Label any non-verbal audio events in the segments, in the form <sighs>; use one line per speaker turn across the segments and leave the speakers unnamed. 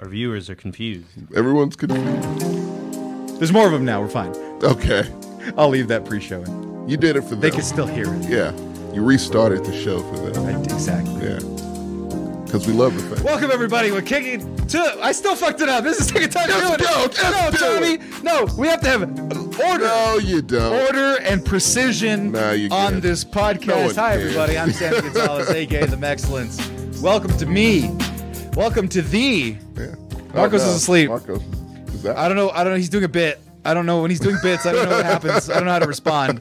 Our viewers are confused.
Everyone's confused.
There's more of them now. We're fine.
Okay.
I'll leave that pre-show in.
You did it for them.
They can still hear it.
yeah. You restarted the show for them.
Right, exactly.
Yeah. Because we love the fact.
Welcome everybody. We're kicking to. I still fucked it up. This is the second time.
Just
doing
go,
it.
just
no,
do
Tony.
it.
No, we have to have order.
No, you don't.
order and precision
Nah, you
on
good.
this
No
podcast.
one
Hi,
cares.
everybody. I'm <laughs> Sam Gonzalez, aka The Mexcellence. Welcome to me. Welcome to thee.
Yeah. Oh,
Marcos is asleep.
Marcos is out.
I don't know. I don't know. He's doing a bit. I don't know when he's doing bits. I don't know what happens. I don't know how to respond.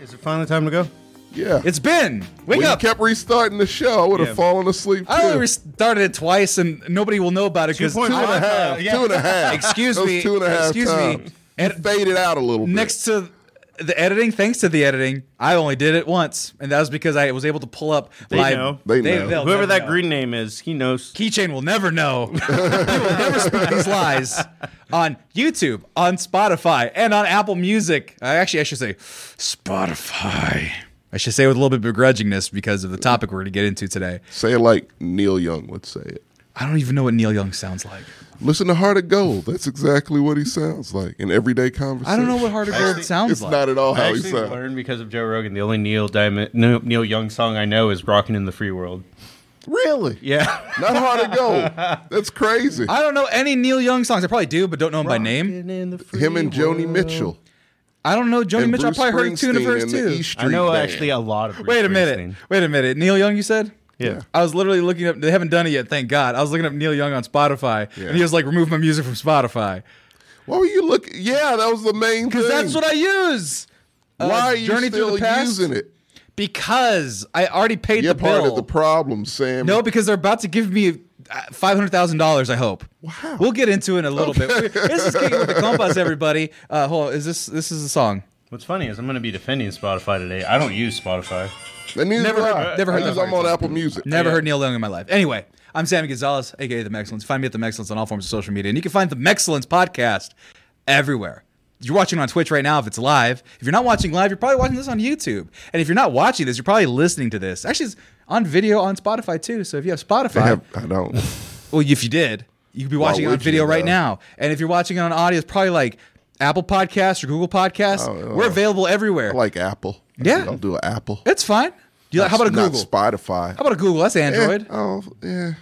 Is it finally time to go?
yeah.
It's been wake
when
up.
you kept restarting the show, I would have
Yeah.
fallen asleep.
I
too.
only restarted it twice, and nobody will know about it because
Two and a half.
Two and a half.
Excuse
Those
me.
Two and a half
Excuse
times.
me.
You
And-
faded out a little
next to the editing thanks to the editing i only did it once and that was because i was able to pull up
They
my
know.
They know.
they'll
Whoever
never
that
know.
green name is, he knows.
keychain will never know <laughs> he will never speak these lies on youtube on spotify and on apple music i actually i should say spotify i should say it with a little bit of begrudgingness because of the topic we're going to get into today
bit. Say it like Neil Young would say it.
i don't even know what neil young sounds like
Listen to Heart of Gold. That's exactly what he sounds like in everyday conversation.
i don't know what heart of gold sounds
It's
like
not at all
I
how he
actually
sounds.
learned because of Joe Rogan. The only Neil Diamond, no, Neil Young song I know is "Rockin' in the Free World."
Really?
Yeah,
Not Heart of
<laughs>
Gold. That's crazy.
i don't know any neil young songs i probably do but don't know them by name
Him and Joni Mitchell.
i don't know joni
and
mitchell
Bruce
i probably heard a tune of
Springsteen
hers
and the
too
E Street
I know
Band.
actually
uh,
a lot of. Bruce
Wait a minute.
Springsteen.
Wait a minute. Neil Young, you said?
Yeah.
I was literally looking up. They haven't done it yet. Thank God. I was looking up Neil Young on Spotify,
Yeah.
and he was like, "Remove my music from Spotify,"
Why were you looking? Yeah, that was the main thing.
because that's what I use. Uh,
Why are you
Journey Through
still
the Past?
using it?
Because I already paid
You're
the
part
bill.
of the problem, Sam.
no, because they're about to give me uh, five hundred thousand dollars. I hope. Wow. We'll get into it in a little bit. This is
<laughs>
kicking with the compass, everybody. Uh, hold on. Is this this is a song?
What's funny is I'm going to be defending Spotify today. I don't use Spotify.
And neither
Never
do
heard-
I.
never heard
Because
that
I'm on Apple Music.
Never
Yeah.
heard Neil Young in my life. Anyway, I'm Sammy Gonzalez, aka The Mexcellence. Find me at The Mexcellence on all forms of social media, and you can find The Mexcellence podcast everywhere. You're watching on Twitch right now if it's live. If you're not watching live, you're probably watching this on YouTube. And if you're not watching this, you're probably listening to this. Actually, it's on video on Spotify too. So if you have Spotify,
I, have, I don't.
well, if you did, you could be watching it on
would you,
video right
though?
now. And if you're watching it on audio, it's probably like Apple Podcasts or Google Podcasts.
Oh,
We're
oh.
available everywhere.
I like Apple. I
Yeah.
think I'll do an Apple.
it's fine. You like, how about a
Not
Google?
Spotify.
how about a Google? That's
Yeah,
Android.
Oh, yeah.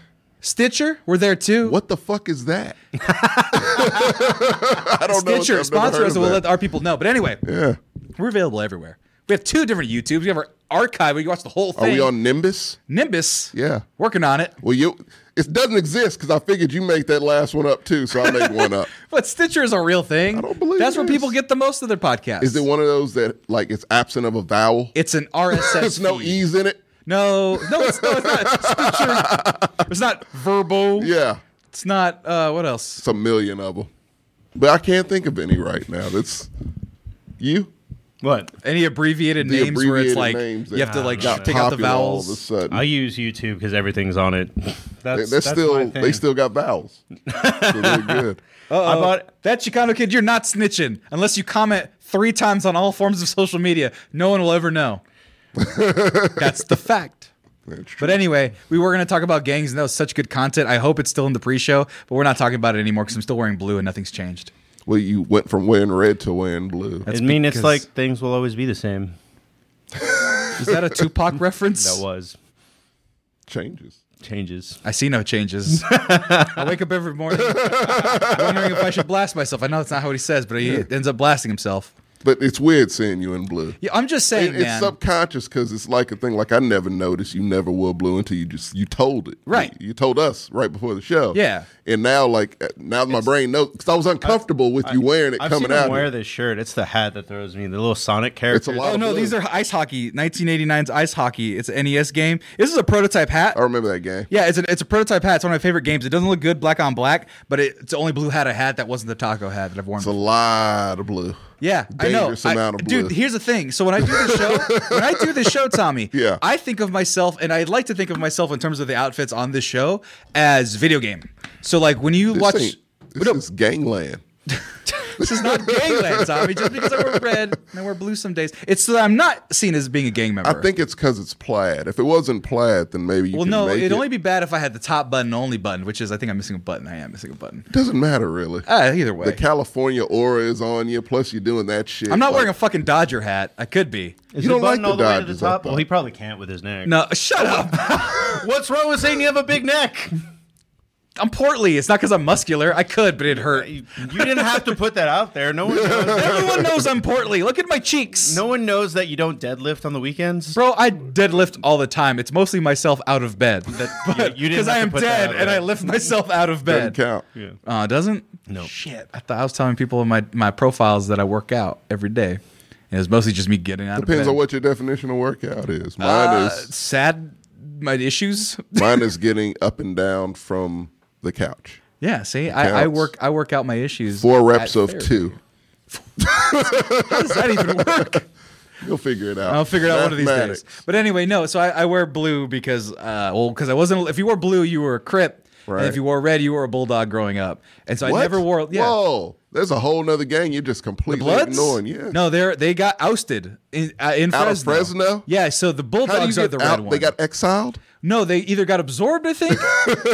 Stitcher, we're there too.
What the fuck is
<laughs>
that? <laughs> I don't know.
Stitcher,
I've never
sponsor
heard
us,
of
and we'll
that.
let our people know. But anyway,
Yeah.
we're available everywhere. We have two different YouTubes. We have our archive where you can watch the whole
Are
thing.
we on Nimbus?
Nimbus?
Yeah.
working on it.
Well, you it doesn't exist because I figured you make that last one up too, so I
<laughs>
made one up.
But Stitcher is a real thing. I
don't believe
that's
it
where people
is.
get the most of their podcasts.
Is it one of those that like it's absent of a vowel?
It's an
<laughs>
RSS.
There's no e-
feed.
e's in it.
No, no, it's, no, it's not Stitcher.
<laughs>
It's not verbal.
Yeah,
It's not. Uh, what else?
it's a million of them, but I can't think of any right now. That's you.
What?
Any abbreviated
The
names where
abbreviated
it's like
names
you have to
that
like
got
pick out the
Popular all of a
vowels.
sudden.
I use YouTube because everything's on it.
They-
<laughs> That's,
they're
that's
still
my
they
thing.
still got
<laughs>
vowels. so they're good.
I bought.
That Chicano kid, you're not snitching unless you comment three times on all forms of social media. No one will
<laughs>
ever know. That's the fact.
That's true.
But anyway, we were going to talk about gangs, and that was such good content. I hope it's still in the pre-show, but we're not talking about it anymore because I'm still wearing blue and nothing's changed.
Well, you went from wearing red to wearing blue.
I mean, it's
because-
like things will always be the same.
<laughs>
Is that a Tupac reference?
That was
Changes.
changes.
I see
<laughs>
no changes. I wake up every morning wondering if I should blast myself. I know that's not how he says, but he ends up blasting himself.
But it's weird seeing you in blue.
Yeah, I'm just
It-
saying,
it's
man.
subconscious because it's like a thing. Like I never noticed you never wore blue until you just you told it.
Right.
You, you told us right before the show.
Yeah.
And now, like uh, now, my brain knows because I was uncomfortable with you wearing it
I've
coming
seen him
out.
wear
here.
this shirt. It's the hat that throws me. The little Sonic character.
lot
Oh no,
blue.
these are ice hockey. 1989's ice hockey. It's an NES game. This is a prototype hat.
I remember that game.
Yeah, it's a, it's a prototype hat. It's one of my favorite games. It doesn't look good black on black, but it, it's the only blue hat I had that wasn't the taco hat that I've worn.
It's a lot of blue.
yeah, I know.
dangerous
I-
amount of
dude,
blue.
here's the thing. So when I
<laughs>
do the show, when I do the show, Tommy,
Yeah.
I think of myself, and I'd like to think of myself in terms of the outfits on this show as video game. So like when you
This
watch,
ain't- This is gangland.
<laughs> This is not gangland, Tommy. Just because I wear red and I wear blue some days, it's so that I'm not seen as being a gang member.
I think it's because it's plaid. If it wasn't plaid, then maybe you
Well,
could
no,
make
it'd
it.
only be bad if I had the top button only button, which is I think I'm missing a button. I am missing a button.
doesn't matter really.
Uh, either
the
way,
California aura is on you. Plus, you're doing that shit.
I'm not
Like,
wearing a fucking Dodger hat. I could be.
Is the
You don't like
button
the
all the way to the
Dodgers, I
top? Well,
thought.
he probably can't with his neck.
No, shut up. <laughs>
What's wrong with saying you have a big neck?
I'm portly. It's not because I'm muscular. I could, but it hurt.
You didn't have to put that out there.
<laughs>
No one knows, <laughs>
Everyone knows I'm portly. Look at my cheeks.
no one knows that you don't deadlift on the weekends.
Bro, I deadlift all the time. It's mostly myself out of bed. <laughs>
That, you, you didn't
Because
have
I
to
am
put that
dead
out
and
there.
I lift myself out of
Doesn't
bed.
count. <laughs>
Yeah.
Uh, doesn't?
No.
Shit. I thought I was telling people in my, my profiles that I work out every day. And it was mostly just me getting out
Depends on
of bed.
what your definition of workout is. Mine
uh,
is
sad my issues.
mine is getting up and down from the couch.
<laughs> Yeah, see, I, I
counts.
work I work out my issues.
Four reps
at
of
therapy.
two.
How does that even
<laughs>
work?
You'll figure it out.
I'll figure it out one of these days.
Mathematics.
But anyway, no. So I, I wear blue because, uh, well, because I wasn't. If you wore blue, you were a Crip.
Right.
And if you wore red, you were a Bulldog growing up. And so
What?
I never wore. Yeah.
Whoa, there's a whole nother gang you're just completely
Bloods?
ignoring. Yeah.
No, they're they got ousted in uh, in
Out of
Fresno.
Fresno?
Yeah, so
How do
the
you
Bulldogs are
get
the
out?
red one.
They got exiled.
no, they either got absorbed,
<laughs>
I think.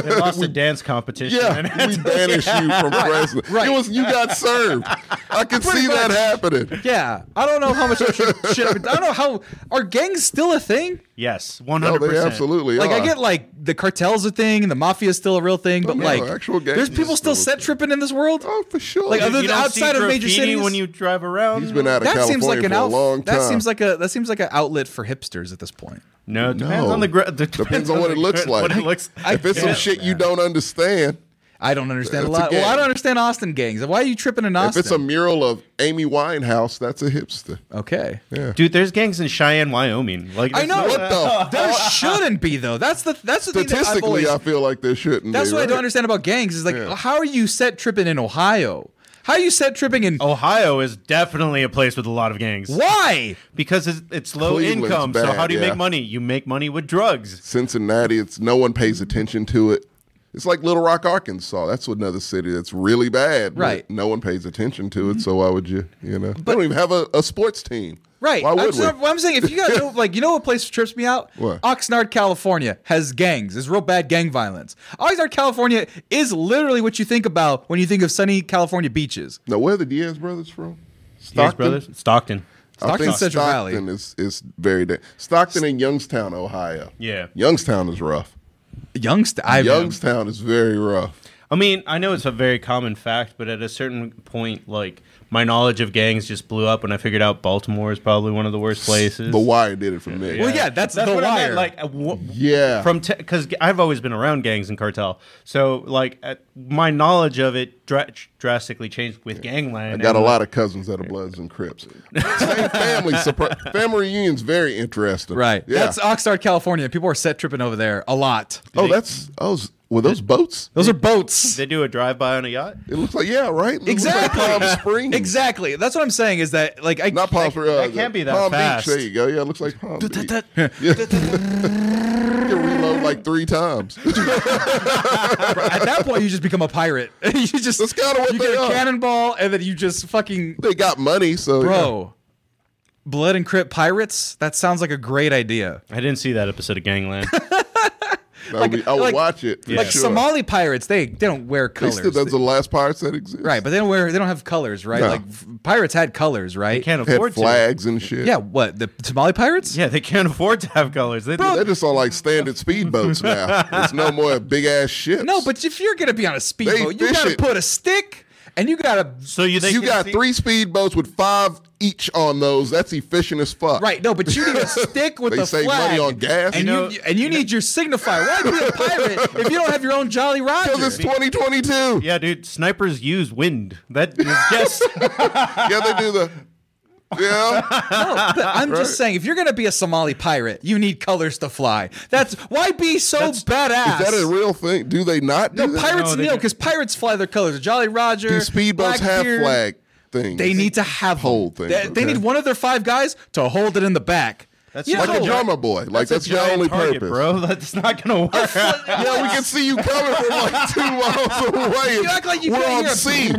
They lost a dance competition.
Yeah, <laughs> we banished
<laughs>
you from Fresno.
right.
It was you got served. I can
Pretty
see that
much.
happening. Oh,
yeah, I don't know how much that shit. shit- I don't know how are gangs still a thing.
<laughs> yes, one
<laughs> No,
hundred
they
percent.
absolutely
Like I
are.
get like the cartels a thing and the mafia is still a real thing, but
no,
like
actual gangs
there's
is
people
still
still
a
set
thing.
tripping in this world.
Oh, for sure.
Like, other
You don't
outside
see
of major
graffiti
cities?
when you drive around.
He's been out of
That
California
seems like an
for a
out.
long time.
That seems like a that seems like an outlet for hipsters at this point.
no, it depends
No.
on the
<laughs>
gra- <laughs>
Depends on what
the
it looks
gra- What
like.
it
<laughs>
looks.
I-
if it's
Yeah,
some shit you don't understand,
I don't understand
That's a
a lot. well, I
gang.
don't understand Austin gangs. Why are you tripping in Austin?
if it's a mural of Amy Winehouse, that's a hipster.
okay.
Dude, there's gangs in Cheyenne, Wyoming. Like
I
there's
know.
no-
What the-
There shouldn't be though. That's the that's the thing that I've
Statistically,
always-
I feel like there shouldn't.
That's
be,
what I
right?
don't understand about gangs. Is like, how are you set tripping in Ohio? How are you set tripping in?
Oh.
Ohio is definitely a place with a lot of gangs
Why?
because it's, it's low
Cleveland's
income. so
bad,
how do you
yeah.
make money? You make money with drugs.
Cincinnati, it's no one pays attention to it. It's like Little Rock, Arkansas. That's another city that's really bad. but
Right. Mm-hmm.
No one pays attention to it, so why would you? You know, they don't even have a, a sports team.
Right.
Why
I'm,
would we?
sorry- I'm saying if you
<laughs>
guys know, like, you know what place trips me out?
What?
Oxnard, California has gangs. There's real bad gang violence. Oxnard, California is literally what you think about when you think of sunny California beaches.
now, where are the Diaz brothers from?
Diaz brothers? Stockton.
Stockton, Central Valley.
Stockton is, is very da- Stockton and Youngstown, Ohio.
Yeah.
Youngstown is rough.
Youngstown. I
Youngstown is very rough.
I mean, I know it's a very common fact, but at a certain point, like my knowledge of gangs just blew up when I figured out Baltimore is probably one of the worst places.
The Wire did it for me.
Well, yeah, that's The
what I meant,
Wire.
Like, uh, wh-
Yeah.
from because I've always been around gangs and cartel, so like at, my knowledge of it dra- drastically changed with gangland.
I got
and,
a
like,
lot of cousins that are Bloods and Crips. Same
<laughs>
family. Surpri- family reunions very interesting.
Right.
Yeah.
That's Oxnard, California. People are set tripping over there a lot.
oh, that's oh, s- were those boats?
Those are boats.
They do a drive by on a yacht.
It looks like yeah, right. It looks like
Exactly.
Palm Springs.
Exactly. That's what I'm saying is that like I
Not Palm Springs. uh,
that can't be that
Palm
fast.
Beach. There you go. Yeah, it looks like Palm Beach. <laughs> Yeah. you can reload like three times. <laughs>
at that point you just become a pirate. <laughs> you just
That's kinda what
you
they
get a
are.
cannonball and then you just fucking
they got money, so yeah.
bro. Blood and Crypt Pirates? That sounds like a great idea.
I didn't see that episode of Gangland.
<laughs> I would, I would
like-
watch it. For
Like
sure.
Somali pirates, they they don't wear
They
colors.
still, that's the last pirates that exist.
right, but they don't wear they don't have colors, right?
No.
Like f- pirates had colors, right?
Can't
Had
afford to.
flags and shit.
yeah, what? The Somali
<laughs>
pirates?
Yeah, they can't afford to have colors. They,
They're just on like standard speedboats now. It's no more big ass ships.
No, but if you're going to be on a speedboat, you
fish
got to
it.
put a stick and you got to
so you they
you
can
got
see-
three speedboats with five each on those. That's efficient as fuck.
Right, no, but you
<laughs>
need a stick with
They
the
save
flag.
money on gas.
and you,
You know-
and you, need your signifier. Why be
<laughs>
a pirate if you don't have your own Jolly Roger?
Because it's 2022.
Yeah, dude, snipers use wind. That is
<laughs>
yes.
Yeah, they do the. Yeah.
No, but I'm just saying, if you're gonna be a Somali pirate, you need colors to fly. That's why be so badass.
Is that a real thing? Do they not do
no,
that?
pirates
No, they
kneel
don't.
because pirates fly their colors. Jolly Roger,
Do speedboats have
Blackbeard,
flag things?
They need to have
Hold
them.
things,
They, they
okay.
need one of their five guys to hold it in the back.
That's
You
just
know-
like a
No.
drama boy. Like that's, your
giant
only
target,
purpose,
bro. <laughs> That's not gonna work.
Yeah, we can see you coming from like two miles away.
<laughs> You act like you
We're
couldn't
on
hear a-
scene.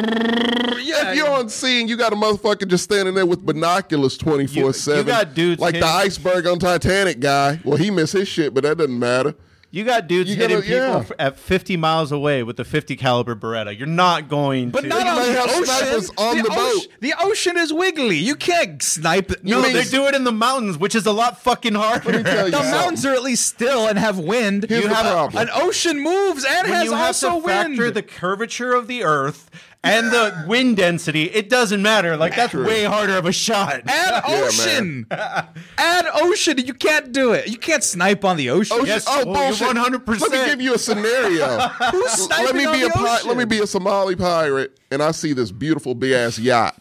Yeah,
If you're on scene, you got a motherfucker just standing there with binoculars twenty four seven.
You- you got dudes
like the
hitting-
iceberg on Titanic guy. Well, he missed his shit, but that doesn't matter.
You got dudes
You
hitting
gotta-
people
yeah.
f- at 50 miles away with a 50 caliber Beretta. You're not going.
But
to,
not on
may
the
have
ocean.
snipers on the boat.
ocean- the ocean is wiggly. You can't snipe. it.
No,
mean-
they do it in the mountains, which is a lot fucking harder. <laughs>
Tell you
the
something.
mountains are at least still and have wind.
Here's
you
the
have
problem.
an ocean moves and
when
has
you have
also
to
wind.
factor the curvature of the Earth and the wind density, it doesn't matter. Like that's way harder of a shot.
Add
man.
ocean. Add ocean. You can't do it. You can't snipe on the ocean.
Oh,
Yes,
shit. oh
well, you're
bullshit!
100%.
Let me give you a scenario.
Who's sniping
let me
on
be a
the
pi-
ocean?
let me be a Somali pirate, and I see this beautiful big ass yacht.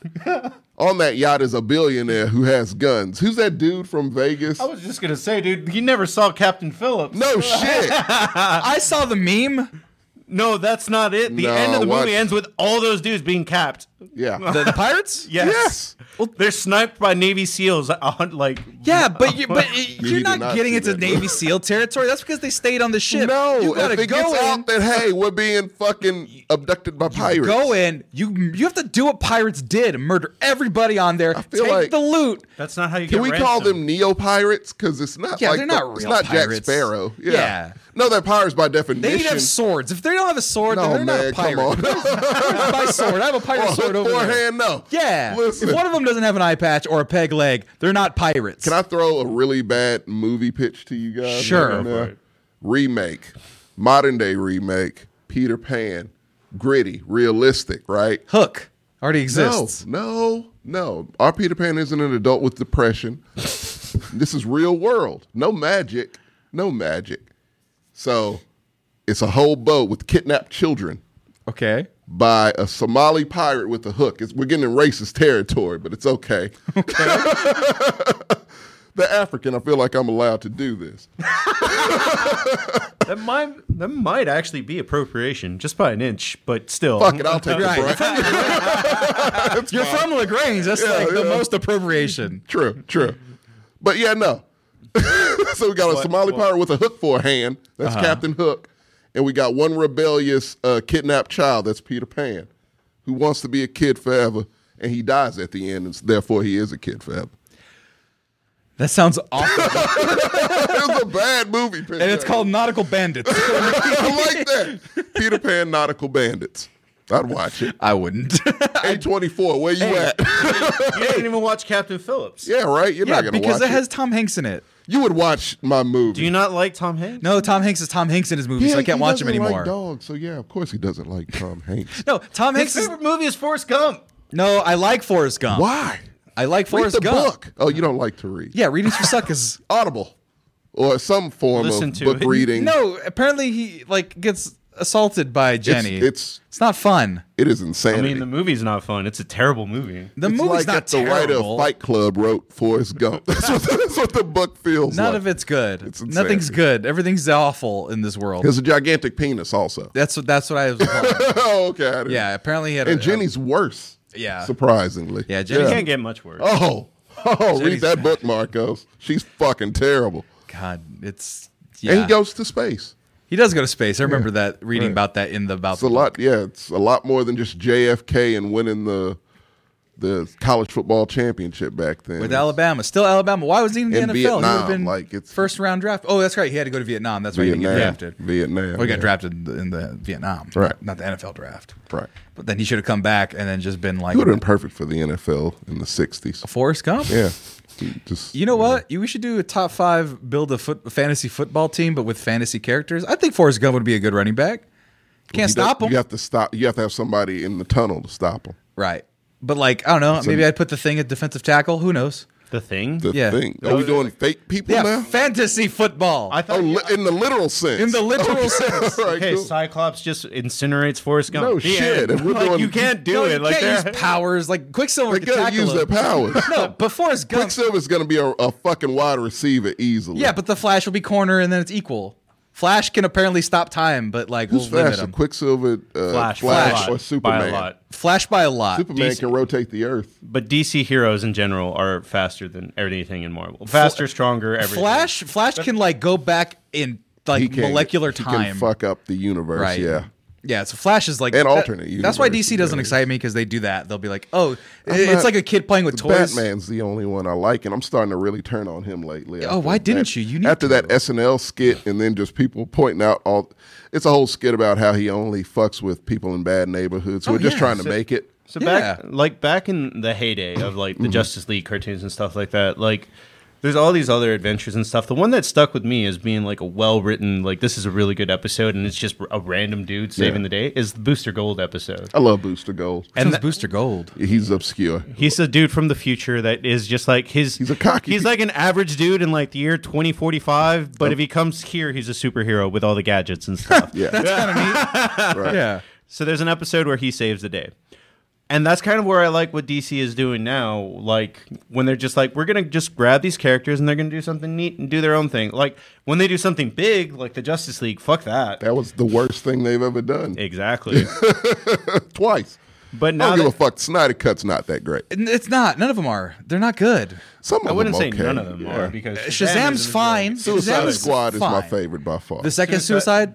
On that yacht is a billionaire who has guns. Who's that dude from Vegas?
I was just gonna say, dude, he never saw Captain Phillips.
No shit.
I saw the meme.
no, that's not it. The
No,
end of the
what?
movie ends with all those dudes being capped.
Yeah.
The, the pirates.
<laughs> Yes.
Yes.
They're sniped by Navy SEALs. a hun- Like,
Yeah, but
<laughs>
you, but
need
you're
to
not,
not
getting
do
into
that. <laughs>
Navy SEAL territory. That's because they stayed on the ship. you
no,
gotta
if it
go
gets
in,
out that hey, we're being fucking abducted by pirates.
go in. You you have to do what pirates did: murder everybody on there,
feel
take
like-
the loot.
that's not how you get
Can we call
ransom.
them neo pirates? Because it's not
Yeah,
like
they're
the-
not
it's
real
not Jack
pirates.
Sparrow. Yeah.
Yeah.
No, they're pirates by definition.
They need to have swords. If they don't have a sword,
no,
then
man,
they're not a pirate. <laughs>
come on.
my sword. I have
<laughs>
a pirate sword over there.
Forehand, no.
Yeah.
Listen.
If one of them doesn't have an eye patch or a peg leg, they're not pirates.
Can I throw a really bad movie pitch to you guys?
Sure.
right
Go
now? Remake, modern day remake, Peter Pan, gritty, realistic, right?
Hook already exists.
No, no, no. Our Peter Pan isn't an adult with
<laughs>
depression. this is real world. No magic. No magic. So it's a whole boat with kidnapped children
Okay.
by a Somali pirate with a hook. It's, we're getting in racist territory, but it's okay. <laughs> the African, I feel like I'm allowed to do this.
That might that might actually be appropriation, just by an inch, but still.
Fuck it, I'll take the
Right.
brunt.
You're from Lagrange. That's like the most appropriation.
True, true. But yeah, no. <laughs> so we got a Somali pirate with a hook for a hand. That's
Uh-huh.
Captain Hook. And we got one rebellious uh, kidnapped child. That's Peter Pan, who wants to be a kid forever. And he dies at the end. And s- therefore, he is a kid forever. <laughs>
That sounds awful.
it was a bad movie. Picture.
and it's called Nautical
<laughs>
Bandits.
I
<laughs>
like that. Peter Pan Nautical Bandits. I'd watch it.
I
<laughs>
wouldn't.
A24, where you at? <laughs>
you didn't even watch Captain Phillips.
yeah, right? You're
yeah,
not going to watch
because it
it.
has Tom Hanks in it.
You would watch my movie.
Do you not like Tom Hanks?
No, Tom Hanks is Tom Hanks in his movies,
Yeah,
so I can't
he
watch him
doesn't
anymore.
Like dogs, so yeah, of course he doesn't like Tom Hanks.
no, Tom
His
Hanks is.
favorite movie is Forrest Gump.
No, I like Forrest Gump.
Why?
I like Forrest
read the
Gump.
book. Oh, you don't like to read.
Yeah, readings for suckers.
<laughs> Audible or some form
Listen
of
to
book
it.
reading.
No, apparently he like gets assaulted by Jenny. It's,
it's-
not fun.
it is
I
insanity.
mean, the movie's not fun. It's a terrible movie.
The
it's like
movie's not
if the writer
terrible.
of Fight Club wrote Forrest Gump. <laughs> That's what, that's what the book feels
None
like.
of it's good.
It's insanity.
Nothing's good. Everything's awful in this world.
There's a gigantic penis also. <laughs>
That's what that's what I was. appalled.
oh, okay. I didn't-
yeah, apparently he had.
And
a,
Jenny's worse.
Yeah.
Surprisingly.
Yeah,
It
Jenny-
can't get much worse.
Oh. <laughs> Oh,
Jenny's
read that
bad.
book, Marcos. She's fucking terrible.
a, God, it's.
And
Yeah.
he goes to space.
He does go to space. I remember that reading about that in the about.
It's a lot. Yeah, it's a lot more than just JFK and winning the the college football championship back then.
with Alabama, still Alabama. Why was he in the
In
NFL? he would have
Vietnam,
been
like, it's-
first round draft. Oh, that's right. He had to go to Vietnam. That's why he didn't get
Vietnam.
drafted.
Vietnam.
Well, he
yeah.
got drafted in the, in the Vietnam,
Right.
Not the NFL draft.
Right.
But then he should have come back and then just been like
He would have been perfect for the NFL in the '60s.
Forrest Gump.
Yeah. He Just
Oh, You know what? You, we should do a top five build a foot, fantasy football team, but with fantasy characters. I think Forrest Gump would be a good running back. Can't
you
stop
don't-
him,
You have to stop. You have to have somebody in the tunnel to stop him.
right? But like, I don't know. Maybe I'd put the thing at defensive tackle. Who knows?
The thing.
The
Yeah.
thing. Are we doing fake people
Yeah,
now?
fantasy football
I
oh,
thought.
li- in the literal sense.
in
<laughs>
the literal sense.
All right,
okay,
cool.
Cyclops just incinerates Forrest Gump.
Oh, No
The
shit,
end.
if we're
like,
doing-
you can't do
no,
it.
you
like
can't
that.
use powers like Quicksilver.
They
can
gotta
tackle
use
him. <laughs>
their powers.
No, but Forrest Gump.
Quicksilver's gonna be a, a fucking wide receiver easily.
Yeah, but the Flash will be corner, and then it's equal. Flash can apparently stop time, but like
Who's
we'll limit
faster,
him.
Quicksilver, uh, Flash,
Flash, by a lot,
or Superman?
By a lot.
Flash by a lot.
Superman
DC.
can rotate the Earth.
But DC heroes in general are faster than anything in Marvel. Faster, stronger, everything.
Flash Flash can like go back in like
can-
molecular
he
time.
can fuck up the universe.
Right.
Yeah.
Yeah, so Flash is like
And
that-
alternate
That's why
universes,
DC doesn't
yeah.
excite me because they do that. They'll be like, "Oh,
I'm
it's
not-
like a kid playing with toys."
Batman's the only one I like, and I'm starting to really turn on him lately.
Oh,
after
why didn't
that-
you? You need
after
to.
that SNL skit, and then just people pointing out all. It's a whole skit about how he only fucks with people in bad neighborhoods who
Oh,
are just
yeah.
trying to make it.
So back
Yeah.
like back in the heyday of like
Mm-hmm.
the Justice League cartoons and stuff like that, like there's all these other adventures and stuff. The one that stuck with me as being like a well written, like this is a really good episode, and it's just a random dude saving
Yeah.
the day is the Booster Gold episode.
I love Booster Gold.
and Booster Gold.
He's obscure.
He's a dude from the future that is just like his.
He's a cocky-
He's like an average dude in like the year 2045, but if he comes here, he's a superhero with all the gadgets and stuff.
Yeah, right.
Yeah,
So there's an episode where he saves the day. And that's kind of where I like what DC is doing now. Like when they're just like, we're gonna just grab these characters and they're gonna do something neat and do their own thing. Like when they do something big, like the Justice League, fuck that.
That was the worst thing they've ever done. <laughs>
Exactly.
Twice.
But
I
now
don't give
that-
a fuck. Snyder Cut's not that great.
And it's not. None of them are. They're not good.
Some of
I wouldn't
them
say
okay.
none of them
Yeah.
are because Shazam
Shazam's
is-
fine.
Suicide
Shazam's
Squad is my
fine.
favorite by far.
The second Suicide.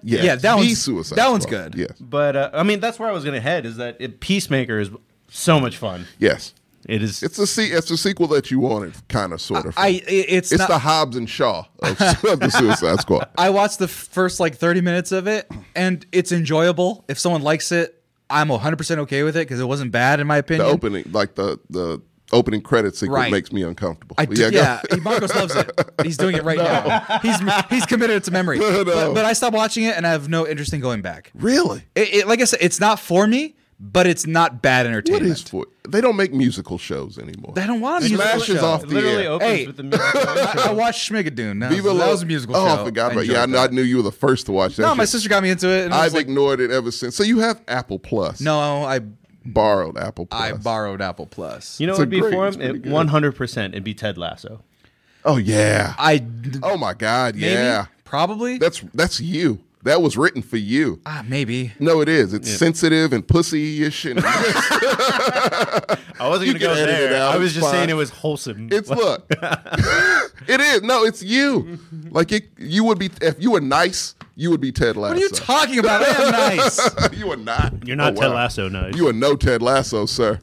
Suicide-
Yes.
Yeah, that
The
one's
Suicide
That one's
Squad.
good.
Yes.
But uh, I mean, that's where I was gonna head is that it, Peacemaker is so much fun.
Yes.
It is.
It's a se- it's a sequel that you wanted, kind of, sort of.
I it- it's,
it's
not.
the Hobbs and Shaw
<laughs>
of, of the Suicide Squad.
I watched the first like 30 minutes of it and it's enjoyable. If someone likes it, I'm 100% okay with it because it wasn't bad in my
The
opinion.
opening, like the the opening credit sequence,
Right.
makes me uncomfortable.
I
But
do,
go-
yeah, he- Marcos loves it. He's doing it
<laughs>
right now. He's he's committed to memory. But, but I stopped watching it, and I have no interest in going back.
really.
It, it, like I said, it's not for me, but it's not bad
What
entertainment.
is for? They don't make musical shows anymore.
I don't want a musical
Smashes
show.
off
it
the
literally
air.
opens
Hey.
with the
<laughs>
music.
I, I watched Schmigadoon. That, was-
Viva
that
La-
was a musical
oh,
show.
I forgot about.
enjoyed
Yeah, I know. I
that.
knew you were the first to watch that.
No, my
shit.
sister got me into it. And I was
I've
like,
ignored it ever since. So you have Apple Plus.
no, I
borrowed Apple Plus.
I borrowed Apple Plus.
You know,
It's
what it'd be
a great-
for
it's
him.
pretty
It
good.
100% it'd be Ted Lasso.
oh yeah.
I
oh my God.
maybe,
Yeah.
probably.
That's that's you. That was written for you.
ah, maybe.
No, it is. It's sensitive and pussy-ish.
<laughs>
And
I wasn't
You
gonna
can
go
edit it
there.
out,
I was
it's
just
fine.
saying it was wholesome.
it's look. <laughs> it is. No, it's you. Like it, you would be if you were nice. You would be Ted Lasso.
What are you talking about?
<laughs>
I am nice.
<laughs> you are not.
You're not Ted
oh, wow.
Lasso, nice.
You are no Ted Lasso, sir.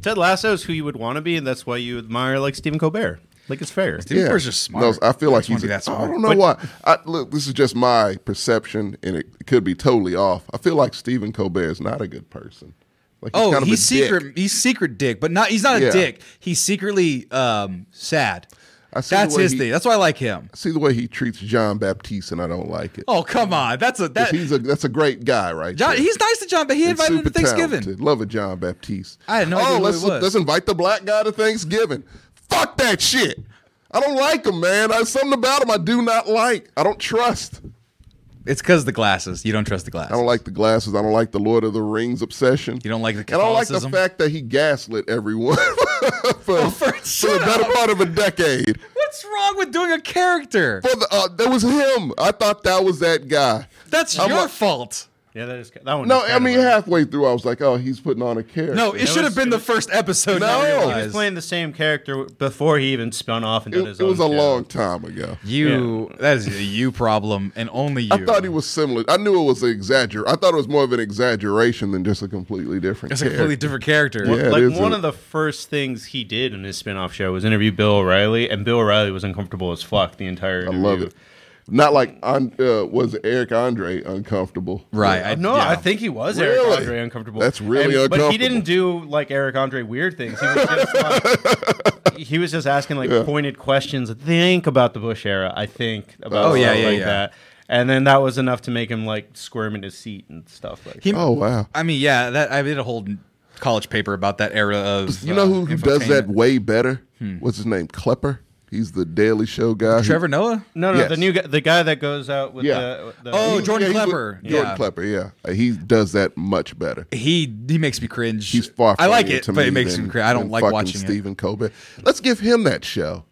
Ted Lasso is who you would want to be, and that's why you admire like Stephen Colbert. Like it's fair.
Stephen Colbert's just smart.
No, I feel like
just wanna
he's.
be that smart.
I don't know why. I, look, this is just my perception, and it could be totally off. I feel like Stephen Colbert is not a good person. Like he's
Oh,
kind of a
he's
dick.
secret. He's secret dick, but not. He's not a
Yeah.
dick. He's secretly um, sad.
I see the
That's
way
his
he-
thing. That's why I like him.
See the way he treats John Baptiste, and I don't like it.
Oh come on, that's a that.
he's a that's a great guy, right?
John,
there.
he's nice to John, but he
And
invited him to
super
Thanksgiving.
talented. Love a John Baptiste.
I had no
oh,
idea who
let's,
he was.
let's invite the black guy to Thanksgiving. Fuck that shit. I don't like him, man. There's something about him I do not like. I don't trust.
It's because the glasses. You don't trust the glasses. <laughs>
I don't like the glasses. I don't like the Lord of the Rings obsession.
You don't like the
And I don't like the
Catholicism? Oh,
fact that he gaslit everyone <laughs> for, for, the
shut
better
up.
part of a decade.
What's wrong with doing a character?
For the, uh, that was him. I thought that was that guy.
That's
I'm
your
like-
fault.
Yeah, that is that one.
No,
is
I
kind
mean
of a-
halfway through, I was like, oh, he's putting on a character.
No, it
It
should
was-
have been
it
the
was-
first episode.
No. He
you
was
he was
realize.
playing the same character before he even spun off and did
it,
his
it
own.
was a
show.
long time ago.
You. That is a you problem, and only you.
I thought he was similar. I knew it was an exagger. I thought it was more of an exaggeration than just a completely different.
It's a completely
character.
different character.
Yeah, it
like
is
one
a-
of the first things he did in his spin-off show was interview Bill O'Reilly, and Bill O'Reilly was uncomfortable as fuck the entire.
I
Interview.
love it. Not like on, uh, was Eric Andre uncomfortable?
Right. I,
No,
Uh, yeah.
I think he was
Really?
Eric Andre uncomfortable.
That's really
And- But he
uncomfortable.
didn't do like Eric Andre weird things. He was
<laughs>
just like he was just asking like pointed questions. I think about the Bush era. I think about
Oh, yeah,
stuff
yeah,
like
yeah.
that. And then that was enough to make him like squirm in his seat and stuff like.
He-
that.
Oh wow.
I mean, yeah, that I did a whole college paper about that era of.
You know
uh,
who, who does that
infotainment. Hmm.
way better? What's his name? Klepper. He's the Daily Show guy. who-
Trevor Noah.
No, no,
Yes.
the new guy, the guy that goes out with
Yeah.
the, the
Oh,
He-
Jordan
yeah, he's
Klepper.
with- Jordan
Yeah.
Klepper. Yeah, Uh, he does that much better.
He he makes me cringe.
He's far.
I like
funnier
it,
to
but
me
it makes
than-
me cringe. I don't
than
like
fucking
watching
Stephen Colbert. Let's give him that show.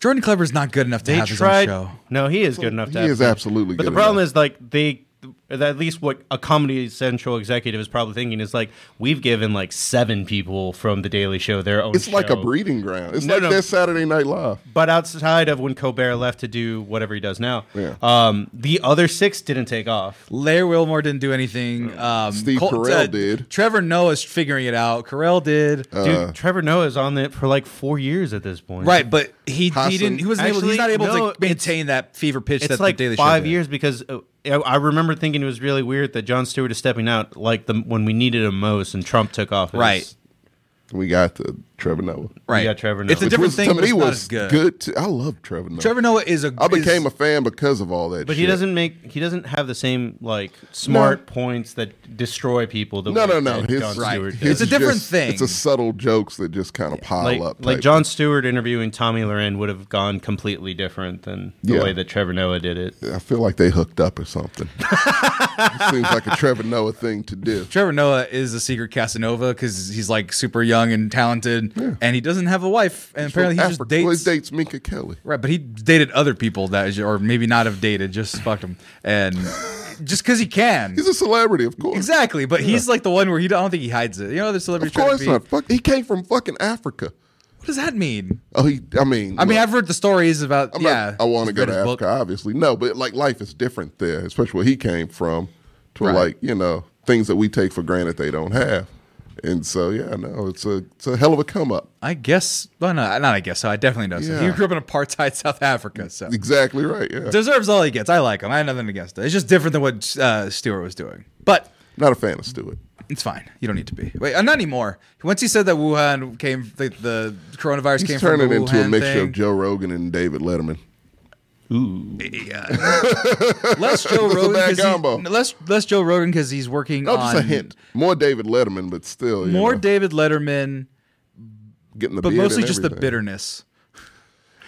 Jordan Clever's not good enough to
They
have
tried.
his own show.
No, he is good enough.
He
to have
is
his-
absolutely
But
good
the problem
enough.
is like they. At least what a Comedy Central executive is probably thinking is like we've given like seven people from The Daily Show their own.
It's like a
show.
breeding ground. It's
No,
like
no.
that Saturday Night Live.
But outside of when Colbert left to do whatever he does now,
Yeah.
um, the other six didn't take off.
Larry Wilmore didn't do anything. Um,
Uh, Steve Carell did. Uh,
Trevor Noah's figuring it out. Carell did.
Dude, Trevor Noah is on it for like four years at this point.
right, but he, he
Hassan-
didn't. He wasn't able. He's
Actually,
not able
no,
to maintain that fever pitch.
It's
that
like
the Daily Show
five
did.
years because uh, I- I remember thinking it was really weird that John Stewart is stepping out like the when we needed him most and Trump took off. as-
Right.
We got the Trevor Noah.
Right,
got Trevor
It's
Noah. Which
a
Which
different
was,
thing.
to
but
me
it's not
was
as good.
good. too. I love Trevor Noah.
Trevor Noah is a.
I became
is,
a fan because of all that.
But he
shit.
doesn't make he doesn't have the same like smart points that destroy people. That
No,
we-
no, no.
that
His-
Jon
Right.
Stewart
His
does.
It's a
is
different
just-
thing.
It's a subtle jokes that just kind of pile
like,
up.
like
type.
John Stewart interviewing Tommy Loren would have gone completely different than the
Yeah.
way that Trevor Noah did it.
I feel like they hooked up or something. <laughs> It seems like a Trevor Noah thing to do.
Trevor Noah is a secret Casanova because he's like super young and talented, and he doesn't have a wife. And apparently, he
From
just
Africa. Well,
dates.
he dates Minka Kelly.
Right, but he dated other people that, or maybe not have dated, just fucked them,
<laughs>
and just because he can.
He's a celebrity, of course.
Exactly, but he's like the one where he don't, I don't think he hides it. You know, other
Of
celebrities. try to
course
be-
not. Fuck, he came from fucking Africa.
What does that mean?
Oh, he. I mean,
I mean,
look,
I've read the stories about.
I'm not-
yeah,
I want to
he's
go
read
to
his
Africa,
book.
obviously. No, but like life is different there, especially where he came from. To
Right.
like you know things that we take for granted they don't have, and so yeah, no, it's a it's a hell of a come up.
I guess. Well, no, not. I guess so. I definitely know. So.
Yeah.
He grew up in apartheid South Africa, so
Exactly right. Yeah,
deserves all he gets. I like him. I have nothing against it. It's just different than what uh, Stewart was doing, but
not a fan of Stewart.
it's fine. You don't need to be. Wait, uh, not anymore. Once he said that Wuhan came, the, the coronavirus
He's
came from
turning
the
into a
Wuhan
mixture
thing.
of Joe Rogan and David Letterman.
uh, <laughs> less Joe
It's a
Rogan
bad
'cause he-
combo.
less less Joe Rogan because he's working
No,
on
just a hint. More David Letterman, but still you
more
know,
David Letterman,
getting the
but
beard and
mostly just the
everything.
bitterness.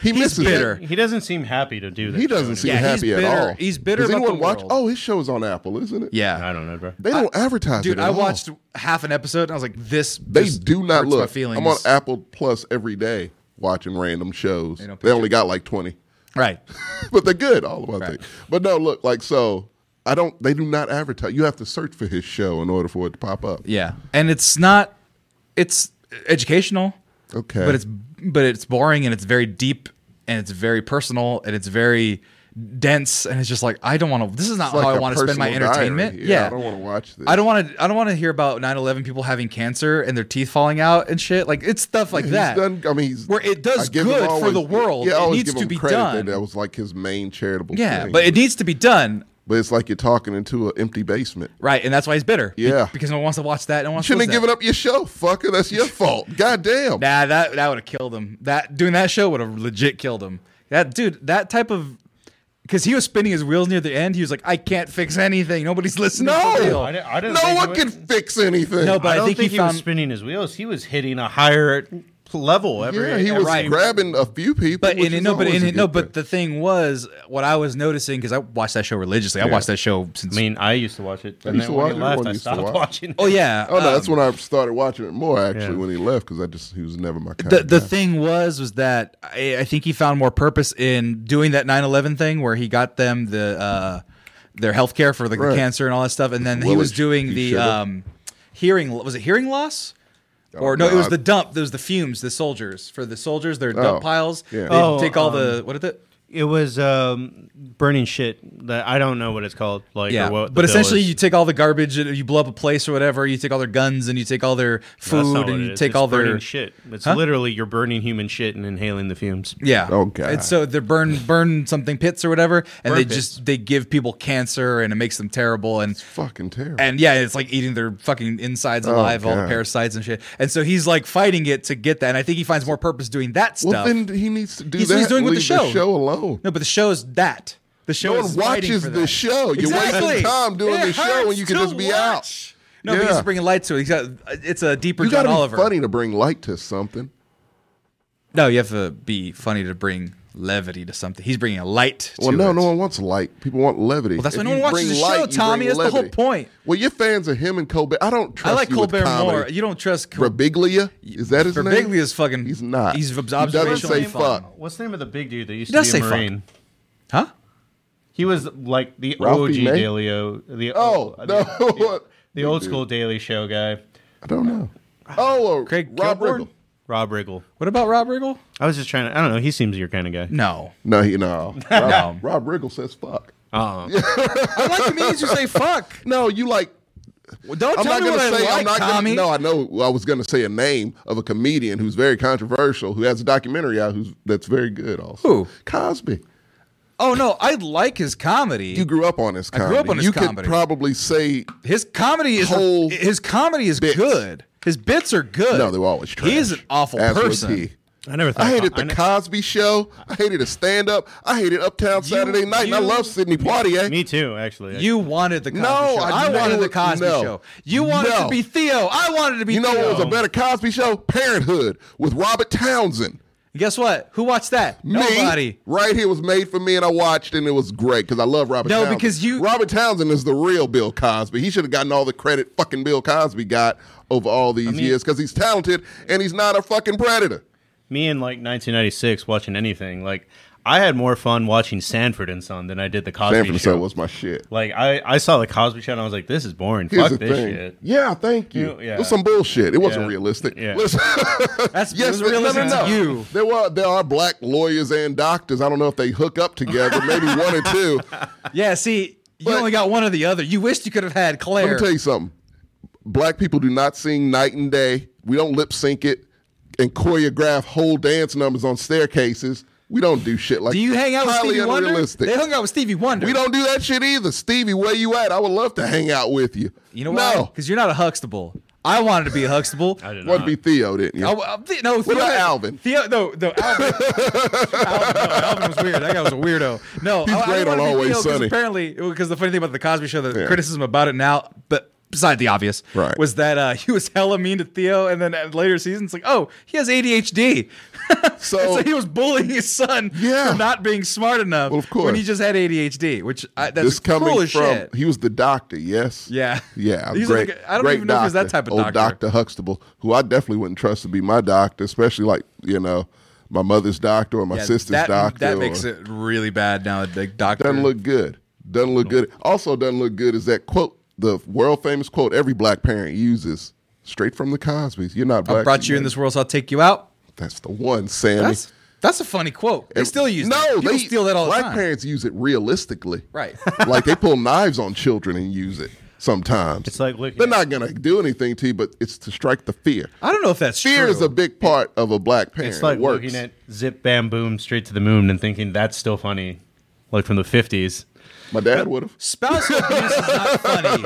He
He's
misses it.
bitter.
He doesn't seem happy to do that.
He doesn't
show
seem
Yeah, he's
happy
bitter.
at all.
He's bitter
Does
about
anyone
the
watch?
world.
Oh, his show's on Apple, isn't it?
anymore.
Yeah,
I don't know, bro.
They don't advertise
dude,
it. at
I
all.
watched half an episode and I was like, this.
They
just
do not
hurts My
look.
feelings.
I'm on Apple Plus every day watching random shows. They,
don't
only got like 20,
right.
<laughs> but they're good. All of them, I think. But no, look, like so. I don't. They do not advertise. You have to search for his show in order for it to pop up.
Yeah, and it's not. It's educational.
Okay.
but it's but it's boring and it's very deep and it's very personal and it's very dense and it's just like I don't want to. This is not
It's like
how I
a
want to spend my
personal diary.
entertainment.
Yeah, I don't want to watch this.
I don't want to. I don't want to hear about 9/11 people having cancer and their teeth falling out and shit. Like it's stuff like that.
He's done. I mean, he's,
Where it does
I give him
good for
always-
the world.
Yeah, I
It
always
needs
give
to
him
be
credit
done.
That, that was like his main charitable.
yeah,
thing.
but it needs to be done
But it's like you're talking into an empty basement.
right, and that's why he's bitter. Be-
Yeah.
because no one wants to watch that. No one wants
Shouldn't have
to listen
given up your show, fucker. That's
<laughs>
your fault. Goddamn.
Nah, that that would have killed him. That doing that show would have legit killed him. That dude, that type of because he was spinning his wheels near the end. He was like, I can't fix anything. Nobody's listening. for real."
no,
I didn't- I didn't
no
think
one
it
can
was-
fix anything.
No, but-
I
I
don't
think
think,
he
he,
found-
was spinning his wheels. He was hitting a higher level every.
yeah, he was
right.
grabbing a few people.
But
which
in it,
is
no, but
always
in
a
it, no,
good
but
thing.
the thing was, what I was noticing because I watched that show religiously. I watched that show since.
I mean, I used to watch it, and
used
then
to
when
watch
he left,
it.
I
Everyone used to
stopped
watch it.
<laughs> watching.
oh yeah.
oh no,
um,
that's when I started watching it more actually
Yeah.
when he left because I just he was never my kind.
the
of
the
guy.
thing was was that I, I think he found more purpose in doing that 9/11 thing where he got them the uh, their health care for like, the
Right.
cancer and all that stuff, and then he
Well,
was
it- Oh,
doing
he
the
should've.
um, hearing was it hearing loss. Or no,
no,
it was
I-
the dump. There was the fumes, the soldiers for the soldiers. Their
Oh,
dump piles.
yeah.
They
Oh,
take all the what is it?
It was um, burning shit that I don't know what it's called. Like, or
Yeah,
what the
but
bill
essentially,
is.
you take all the garbage. and You blow up a place or whatever. You take all their guns and you take all their
No, that's not
food
what
and
it
you
is.
take
It's
all their
burning shit. It's literally you're burning human shit and inhaling the fumes.
Yeah.
Oh, God.
And so they burn burn something pits or whatever, and
Burn
they
pits.
just they give people cancer, and it makes them terrible. And
fucking terrible.
and yeah, it's like eating their fucking insides alive, all the
Oh, God.
parasites and shit. And so he's like fighting it to get that. And I think he finds more purpose doing that stuff.
well, then he needs to do
He's-
that.
he's doing with the
leave
show.
alone.
no, but the show is that. The show
No one
is fighting
watches
for
the
that.
show. You're wasting time doing
It
the show when you
hurts
can
to
just be
watch. No, but
Yeah.
he's bringing light to it. He's got, it's a deeper
You
John
gotta be
Oliver.
funny to bring light to something.
No, you have to be funny to bring levity to something. He's bringing a light.
Well,
to
no,
it.
no one wants light. People want levity. Well,
that's why no one watches the show, Tommy. That's the whole point.
Well, your fans are him and Colbert. I don't trust.
I like
you with
Colbert
comedy.
more. You don't trust Col-
Brabiglia is that his name?
Birbiglia's fucking.
He's not.
He's
He doesn't
observational
say
and fun.
fuck.
What's the name of the big dude that used
He
to
does
be a
say fuck.
marine?
Huh?
He was like the
Ralphie
OG
May?
Daily O. The,
Oh,
uh,
<laughs> no.
the, the old
Dude.
school Daily Show guy,
I don't know. Oh, uh,
Craig
Rob
Kilborn?
Riggle.
Rob Riggle.
What about Rob Riggle?
I was just trying to. I don't know. He seems your kind of guy.
No.
No, he no. Rob,
<laughs> No.
Rob Riggle says fuck.
Uh-uh.
I like comedians who say fuck.
No, you like.
Well, don't
I'm
tell
not
me
gonna
what
say.
I like,
I'm not
Tommy.
gonna. No, I know. I was gonna say a name of a comedian who's very controversial, who has a documentary out, who's that's very good. Also,
Who?
Cosby.
Oh no, I like his comedy.
You grew up on his
grew
comedy.
up on his
you
comedy.
could probably say
his comedy is
Whole
his comedy is
bits.
good. His bits are good.
no. They were always trash.
Uh, He's an awful
As was
person.
he.
I never thought.
I hated
I
the
ne-
Cosby Show. I hated a stand up. I hated Uptown Saturday Night. and I
you-
love Sidney Poitier.
Me too, actually.
You wanted the Cosby
No,
Show.
I
I, wanted
knew
the
it-
Cosby
no.
Show. You wanted
No.
to be Theo. I wanted to be.
you know
Theo.
what was a better Cosby Show? Parenthood with Robert Townsend.
Guess what? Who watched that?
Me,
Nobody.
right here was made for me, and I watched, and it was great because I love Robert.
No,
Townsend.
because you-
Robert Townsend is the real Bill Cosby. He should have gotten all the credit fucking Bill Cosby got over all these years because he's talented and he's not a fucking predator.
me in like 1996 watching anything like I had more fun watching Sanford and Son than I did the Cosby
Sanford and
Show.
Son was my shit.
like I, I saw the Cosby Show and I was like, this is boring.
Here's
Fuck
the
this
thing.
shit.
Yeah, thank you.
You- yeah.
It was some bullshit. It wasn't
Yeah.
realistic.
Yeah.
Listen,
That's
<laughs> yes,
yes, realistic
no, no, no.
to you.
There were there are black lawyers and doctors. I don't know if they hook up together. Maybe one or
<laughs>
two.
Yeah. See, you
But-
only got one or the other. You wished you could have had Claire.
Let me tell you something. Black people do not sing night and day. We don't lip sync it and choreograph whole dance numbers on staircases. We don't do shit like
Do you hang out with
Highly
Stevie Wonder?
unrealistic.
They hung out with Stevie Wonder.
we don't do that shit either. Stevie, where you at? I would love to hang out with you.
You know why?
no.
Because you're not a Huxtable. I wanted to be a Huxtable. I
did
What would be Theo, didn't you?
<laughs> I, I, Th- no, Theo,
about Alvin?
Theo, no, no, Alvin.
<laughs>
Alvin, no, Alvin was weird. That guy was a weirdo. No,
He's
I,
great
I
on
wanted to be
Always
Theo 'cause
Sunny.
Apparently, because the funny thing about the Cosby Show, the
Yeah.
criticism about it now, but beside the obvious,
Right.
was that uh, <laughs> he was hella mean to Theo, and then at later seasons, like, oh, he has ADHD.
So-
so he was bullying his son
Yeah.
for not being smart enough.
Well, of course.
when he just had ADHD, which I, that's
this coming
cruel
from
as shit.
he was the doctor, yes.
Yeah.
Yeah.
<laughs> He's
great,
like- I don't
great
even know if he's that
doctor,
type of
old
doctor.
Dr. Huxtable, who I definitely wouldn't trust to be my doctor, especially like, you know, my mother's doctor or my
Yeah,
sister's
that,
doctor.
That
or-
makes it really bad now. The doctor
Doesn't look good. Doesn't look good. Also doesn't look good is that quote, the world famous quote every black parent uses straight from the Cosby's. You're not black.
I brought you in this world, so I'll take you out.
That's the one, Sammy.
That's that's a funny quote. They still use
no,
that. People
they
steal that all
black
the time.
parents use it realistically.
Right.
<laughs> like they pull knives on children and use it sometimes.
It's like looking
They're
at-
not gonna do anything to you, but it's to strike the fear.
I don't know if that's
Fear
true.
is a big part of a black parent.
It's like
it works.
looking at Zip Bam Boom Straight to the Moon and thinking that's still funny, like from the 50s.
My dad would
<laughs>
have. <laughs>
spousal abuse is not funny.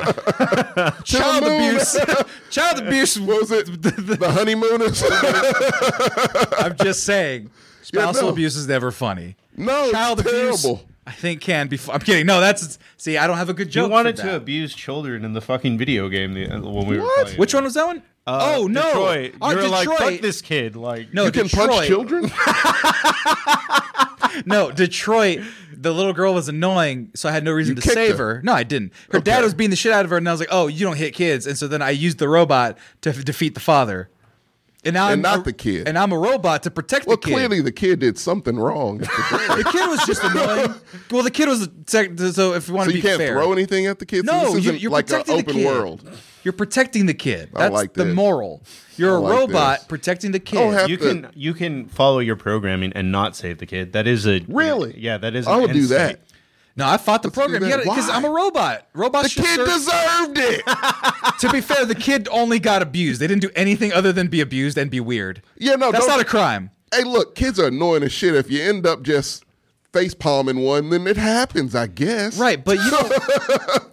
Child
moon. <laughs>
abuse. Child abuse.
What was it? the
<laughs>
honeymooners.
I'm just saying. Spousal
no.
abuse is never funny.
No, it's
Child abuse.
terrible.
I think can be. fu- I'm kidding. No, that's see. I don't have a good
You
joke.
wanted
for
to
that.
abuse children in the fucking video game the, uh, when we were
What?
playing. Uh,
Which one was that one? oh no,
Detroit.
Oh,
you were like, fuck
Detroit.
this kid. Like,
No,
you can punch
Detroit. <laughs>
children.
<laughs>
No, Detroit. The little girl was annoying, so I had no reason
You
to
kicked
save
her.
her. No, I didn't. Her
Okay.
dad was beating the shit out of her, and I was like, "Oh, you don't hit kids." And so then I used the robot to f- defeat the father, and now I'm
not
a-
the kid.
and I'm a robot to protect
Well,
the kid.
clearly the kid did something
<laughs>
wrong.
the kid was
<laughs>
just annoying. Well, the kid was the tech, so if you want
so
to
you
be
can't
fair,
throw anything at the kids. So
no,
this
you,
isn't
you're
like an
protecting
open
the kid.
world.
You're protecting the kid.
I
That's
like
the
this.
moral. You're a
I like
robot
this.
protecting the kid.
don't have
you
the-
can you can follow your programming and not save the kid. That is a
Really?
yeah. That is.
I
an
would do
instinct.
that.
no, I fought the
do
program
that.
because
Why?
I'm a robot. Robots
The
should
kid
serve-
deserved it.
<laughs> to be fair, the kid only got abused. They didn't do anything other than be abused and be weird.
Yeah, no,
that's
don't-
not a crime.
hey, look, kids are annoying as shit. If you end up just face palming one, then it happens, I guess.
Right, but
<laughs>
you don't.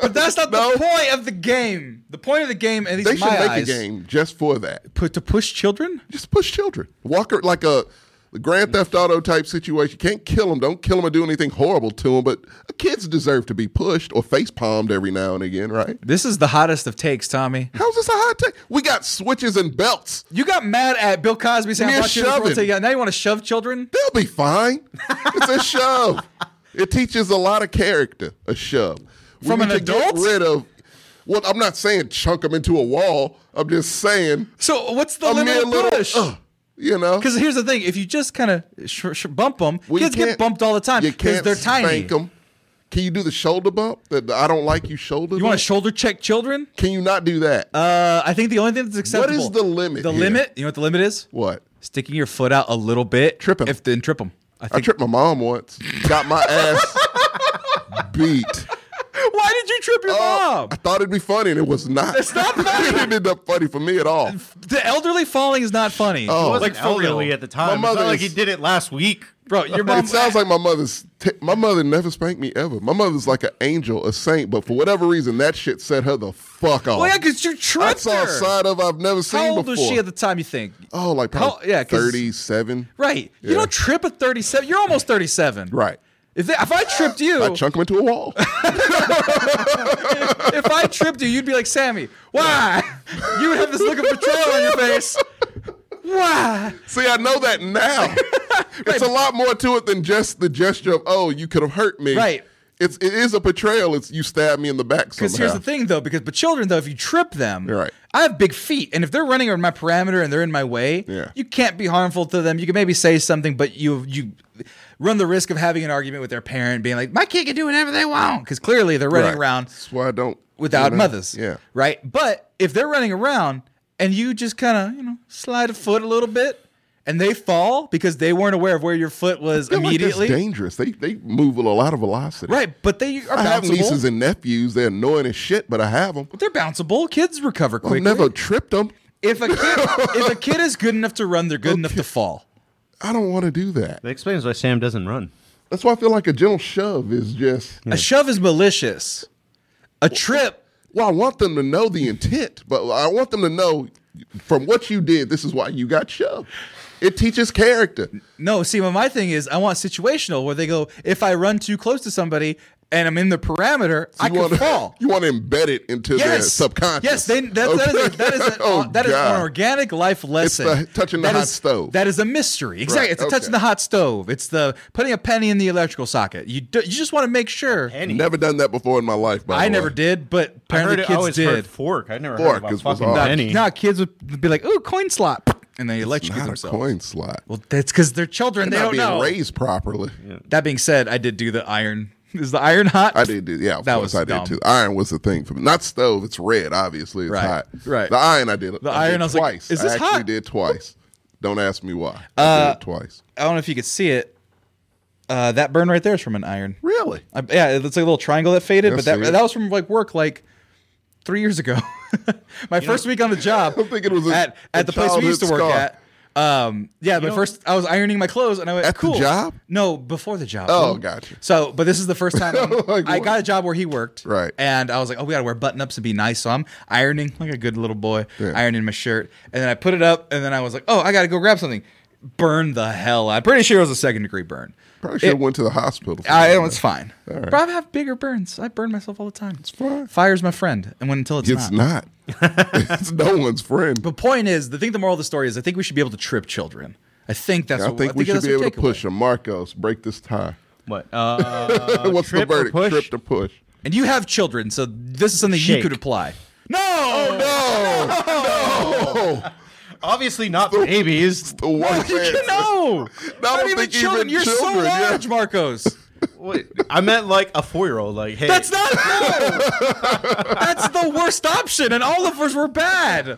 but that's not the point of the game. The point of the game, at least
They
in
should
my
make
eyes,
a game just for that.
put to push children.
Just push children. Walk ar- like a The Grand Theft Auto type situation. You can't kill them. Don't kill them or do anything horrible to them. But kids deserve to be pushed or face palmed every now and again, right?
This is the hottest of takes, Tommy.
How's this a hot take? We got switches and belts.
You got mad at Bill Cosby saying,
Mere
"I brought you in this world
shoving.
to- yeah, Now you want to shove children?
They'll be fine. It's a shove. It teaches a lot of character. A shove. We
From
need
an
to get
adult?
rid of. Well, I'm not saying chunk them into a wall. I'm just saying
So what's the
a
limit
mere
of
little.
push?
uh, you know,
Because here's the thing: if you just kind of sh- sh- bump them,
Well, you
kids get
can't-
bumped all the time
You
because
can't
they're tiny.
spank 'em. Can you do the shoulder bump? That the I don't like you shoulder.
You want
bump?
to shoulder check children?
Can you not do that?
Uh, I think the only thing that's acceptable.
the limit
The
here?
limit. You know what the limit is?
what?
Sticking your foot out a little bit.
Trip 'em.
If then trip them. I
I <laughs>
think.
tripped my mom once. Got my ass <laughs> beat.
Why did you trip your
Oh,
mom?
I thought it'd be funny, and it was not. <laughs>
It's not funny.
it didn't end up funny for me at all.
The elderly falling is not funny.
He
Oh,
wasn't
like, for real.
elderly at the time. It's not
mother
like he
is-
did it last week.
Bro, your mom.
it sounds like my mother's. T- my mother never spanked me ever. My mother's like an angel, a saint, but for whatever reason, that shit set her the fuck off.
Well, Oh, yeah, because you
I
tripped
saw a
her.
side of I've never seen
How old
before.
was she at the time? You think?
oh, like probably
How- yeah, 'cause-
thirty-seven.
Right. You
Yeah.
don't trip at 37. You're almost 37.
Right.
If, they, if I tripped you,
I chunk him into a
<laughs>
wall.
if I tripped you, you'd be like Sammy. Why? you would have this look of betrayal on your face. Why?
See, I know that
<laughs>
now. It's a lot more to it than just the gesture of "oh, you could have hurt me."
Right.
It's it is a betrayal. It's you stabbed me in the back somehow.
Because here's the thing, though. Because but children, though, if you trip them,
Oh, You're right.
I have big feet, and if they're running around my parameter and they're in my way,
Yeah.
you can't be harmful to them. You can maybe say something, but you you run the risk of having an argument with their parent, being like, "My kid can do whatever they want," because clearly they're running
Right.
around
That's why I don't
without
you know,
mothers.
Yeah.
Right. But if they're running around and you just kind of you know slide a foot a little bit. And they fall because they weren't aware of where your foot was
I feel like that's
immediately.
dangerous. They they move with a lot of velocity.
Right, but they are
I have nieces
bounceable.
and nephews. They're annoying as shit, but I have them.
They're bounceable. Kids recover quickly.
I've never tripped them.
If a kid if a kid is good enough to run, they're good enough to fall.
I don't want to do that.
<laughs> That explains why Sam doesn't run.
That's why I feel like a gentle shove is just.
A shove is malicious. A trip.
Well, I want them to know the intent, but I want them to know from what you did. This is why you got shoved. It teaches character.
No, see, well, my thing is I want situational where they go, if I run too close to somebody and I'm in the parameter, I
you
can
want to <laughs>
fall.
You want to embed it into their
Yes.
subconscious.
Yes, they, that, that is a, that is, an,
<laughs> Oh,
that is
God.
an organic life lesson.
the touching the
That
hot
is-
stove.
That is a mystery. Exactly.
Right,
It's the
okay.
touching the hot stove. It's the putting a penny in the electrical socket. You do, you just want to make sure.
Penny.
Never done that before in my life. By
I
the
never
way.
did, but
I heard
apparently
it I
kids
always
did.
heard fork. I never
Fork
heard about
is
fucking
bizarre.
penny.
Now kids would be like, "Ooh, coin slot," and they electrocute
Not a
themselves.
coin slot.
Well, that's because they're children.
Not
they
being
don't know.
raised properly.
That being said, I did do the iron. Is the iron hot?
I did do. Yeah, of
That
course
was
I did
dumb.
too. Iron was the thing for me. Not stove. It's red. Obviously, it's
Right,
hot.
right.
The iron I did.
The
I did
iron, I was like,
twice.
"Is this
I actually
hot?" Uh,
did twice. Don't ask me why. I did it twice.
I don't know if you could see it. Uh, that burn right there is from an iron.
Really?
I, yeah, it looks like a little triangle that faded,
I
but that
see it.
that was from like work like three years ago. <laughs> my first week on
<laughs>
the job.
don't think it was a-
at at
a
the place we used to work
childhood
at. Um, yeah, my
don't-
first I was ironing my clothes and I went
At the
cool.
job?
No, before the job.
Oh,
Mm.
gotcha.
So, but this is the first
<laughs>
time I'm-
Like
I
what?
got a job where he worked.
Right.
And I was like, oh, we gotta wear button ups and be nice. So I'm ironing like a good little boy,
Yeah.
ironing my shirt, and then I put it up, and then I was like, oh, I gotta go grab something. Burn the hell! I'm pretty sure it was a second degree burn.
Probably should have went to the hospital. for
I,
that.
it's fine. But I have bigger burns. I burn myself all the time. It's
fine.
Fire's my friend, and when until it's,
It's
not. <laughs>
not. it's no one's friend.
The point is, the thing, the moral of the story is, I think we should be able to trip children. I think that's.
I
what,
think we should
that's
be
our
able to
takeaway.
push him. Marcos, break this tie.
What? Uh, <laughs>
<laughs> What's
trip
the
or
verdict?
push?
Trip to push.
And you have children, so this is something you
Shake.
could apply. No, Oh,
No, no.
Obviously not babies.
The one
you
man-
can, no,
No, I
not
don't
even
think even
children. You're so
children, yeah.
large, Marcos.
Wait, I meant like a four year old. Like, hey,
<laughs> That's not. No. <laughs> that's the worst option, and all of us were bad.
I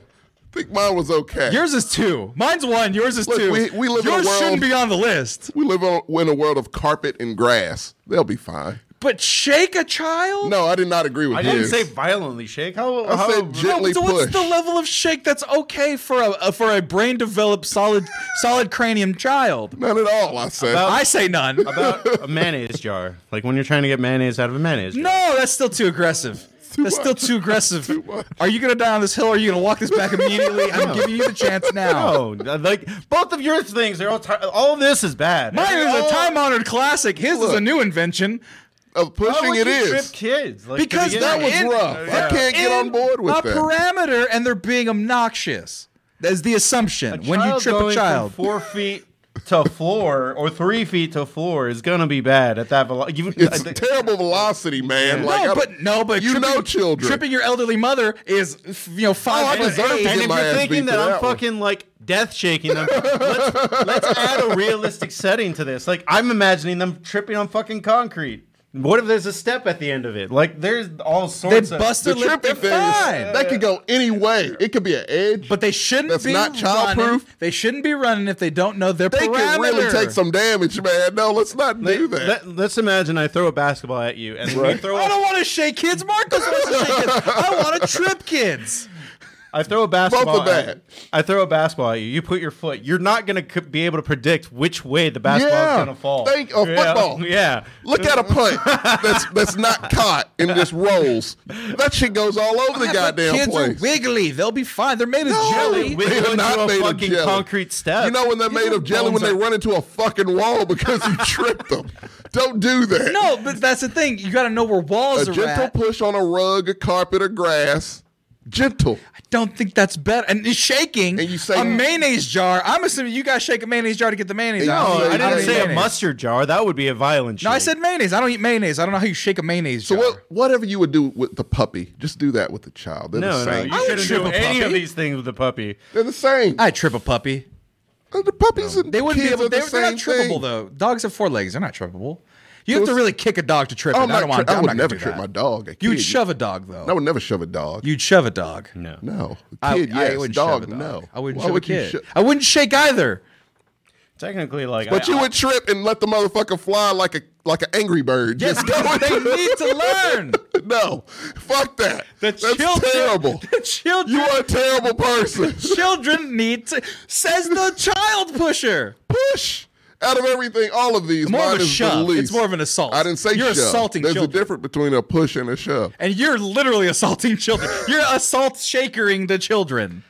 think mine was okay.
Yours is two. Mine's one. Yours is
Look,
two.
we- we live in a
Yours
world-
shouldn't be on the list.
we live on, we're in a world of carpet and grass. They'll be fine.
But shake a child?
No, I did not agree with
I didn't
his.
say violently shake. How?
I
how
said gently
so what's
push.
the level of shake that's okay for a uh, for a brain
<laughs>
developed solid solid cranium child?
None at all. I said.
About-
I say none.
um,
about a mayonnaise jar? Like when you're trying to get mayonnaise out of a mayonnaise jar.
No, that's still too aggressive.
too
That's
much.
still too aggressive.
Too much.
Are you gonna die on this hill, or are you gonna walk this back immediately? I'm giving you
<laughs>
the chance now.
No, like both of your things are all. Ti- all this is bad.
Mine is
Oh.
a time-honored classic. His is a
Look.
new invention.
Of
Why
pushing
would
it
you
is.
Trip kids like, to
Because
begin
that
with?
was
in-
rough. I can't get on
in
board with
a
that.
parameter, and they're being obnoxious. That is the assumption when you
Child
trip
going
a
from
child.
four feet to floor or three feet to floor is gonna be bad at that velocity.
It's terrible velocity, man.
Yeah.
Like, I
no,
don't-
but no, but
you
tripping,
know children.
Tripping your elderly mother is f- you know
Oh, I
five. foot
deserve to
eight.
get
and if
my
you're
ass beat
thinking that,
for
I'm
that one.
fucking like death shaking them, let's, let's add a realistic setting to this. Like I'm imagining them tripping on fucking concrete. What if there's a step at the end of it? Like there's all
They
sorts of
bust
the
their lip.
trippy
They're
thing,
fine.
that could go any way. It could be an edge.
But they shouldn't
That's
be
not childproof.
running. They shouldn't be running if they don't know their
they
parameter.
could really take some damage, man. No, let's not do that.
Let, us imagine I throw a basketball at you and then you
Right.
throw
I
a,
don't want to shake kids. Marcos wants to shake
<laughs>
kids. I want to trip kids.
I throw a basketball
are bad.
At, I throw a basketball at you. You put your foot. You're not going to be able to predict which way the basketball
Yeah.
is going to fall.
Think of
yeah. <laughs>
football.
Yeah.
Look
<laughs>
at a punt that's that's not caught and just rolls. That shit goes all over the goddamn
kids
place.
are wiggly. They'll be fine. They're made of
No.
Jelly
jelly.
They are
wiggle
not
into a
made of
fucking
jelly.
concrete step.
You know when they're made of jelly when
bones
they
are-
run into a fucking wall because you tripped them. Don't do that.
No, but that's the thing. You got to know where walls
a
are
gentle
at.
push on a rug, a carpet, or grass. Gentle.
Don't think that's better. And it's shaking.
And you say-
a mayonnaise jar. I'm assuming you guys shake a mayonnaise jar to get the mayonnaise
And you
out.
No,
say-
I
don't
didn't
eat
say a
mayonnaise.
mustard jar. That would be a violent.
No, I
shake.
said mayonnaise. I don't eat mayonnaise. I don't know how you shake a mayonnaise
So
jar.
what, whatever you would do with the puppy, just do that with the child. They're
no,
the
no.
same.
You shouldn't
trip
do
a
any of
puppy.
these things with a puppy.
They're the same. Uh,
I trip a puppy.
the puppies and
They wouldn't
kids
be able.
are the
They're, they're not
same
trippable
thing.
though. Dogs have four legs. They're not trippable. You have to
it's-
really kick a dog to trip.
I'm
it. I
Oh, not
don't want.
tri- I
I'm
would
not gonna
never
do
trip
that.
my dog. A
You would
kid,
shove a dog though.
I would never shove a dog.
You'd shove a dog.
No.
no. Kid,
I,
yes.
I wouldn't
dog,
shove a dog.
no.
I wouldn't
Why
shove
would
a
you
kid.
sho-
I wouldn't
<laughs>
shake either.
Technically, like.
but
I,
you
I-
would trip and let the motherfucker fly like a like an angry bird.
Yes,
Just go.
because
<laughs>
they need to learn.
no, fuck that.
The
That's
children,
terrible.
<laughs> The children,
You are a terrible person.
children need to. Says the child pusher.
push out of everything. All of these,
More of
mine
a
is the
shove.
least.
It's more of an assault.
I didn't say
You're
shove.
assaulting
There's a
children.
difference between a push and a shove. <laughs>
And you're literally assaulting children. <laughs> You're assault shakering the children.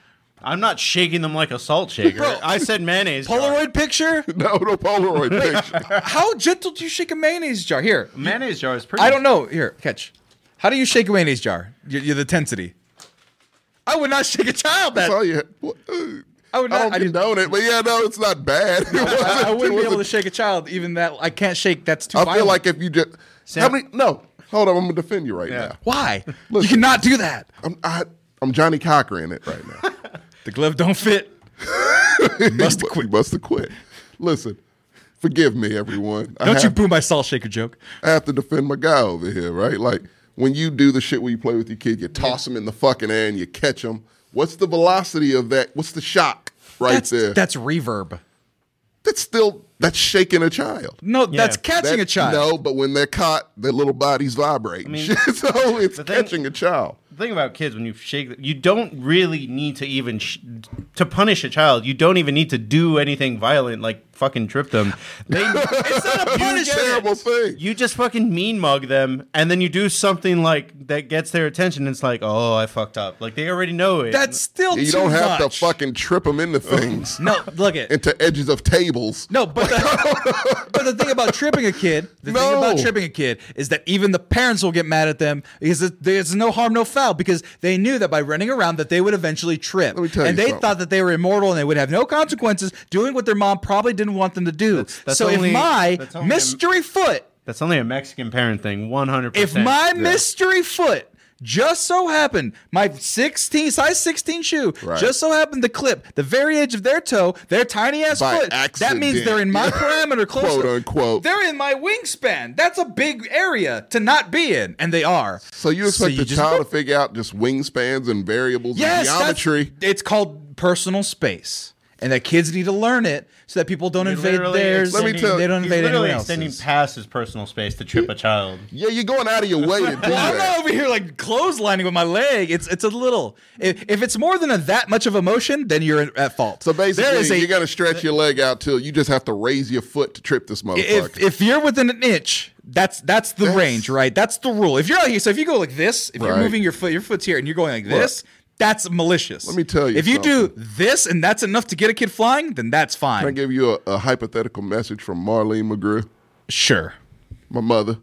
I'm not shaking them like a salt shaker.
Bro.
I said mayonnaise. jar.
Polaroid <laughs> picture?
No, no
<laughs>
Polaroid picture.
How gentle do you shake a mayonnaise jar? Here,
Mayonnaise jar is pretty.
I don't know. Here, catch. How do you shake a mayonnaise jar? Your, your the tensity. I would not shake a child
That's
that.
all you. Had. What-
I would
I
not. I,
don't
didn't-
condone it, but yeah, no, it's not bad. <laughs> It wasn't-
I- I wouldn't
it
be able to
wasn't-
shake a child. Even that, I can't shake. That's too.
I feel
violent.
like if you just how
Sam-
many? No, hold on. I'm gonna defend you right now.
<laughs> why you
Listen.
cannot do that.
I'm I, I'm Johnny Cocker in it right
<laughs>
now.
The glove don't fit. <laughs>
must have quit. Must have quit. Listen, forgive me, everyone. I
Don't you
have-
boo my salt shaker joke?
I have to defend my guy over here, right? Like when you do the shit where you play with your kid, you toss him in the fucking air and you catch him. What's the velocity of that? What's the shock right
that's,
there?
That's reverb.
that's still that's shaking a child.
No, that's catching
That-
a child.
No, but when they're caught, their little bodies vibrate. and shit. <laughs> so it's
thing-
catching a child.
The thing about kids when you shake, you don't really need to even sh- to punish a child. You don't even need to do anything violent, like fucking trip them.
<laughs>
They,
It's not a punishment.
Terrible thing.
you just fucking mean mug them, and then you do something like that gets their attention. And it's like, oh, I fucked up. Like they already know it.
That's still
You
too
don't have
much.
to fucking trip them
<laughs>
into things,
No, look it.
into edges of tables.
No,
<laughs>
but the, but the thing about tripping a kid, the thing
No.
about tripping a kid is that even the parents will get mad at them because it- there's no harm, no foul, because they knew that by running around that they would eventually trip,
me tell
and
you
they
something.
thought that they were immortal and they would have no consequences doing what their mom probably didn't want them to do.
that's
so
only-
if my
that's only a-
mystery foot,
that's only a Mexican parent thing. One hundred.
if my mystery foot. Just so happened, my 16 size 16 shoe
Right.
just so happened to clip the very edge of their toe, their tiny ass
By
foot. That means
accident.
they're
<laughs>
in my parameter close
Quote,
to-
unquote.
they're in my wingspan. That's a big area to not be in, and they are.
So you expect the
just-
child to figure out just wingspans and variables and
Yes, that's-
geometry?
It's called personal space. and that kids need to learn it so that people don't invade
literally
theirs.
Let me
and
tell-
they don't
he's
He's
invade anyone
literally
else.
extending past his personal space to trip a child.
Yeah, you're going out of your way
<laughs>
to do
Well, I'm
that.
not over here like clotheslining with my leg. It's it's a little. If, if it's more than a, that much of emotion, then you're at fault.
So basically,
there is a,
you're gonna stretch your leg out till you just have to raise your foot to trip this motherfucker.
if if you're within an inch, that's that's the
That's-
range, right? That's the rule. If you're out here, so if you go like this, if you're
Right.
moving your foot, your foot's here, and you're going like this. That's malicious.
Let me tell you
If you do this and that's enough to get a kid flying, then that's
Can I
fine.
give you a, a hypothetical message from Marlene McGrew,
Sure.
my mother?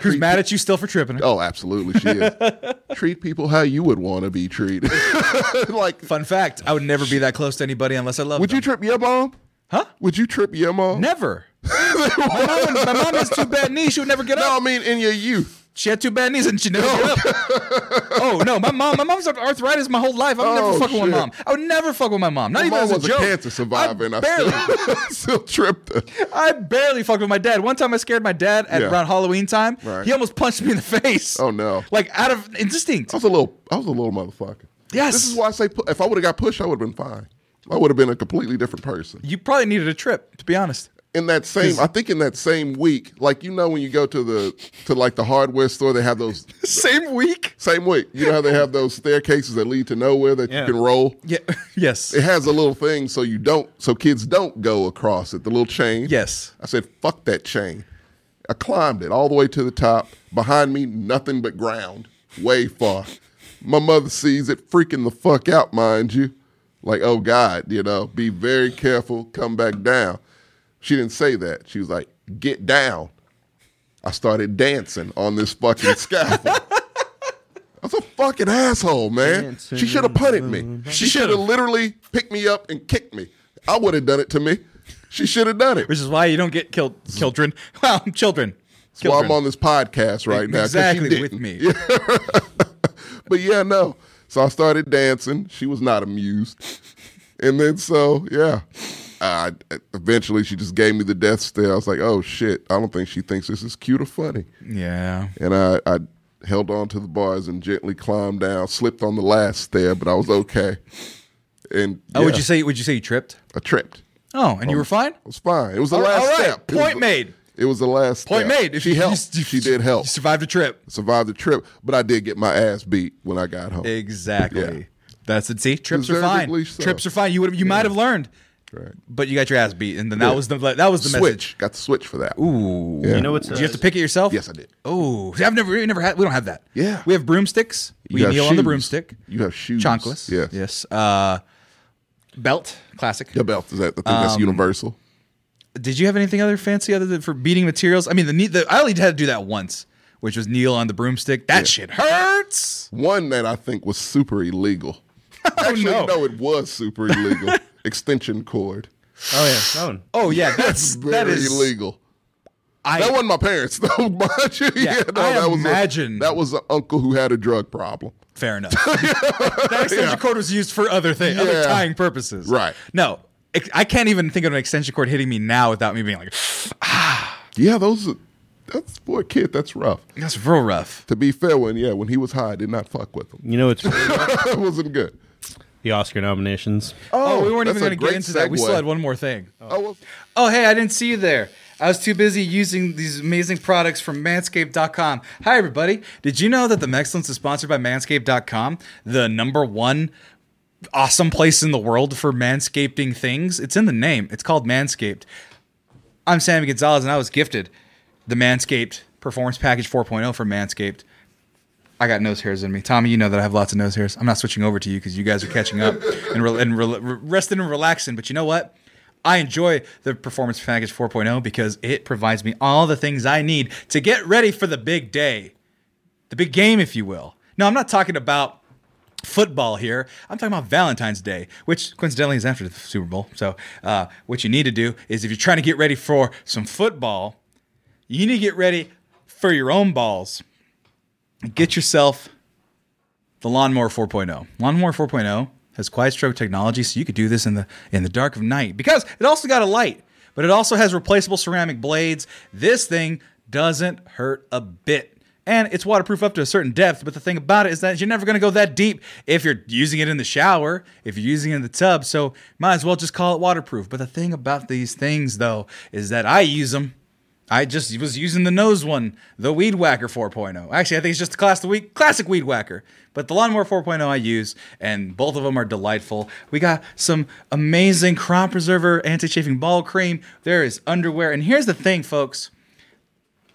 Who's mad at you still for tripping?
Oh, absolutely, she
<laughs>
is. Treat people how you would want to be treated. <laughs> like,
Fun fact: I would never be that close to anybody unless I loved
would
them.
you trip your mom?
Huh?
Would you trip your mom? <laughs>
Never. my, mom, my mom has two bad knees. She would never get up.
No, I mean in your youth.
She had two bad knees and she never got up. <laughs> oh no, my mom. My mom's had arthritis my whole life. I would
Oh,
never fuck with
shit.
my mom. I would never fuck with my mom. Not
My
even
mom
as a
was a,
joke.
cancer survivor, and
I
I
barely,
still, <laughs> still tripped her.
<laughs> I barely fucked with my dad. One time I scared my dad at
Yeah.
around Halloween time.
Right.
He almost punched me in the face.
Oh, no.
<laughs> Like out of instinct.
I was a little. I was a little motherfucker.
Yes.
This is why I say pu- if I would have got pushed, I would have been fine. I would have been a completely different person.
You probably needed a trip, to be honest.
in that same I think in that same week, like you know when you go to the to like the hardware store, they have those
Same week.
same week. You know how they have those staircases that lead to nowhere that
Yeah.
you can roll?
Yeah. <laughs> yes.
<laughs> It has a little thing so you don't so kids don't go across it, the little chain.
Yes.
I said, fuck that chain. I climbed it all the way to the top. Behind me, nothing but ground. Way far. My mother sees it freaking the fuck out, mind you. Like, oh God, you know, be very careful, come back down. She didn't say that. She was like, get down. I started dancing on this fucking scaffold. I was a fucking asshole, man. She should have punted me. She should have literally picked me up and kicked me. I would have done it to me. She should have done it.
Which is why you don't get killed, children. <laughs> Wow, children.
That's why I'm
Children. E-
on this podcast right now. 'cause she
exactly
didn't. <laughs>
with me.
But yeah, no. So I started dancing. She was not amused. And then so, yeah. I, eventually she just gave me the death stare. I was like, oh shit, I don't think she thinks this is cute or funny.
Yeah.
And I, I held on to the bars and gently climbed down, slipped on the last stair, but I was okay. And
Oh, would
yeah,
you say? Would you say you tripped?
I tripped.
Oh, and you were fine.
It was fine. It was the
All-
last
all right.
step. It was
Point
the-
made.
It was the last
Point
step.
made. If
she
you-
helped.
you-
she did help.
You survived a trip.
survived the trip, but I did get my ass beat when I got home.
Exactly.
Yeah.
That's it. See, trips are fine.
Deservedly so.
Trips are fine. You would have. You might have learned,
Right.
but you got your ass beat, and then that was the that was the
Switch. Got the switch for that.
message. Ooh.
You know what's
Did you have to pick it yourself?
Yes, I did.
Oh, I've never, we never had. We don't have that.
Yeah.
we have broomsticks. We
have
kneel on the
shoes.
broomstick.
You have shoes.
Chonkless.
Yes.
Yes. Uh, belt. Classic.
Your belt is that. I think
Um,
that's universal.
Did you have anything other fancy other than for beating materials? I mean, the, knee- the I only had to do that once, which was kneel on the broomstick. That shit hurts.
One that I think was super
<laughs>
illegal. Actually,
Oh, no.
no, it was super
<laughs>
illegal. Extension cord.
Oh yeah, that one.
Oh yeah, that's
Very
that is
illegal.
I,
That wasn't my parents, <laughs> though. Mind you,
Yeah,
no,
I
that was
imagine-
a, that was an uncle who had a drug problem.
Fair
<laughs>
enough. that extension cord was used for other things, other
Yeah.
tying purposes.
Right.
No, ex- I can't even think of an extension cord hitting me now without me being like,
Yeah, those. Are, that's for a kid. That's rough.
that's real rough.
To be fair, when yeah, when he was high, I did not fuck with him. <laughs>
You know <laughs> it's
that wasn't good.
the Oscar nominations.
Oh, we weren't
that's
even
a
going to get
great
into that. We still
segue.
had one more thing. Oh.
Oh, well,
hey, I didn't see you there. I was too busy using these amazing products from manscaped.com. Hi, everybody. Did you know that the Mexcellence is sponsored by manscaped.com, the number one awesome place in the world for manscaping things? It's in the name, it's called Manscaped. I'm Sammy Gonzalez, and I was gifted the Manscaped Performance Package 4.0 from Manscaped. I got nose hairs in me. Tommy, you know that I have lots of nose hairs. I'm not switching over to you because you guys are catching up and, re- and re- re- resting and relaxing. But you know what? I enjoy the Performance Package 4.0 because it provides me all the things I need to get ready for the big day, the big game, if you will. Now, I'm not talking about football here. I'm talking about Valentine's Day, which coincidentally is after the Super Bowl. So, uh, what you need to do is if you're trying to get ready for some football, you need to get ready for your own balls. Get yourself the Lawnmower 4.0. Lawnmower 4.0 has quiet stroke technology, so you could do this in the in the dark of night because it also got a light, but it also has replaceable ceramic blades. This thing doesn't hurt a bit. And it's waterproof up to a certain depth, but the thing about it is that you're never gonna go that deep if you're using it in the shower, if you're using it in the tub. So might as well just call it waterproof. But the thing about these things, though, is that I use them. I just was using the nose one, the Weed Whacker 4.0. Actually, I think it's just the class the week, classic Weed Whacker. But the Lawnmower 4.0 I use, and both of them are delightful. We got some amazing crop preserver anti-chafing ball cream. There is underwear, and here's the thing, folks.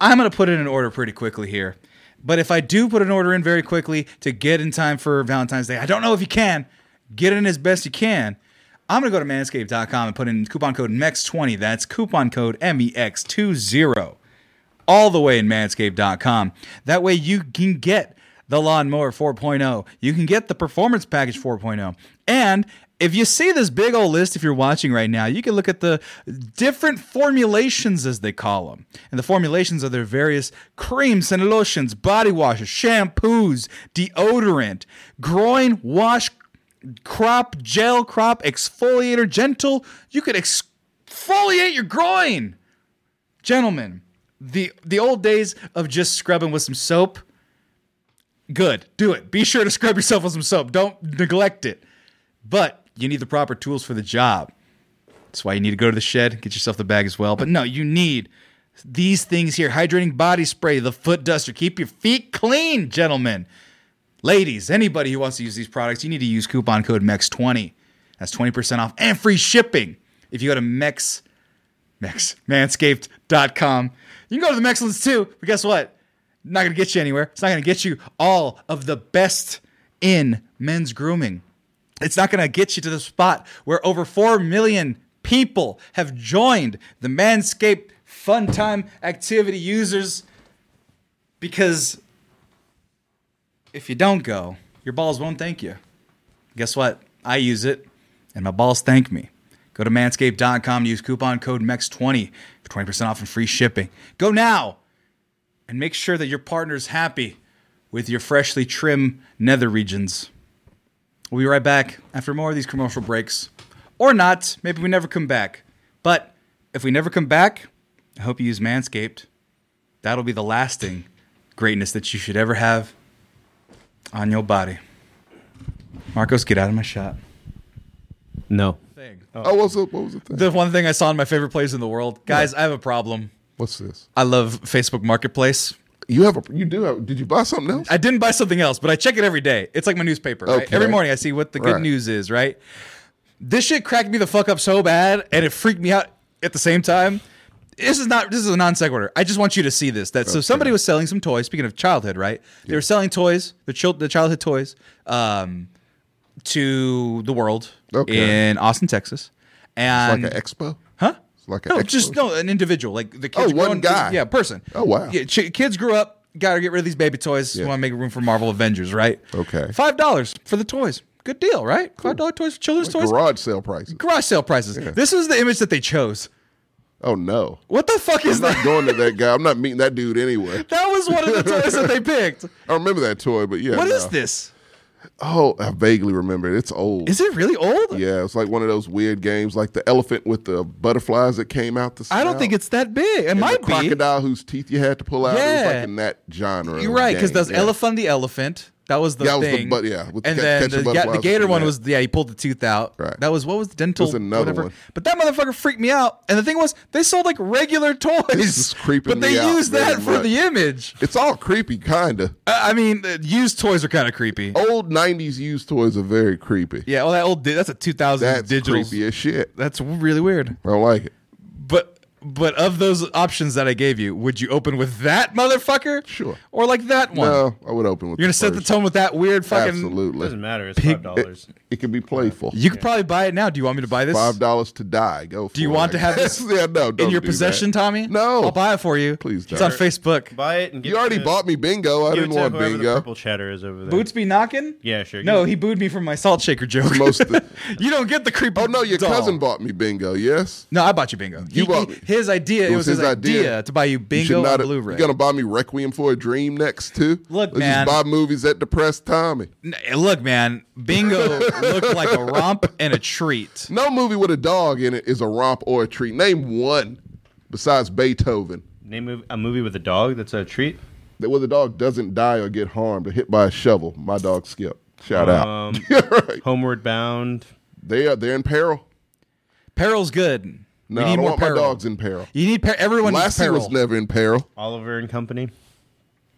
I'm gonna put it in order pretty quickly here. But if I do put an order in very quickly to get in time for Valentine's Day, I don't know if you can. Get it in as best you can. I'm gonna go to manscaped.com and put in coupon code MEX20. That's coupon code E MEX20. All the way in manscaped.com. That way you can get the lawnmower 4.0. You can get the performance package 4.0. And if you see this big old list, if you're watching right now, you can look at the different formulations, as they call them. And the formulations are their various creams and lotions, body washes, shampoos, deodorant, groin wash, crop gel, crop exfoliator, gentle. You could exfoliate your groin. Gentlemen, the, the old days of just scrubbing with some soap, good. Do it. Be sure to scrub yourself with some soap. Don't neglect it but you need the proper tools for the job. That's why you need to go to the shed, get yourself the bag as well. But no, you need these things here hydrating body spray, the foot duster. Keep your feet clean, gentlemen. Ladies, anybody who wants to use these products, you need to use coupon code MEX20. That's 20% off and free shipping. If you go to MEX, MEX, manscaped.com, you can go to the Mexlins too, but guess what? Not going to get you anywhere. It's not going to get you all of the best in men's grooming. It's not going to get you to the spot where over 4 million people have joined the Manscaped Fun Time Activity users because if you don't go, your balls won't thank you. Guess what? I use it and my balls thank me. Go to manscaped.com, use coupon code MEX20 for 20% off and free shipping. Go now and make sure that your partner's happy with your freshly trim nether regions. We'll be right back after more of these commercial breaks. Or not. Maybe we never come back. But if we never come back, I hope you use Manscaped. That'll be the lasting greatness that you should ever have on your body. Marcos, get out of my shot.
No.
Thing.
Oh, what's up? What was the thing?
The one thing I saw in my favorite place in the world. Guys, I have a problem.
What's this?
I love Facebook Marketplace.
You have a. You do have. Did you buy something else?
I didn't buy something else, but I check it every day. It's like my newspaper. right?
Okay.
Every morning I see what the good
Right.
news is, right? This shit cracked me the fuck up so bad and it freaked me out at the same time. This is not this is a non sequitur. I just want you to see this. That so somebody was selling some toys, speaking of childhood, right? They were selling toys, the child the childhood toys, um, to the world
Okay.
in Austin, Texas. And
like an expo.
Huh?
It's like an
no,
expo.
just no, an individual, like the kids.
Oh, one
growing-
guy.
Yeah, person.
Oh, wow.
Yeah, ch- kids grew up, got to get rid of these baby toys.
Yeah.
Want to make room for Marvel Avengers, right?
Okay.
Five dollars for the toys. Good deal, right? Five dollar toys for children's toys.
garage sale prices.
Garage sale prices. This is the image that they chose.
Oh no,
What the fuck is
I'm not <laughs>
that?
going to that guy. I'm not meeting that dude anyway.
That was one of the toys that they
<laughs>
picked.
I remember that toy, but yeah.
What is
no.
this?
Oh, I vaguely remember it. It's old.
Is it really old?
yeah, it's like one of those weird games, like the elephant with the butterflies that came out the.
I don't
snout.
think it's that big. It
And
might
the
be.
crocodile whose teeth you had to pull out. It was
Yeah.
like in that genre.
You're
of
right, because
game.
those
yeah.
elephant the elephant. That was the
That was the
thing.
butt- yeah, with
and
ca-
then
catching
the,
butterflies
yeah, the
with
gator
the
one
net.
was yeah, he pulled the tooth out.
Right.
That was what was the dental.
It was another
whatever.
one.
But that motherfucker freaked me out. And the thing was, they sold like regular toys.
is creeping
But they
me out
used
very
that for
much.
the image.
It's all creepy, kinda.
I I mean, uh, used toys are kind of creepy.
Old '90s used toys are very creepy.
Yeah, well, that old di- that's a 2000
That's
digital.
creepy as shit.
That's really weird.
I don't like it.
But but of those options that I gave you, would you open with that motherfucker?
Sure.
Or like that one?
No, I would open with.
You're gonna
the
set the
first.
tone with that weird fucking.
Absolutely.
Doesn't matter. It's five dollars.
It can be playful.
You could probably buy it now. Do you want me to buy this?
Five dollars to die. Go. For
you
it,
want
I
to have
guess.
this
<laughs> yeah, no, don't
in your
do
possession,
that.
Tommy?
No.
I'll buy it for you.
Please
It's on
don't.
Facebook.
Buy it and give
You already
it to,
bought me bingo. I
Give
didn't
it to
want
whoever The
bingo. <laughs>
purple cheddar is over there.
Boots be knocking?
Yeah, sure.
No,
You-
he booed me for my salt shaker joke.
Most of the-
<laughs> you don't get the creep.
Oh no, your cousin bought me bingo. Yes.
No, I bought you bingo.
You
He-
bought-
he- his idea. It was, his, idea, to buy you
You should
bingo on
not-
Blu-ray.
You gonna buy me Requiem for a Dream next too?
Look,
Let's
man.
just buy movies that depress Tommy.
N- eh, Look, man, bingo
<laughs>
looked like a romp and a treat.
No movie with a dog in it is a romp or a treat. Name one besides Beethoven.
Name of- a movie with a dog that's a treat.
that where the dog doesn't die or get harmed or hit by a shovel. My dog Skip. Shout <laughs> out.
Um,
right.
Homeward Bound.
They are they're in peril.
Peril's good.
No,
we
I
need
don't
more
want
peril.
my dogs in peril.
You need per- everyone needs
Lassie
peril.
was never in peril.
Oliver and Company.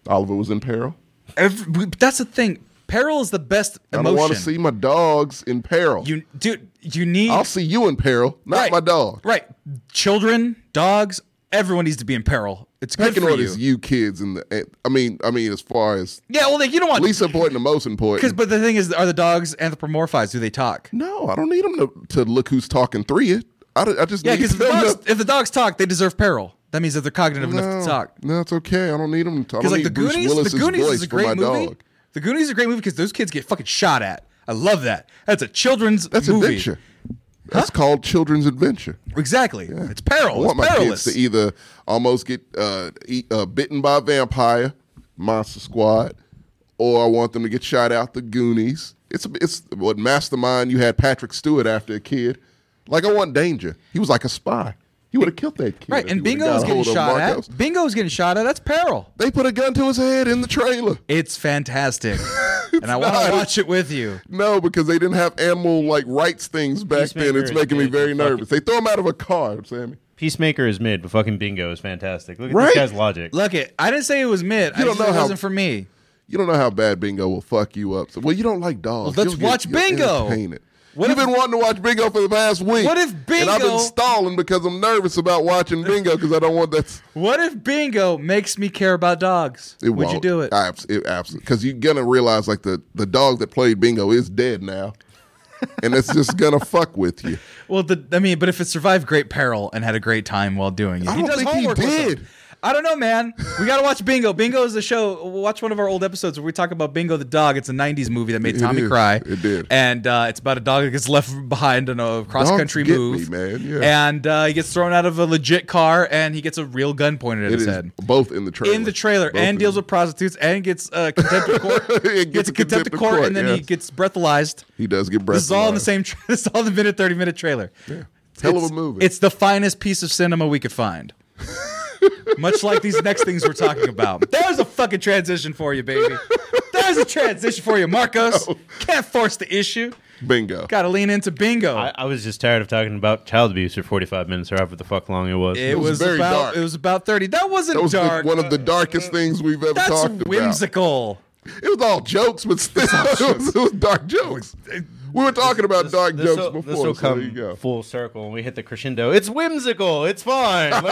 Oliver was in peril.
Every- we- that's the thing. Peril is the best
I
emotion.
don't want to see my dogs in peril.
you, dude. You need
I'll see you in peril, not
right,
my dog.
Right, children, dogs, everyone needs to be in peril. It's good
Pecking
for
order
you.
is you kids and the. I mean, I mean, as far as
Yeah, well, like, you don't want
least important to most
because.
important.
But the thing is, are the dogs anthropomorphized? Do they talk?
no, I don't need them to, to look who's talking three. It. I, don't- I just
Yeah,
need
because if, the
them
dogs-
to-
if the dogs talk, they deserve peril. That means that they're cognitive enough
No,
to talk.
No, it's okay. I don't need them. To, I don't
Because like
need
the
Bruce
Goonies,
Willis's
the Goonies
voice
is a
for
great
my
movie.
dog.
The Goonies is a great movie because those kids get fucking shot at. I love that. That's a children's
That's
movie.
adventure. That's called children's adventure.
Exactly. It's
I
peril.
want
it's
my
perilous.
kids to either almost get uh, eat, uh, bitten by a vampire, Monster Squad, or I want them to get shot out the Goonies. It's it's what Mastermind. You had Patrick Stewart after a kid. Like I want danger. He was like a spy. He would have killed that kid.
Right,
if
and
he would've
Bingo is
got a
getting
hold of
shot
Marcos.
at. Bingo is getting shot at. That's peril.
They put a gun to his head in the trailer. <laughs>
It's fantastic, and I want to
not.
watch it with you.
No, because they didn't have animal like rights things back then.
Peacemaker
It's
is
making me
big.
very
Fucking-
nervous. They throw him out of a car, Sammy.
Peacemaker is mid, but fucking Bingo is fantastic. Look at
Right?
this guy's logic.
Look, it. I didn't say it was mid. I
don't
just said
know
it
how-
wasn't for me.
You don't know how bad Bingo will fuck you up. So, well, you don't like dogs.
Well, let's
You'll get-
watch
you're
Bingo.
entertained.
What
You've
if-
been wanting to watch Bingo for the past week.
What if
And I've
Bingo-
been stalling because I'm nervous about watching Bingo because I don't want that.
What if Bingo makes me care about dogs?
It
Would
won't.
you do it?
I abs- it absolutely. Because you're gonna realize like the the dog that played Bingo is dead now, and it's just gonna fuck with
<laughs>
you.
Well, the, I mean, but if it survived great peril and had a great time while doing it,
I
he
don't
does
think he
homework with
did.
them. I don't know, man. We gotta watch Bingo. Bingo is the show. Watch one of our old episodes where we talk about Bingo the dog. It's a '90s movie that made
It
Tommy
is.
cry.
It did.
And uh, it's about a dog that gets left behind on a cross-country
get me,
move,
man. Yeah.
And uh, he gets thrown out of a legit car, and he gets a real gun pointed at
It
his
is
head.
both in the trailer.
In the trailer,
Both
and
in-
deals with prostitutes, and gets uh,
<laughs>
contempt of court.
It gets
gets a contempt of court, and then he
yes.
gets breathalyzed.
He does get breath.
This is all in the same. Tra- <laughs> this is all in the minute thirty minute trailer.
Hell
it's,
of a movie.
It's the finest piece of cinema we
<laughs>
could find. Much like these next things we're talking about. There's a fucking transition for you, baby. There's a transition for you,
<laughs>
Marcos. Can't force the issue.
Bingo.
Got to lean into bingo.
I, I was just tired of talking about child abuse for 45 minutes or however the fuck long it was.
it
was
was,
very
about
dark.
it was about thirty. That wasn't
That was the-
dark.
one of the darkest things we've ever
That's
talked
whimsical.
about. It was all jokes, but still, <laughs> it, was, it was dark jokes. We were talking about dark
This-
jokes
this'll-
before.
this'll
so
come
there you go.
full circle when we hit the crescendo. It's whimsical. It's
<laughs>
fine. Like,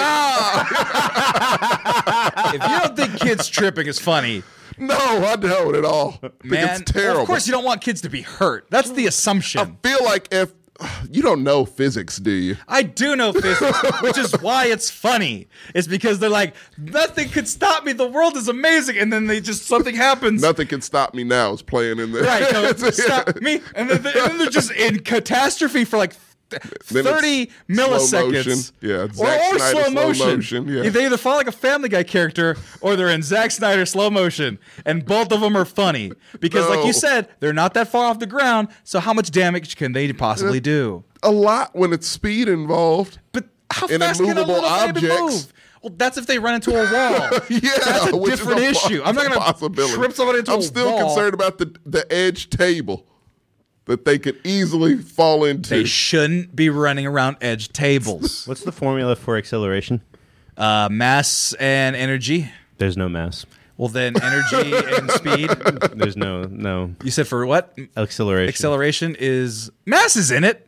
if you don't think kids tripping is funny,
No, I don't at all. I <laughs> think
man,
it's terrible.
of course you don't want kids to be hurt. That's the assumption.
feel like if you don't know physics, do you?
I do know physics, which is why it's funny. It's because they're like, nothing could stop me. The world is amazing, and then they just something happens.
Nothing can stop me now. It's playing in there.
Right?
<laughs>
No, stop me, and then, they, and then they're just in catastrophe for like. th-
Then it's
30
slow
milliseconds.
motion. Yeah, it's
Or,
Zack
or
Snyder
slow
slow
motion.
motion, yeah.
They either fall like a Family Guy character or they're in Zack Snyder slow motion. And both of them are funny. Because, like
No.
you said, they're not that far off the ground. So, how much damage can they possibly do?
A lot when it's speed involved. <laughs>
But how
And
fast can a
immovable
little baby
objects.
move? Well, that's if they run into
<laughs>
a wall.
Yeah,
that's a
which is
different
a po-
issue. I'm not
it's a
going to
possibility.
trip somebody into
I'm
a
still
wall.
concerned about the the edge table that they could easily fall into.
They shouldn't be running around edge
<laughs>
tables.
what's the formula for acceleration?
Uh, mass and energy.
There's no mass.
Well, then
<laughs>
energy and speed.
There's no no
You said for what?
acceleration.
Acceleration is mass is in it.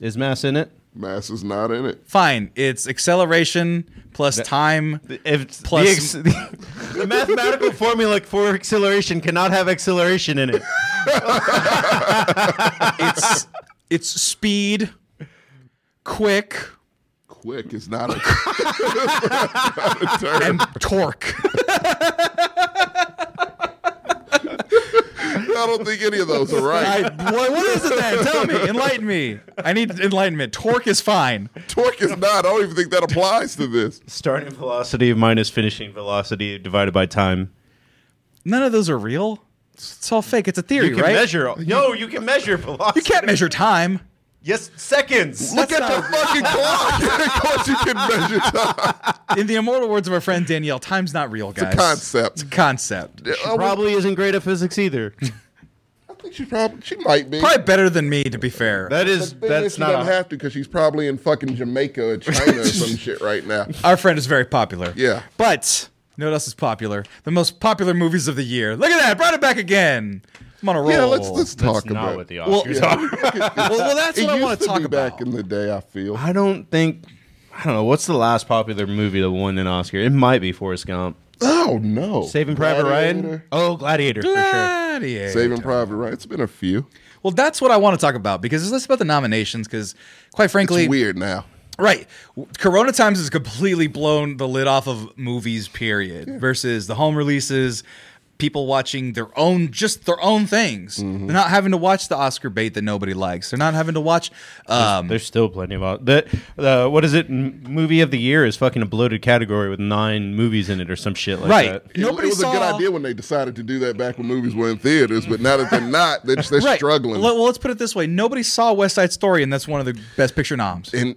is mass in it?
Mass is not in it.
Fine. It's acceleration plus
<laughs>
time.
If
Plus-
the, ex- <laughs> the mathematical formula for acceleration cannot have acceleration in it.
It's it's speed, quick,
Quick is not a, <laughs> not a term.
and torque.
<laughs> I don't think any of those are right.
I, what, what is it then? Tell me. Enlighten me. I need enlightenment. Torque is fine.
Torque is not. I don't even think that applies to this. <laughs>
Starting velocity minus finishing velocity divided by time.
None of those are real. It's all fake. It's a theory,
You can
right?
measure. No, you can measure
you
velocity.
can't measure time.
Yes, seconds.
Look at the
<laughs>
fucking clock. of course, you can measure
<laughs>
time.
In the immortal words of our friend Danielle, time's not real, guys.
Concept.
It's a concept.
I would-
Probably isn't great at physics either.
I think she probably she might be.
Probably better than me, to be fair.
That
The
is
thing is,
that's
she doesn't
not. A,
have to because she's probably in fucking Jamaica
<laughs>
or China or some shit right now.
Our friend is very popular.
Yeah.
But you know what else is popular? The most popular movies of the year. Look at that, brought it back again. I'm on a roll.
Yeah, let's let's
that's
talk
not
about.
what the
it.
Oscars
yeah.
are.
well, well, that's
It
what I
used
want
to
to talk
be
about.
back in the day. I feel.
I don't think. I don't know. What's the last popular movie that won an Oscar? It might be Forrest Gump.
Oh no!
Saving Private Ryan.
Gladiator,
Oh, Gladiator for sure.
Gladiator.
Saving Private Ryan. It's been a few.
Well, that's what I want to talk about because it's less about the nominations. Because, quite frankly,
It's weird now.
Right. W- Corona times has completely blown the lid off of movies, period, versus the home releases, people watching their own, just their own things.
Mm-hmm.
They're not having to watch the Oscar bait that nobody likes. They're not having to watch. Um,
There's still plenty of Os- that. Uh, what is it? M- movie of the year is fucking a bloated category with nine movies in it or some shit like
right.
that.
It-
Nobody
it was
saw,
a good idea when they decided to do that back when movies were in theaters, but now
<laughs>
that they're not, they're, they're
Right.
struggling.
Well, let's put it this way nobody saw West Side Story, and that's one of the best picture noms.
and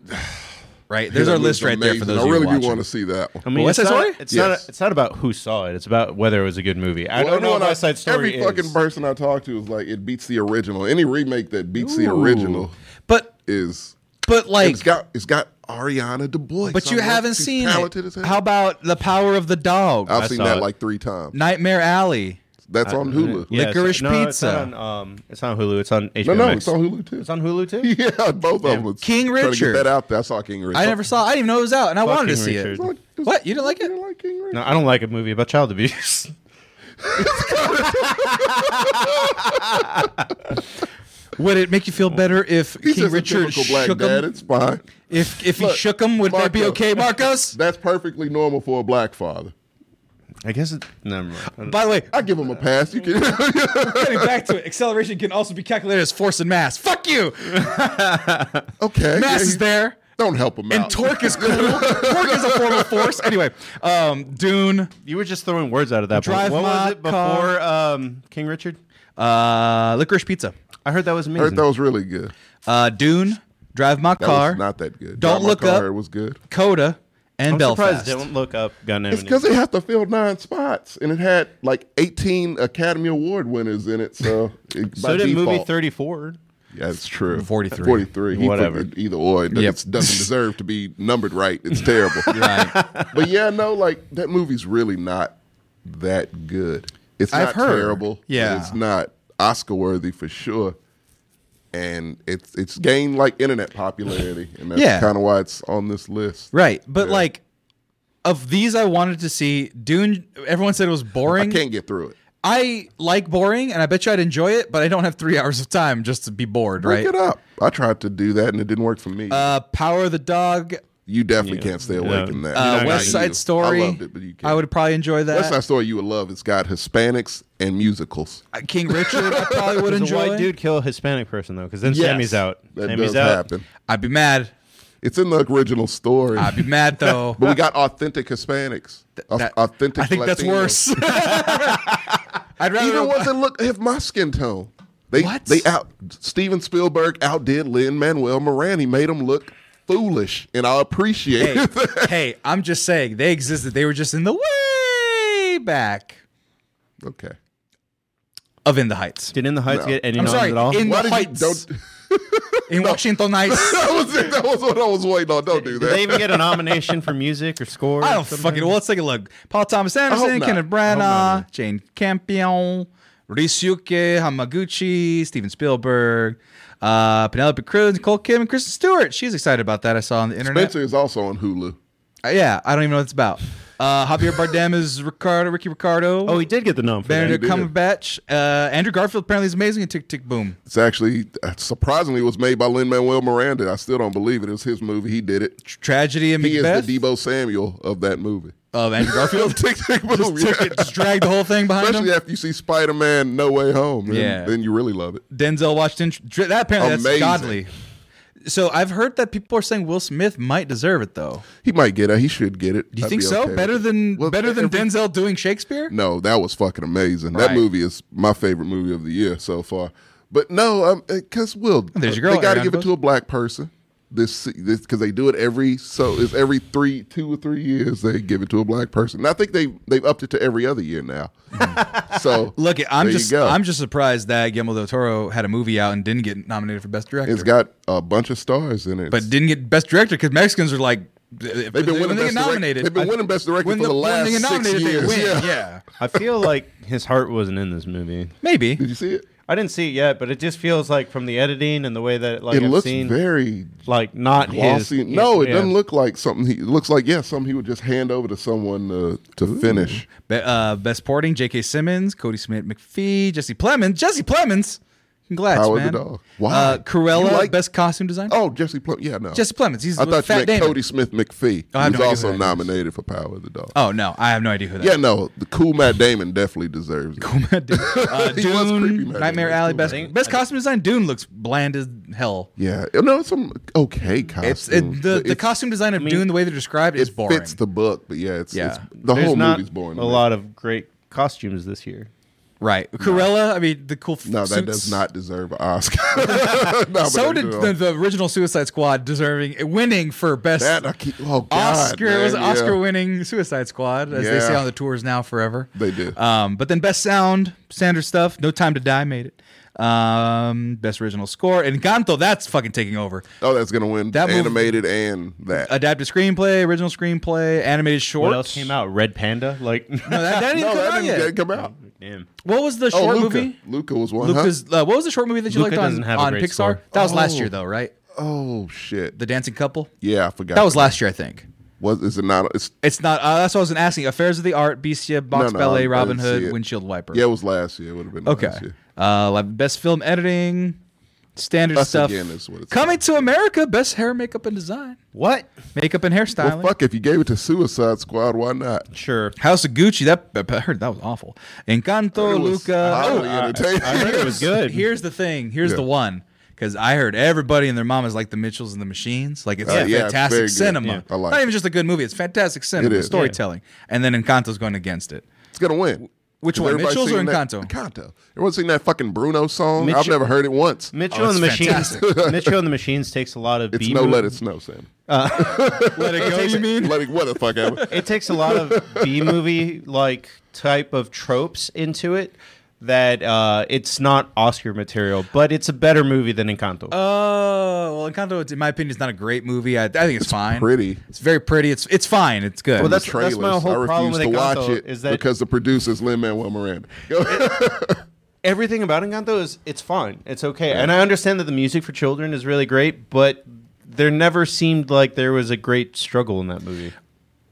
Right. There's our
that
list
movie's
right there for
amazing.
those
I really
of you
do
watching.
want to see that one.
I mean,
West
it's
Side
not,
Story?
It's not.
Yes.
It's not about who saw it. It's about whether it was a good movie. I don't
Well,
know.
everyone
What
I-
West Side Story
Every
is.
fucking person I talk to is like, it beats the original. Any remake that beats the original
But,
is.
but like.
It's got it's got Ariana DuBois.
But you
on it.
haven't
She's
seen
talented As
it.
hell.
How about The Power of the Dog?
I've
I
seen
saw
that
it.
like three times.
Nightmare Alley.
That's on Hulu.
Yeah, it's-
Licorice
no, It's
Pizza.
not on, um, it's not Hulu. It's on HBO
No, no,
Max.
it's on Hulu too.
It's on Hulu too.
<laughs>
<laughs>
yeah, both of them.
King
Trying to
Richard.
get that out there. I saw King Richard.
I never saw. I didn't even know it was out, and I wanted to
Fucking
see
Richard.
it. What? You didn't like
You
it?
didn't like King Richard?
No, I don't like a movie about child abuse. <laughs>
Would it make you feel better if
He's
King
just a
Richard
typical black
shook
dad.
him?
It's fine.
If if he
Look,
shook him, would that be
Marco. <laughs>
okay, Marcos?
That's perfectly normal for a black father.
I guess it. Never mind.
By the way,
I give him a pass. You can. <laughs>
getting back to it, acceleration can also be calculated as force and mass. Fuck you.
okay. yeah,
Mass
he-
is there,
Don't help him
and
out.
torque is cool. torque is a form of force. Anyway, um, Dune,
You were just throwing words out of that.
Drive
point. What
my
was it
car.
before um, King Richard?
uh, Licorice Pizza,
I heard that was amazing.
Heard that was really good.
uh, Dune, Drive My
That
Car,
was not that good.
Don't
Drive My
Look
Car
Up.
It was good.
Coda, and
I'm
Belfast.
surprised they don't look up Gun
It's because
Avenue.
they have to fill nine spots, and it had like 18 Academy Award winners in it.
<laughs>
So, it,
So
by
did
default,
movie 34.
Yeah, it's true.
43.
43. He
Whatever.
figured Either or. It
Yep.
doesn't- doesn't deserve to be numbered right.
<laughs>
It's terrible.
Right.
But yeah, no, like that movie's really not that good. It's
I've
not
heard.
terrible. but
Yeah.
It's not Oscar worthy for sure. And it's it's gained like internet popularity. And that's
Yeah.
kind of why it's on this list.
Right. But
Yeah.
like of these I wanted to see, Dune everyone said it was
I
boring. I,
can't get through it.
like boring and I bet you I'd enjoy it, but I don't have three <laughs> hours of time just to be bored,
Break
right?
it up. I tried to do that and it didn't work for me.
Uh Power of the Dog,
you definitely can't stay away
Yeah.
from that.
uh,
not
West
gonna
Side
You.
Story.
I loved it, but you can't.
I would uh, probably enjoy that.
West Side Story you would love. It's got Hispanics and musicals.
Uh, King Richard, I
<laughs>
probably would
Does a
enjoy.
white dude kill a Hispanic person though? Because then
Yes.
Sammy's out.
That
Sammy's
does
out.
happen.
I'd be mad.
It's in the original story.
I'd be mad though.
<laughs> But we got authentic Hispanics. Au-
That-
authentic.
I think that's
Latinos.
worse. <laughs> I'd rather
Even ones that look have my skin tone. They
What?
they out Steven Spielberg outdid Lin Manuel Miranda. He made him look foolish, and I appreciate
<laughs> hey,
it. <laughs>
hey, I'm just saying they existed. They were just in the way back
okay.
of In the Heights.
Did In the Heights
No.
get any
I'm
nods
sorry,
at all?
in-
Why did
the
you
Heights.
don't?
<laughs> in Washington Heights.
That was it. That was what I was waiting on. Don't do
Did they
that.
even get a nomination for music or score?
I
or
don't
something?
fucking know. Well, let's take a look. Paul Thomas Anderson,
not.
Kenneth Branagh, Jane Campion, Ryusuke Hamaguchi, Steven Spielberg, uh, Penelope Cruz, Nicole Kim, and Kristen Stewart. She's excited about that. I saw on the internet.
Spencer is also on Hulu.
Uh, yeah, I don't even know what it's about. Uh, Javier Bardem is Ricardo, Ricky Ricardo.
Oh, he did get the nom. For that.
Benedict
he did.
Cumberbatch. Uh, Andrew Garfield apparently is amazing in Tick Tick Boom.
It's actually uh, surprisingly it was made by Lin Manuel Miranda. I still don't believe it. It was his movie. He did it.
Tragedy and
He
Macbeth
is the Debo Samuel of that movie.
of <laughs> Andrew
<laughs>
Garfield.
Tick, tick, boom,
just took
yeah.
it, just dragged the whole thing behind him.
Especially after you see Spider Man No Way Home. Then,
Yeah.
then you really love it.
Denzel Washington. dr- That apparently that's
Amazing.
godly. So I've heard that people are saying Will Smith might deserve it though.
He might get it. He should get it.
Do you think so? better than better than Denzel doing Shakespeare?
No, that was fucking amazing.
Right.
That movie is my favorite movie of the year so far. But no, um, uh, because will
There's your girl,
uh, they got to
Ariana
give it
DeBose.
to a black person. This se- this because they do it every so it's every three two or three years they give it to a black person. And I think they they've upped it to every other year
<laughs>
now. so
Look, I'm
there you
just
go.
I'm just surprised that Guillermo del Toro had a movie out and didn't get nominated for best director.
it's got a bunch of stars in it.
but didn't get best director because Mexicans are like they've
been winning Best Direct- they've been winning Best Director for the last six years.
yeah.
Yeah.
I feel like his heart wasn't in this movie.
maybe.
did you see it?
I didn't see it yet, but it just feels like from the editing and the way that like
it
I've
looks
seen,
very
like not
glossy.
his.
no, it
yeah.
doesn't look like something. He it looks like yeah, something he would just hand over to someone to to finish.
Be, uh, best porting: J.K. Simmons, Cody Smith McPhee, Jesse Plemons. Jesse Plemons, congrats,
Howard the
man.
dog. Why?
Uh, Cruella,
You like-
best costume design.
Oh, Jesse Plum. Yeah, no.
Jesse Plemons. He's
I
with
thought you
Fat
meant
Damon. Oh,
Cody Smith McPhee.
I have
who's
no idea who
also
that is.
nominated for Power of the Dog.
Oh no, I have no idea who that <laughs>
Yeah,
is.
no, the cool Matt Damon definitely deserves it. <laughs>
uh,
He was creepy,
Dune,
man.
Nightmare
He was
Alley,
cool,
best
man.
best costume design. Dune looks bland as hell.
Yeah, no, it's some okay costume.
It's it, the the costume design of Dune, the way they're described, is boring.
fits the book, but yeah, it's,
Yeah.
it's the
There's
whole
not
movie's boring. to
A
me.
lot of great costumes this year.
right, Cruella. I mean, the cool. f-
No, that
suits.
does not deserve an Oscar. <laughs>
<laughs>
No, but
So
it
did
does.
the, the original Suicide Squad deserving winning for best
that. I keep, oh God,
Oscar. it was
man,
an
yeah.
Oscar winning Suicide Squad, as they say
Yeah.
on the tours now forever.
They do.
Um, but then best sound, standard stuff. No Time to Die made it. Um, best original score, Encanto. That's fucking taking over.
Oh, that's gonna win
That movie-
animated and that.
Adapted screenplay, original screenplay, animated short.
What else came out? Red Panda. Like, <laughs>
No, that, that didn't
<laughs> no,
come
that
out
didn't
yet.
get- come out.
damn.
What was the
Oh,
short
Luca.
movie?
Luca was one. huh?
Lucas, uh, what was the short movie that you
Luca
liked on,
doesn't have a
on
great
Pixar?
score.
That was last
Oh.
year, though, right?
Oh shit.
The dancing couple.
yeah, I forgot.
That was last year, I think.
Was is it not? It's
It's not. Uh, that's what I was asking. Affairs of the Art, Bestia, Box
No, no,
Ballet,
I- I
Robin
didn't see
Hood,
it.
Windshield Wiper.
yeah, it was last year. It would have been
Okay.
Last year.
Uh, like best film editing, standard
Us
stuff.
again is what it's
Coming to America, best hair, makeup, and design,
What?
makeup and hairstyling.
Well, fuck, if you gave it to Suicide Squad, why not?
Sure.
House of Gucci. That I heard that was awful. Encanto,
It was
Luca.
highly entertaining.
I heard it
<laughs>
was <laughs> good.
Here's the thing. Here's
Yeah.
the one. Because I heard everybody and their mom is like the Mitchells and the Machines. Like it's
Uh, yeah, it's
fantastic
very good.
cinema.
Yeah. I like
Not
it.
even just a good movie. It's fantastic cinema.
It is.
Storytelling. And then Encanto's going against it.
It's gonna win.
Which
Has
one,
everybody
Mitchell's or
seen that-
Encanto?
Encanto. Everyone seen that fucking Bruno song? I've
Mitchell-
never heard it once.
Mitchell
Oh,
and the
it's
Machines. Mitchell and the Machines takes a lot of.
It's
B
no
mov-
let it snow, Sam.
Let it go. you mean?
Let it what the fuck ever.
It takes a lot of B movie like type of tropes into it that uh, it's not Oscar material, but it's a better movie than Encanto.
Oh well, Encanto, in my opinion, is not a great movie. I, I think it's, fine.
pretty.
It's very pretty. It's it's fine. It's good.
Well, that's-
The trailers.
my whole
I refuse
problem with
to
Encanto
watch it
is that-
because the producer's Lin Manuel Miranda. <laughs>
Everything about Encanto is it's fine, it's okay, and I understand that the music for children is really great, but there never seemed like there was a great struggle in that movie.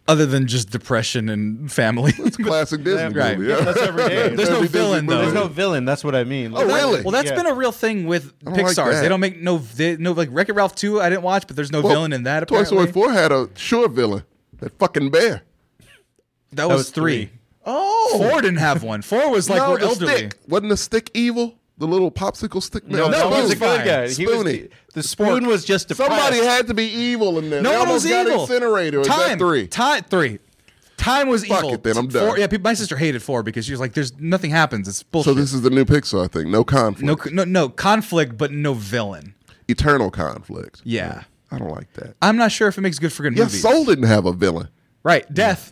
other than just depression and family. <laughs>
Classic Disney
Right.
movie. Oh, Yeah.
That's every
<laughs>
day.
There's no
Every Disney
villain, though.
There's
movie.
no villain. That's what I mean.
Oh,
Like,
really?
Well, that's
Yeah.
been a real thing with
don't like
Pixar's.
that.
they don't make no they, no like Wreck-It Ralph 2. I didn't watch, but there's no
Well,
villain in that.
Toy
Apparently.
Story 4 had a sure villain. That fucking bear.
That was,
was
three.
three.
Oh, four didn't have one. Four was like
no,
we're
the
elderly.
stick. Wasn't the stick evil? The little popsicle stick man.
No,
No,
that
he
was,
was
a good
fine.
guy. He was-
Spoonie.
the spoon was just depressed.
Somebody had to be evil in there.
No
they
one
almost
was
got
evil.
incinerated. Or is
Time
that three?
Time three. Time was
Fuck
evil.
it then, I'm done.
Four, yeah, pe- my sister hated four because she was like, "There's nothing happens. It's bullshit."
So this is the new Pixar thing. No conflict.
no, no, no conflict, but no villain.
eternal conflict.
Yeah.
I don't like that.
I'm not sure if it makes good for good
Yeah,
movies.
Soul didn't have a villain.
Right, death.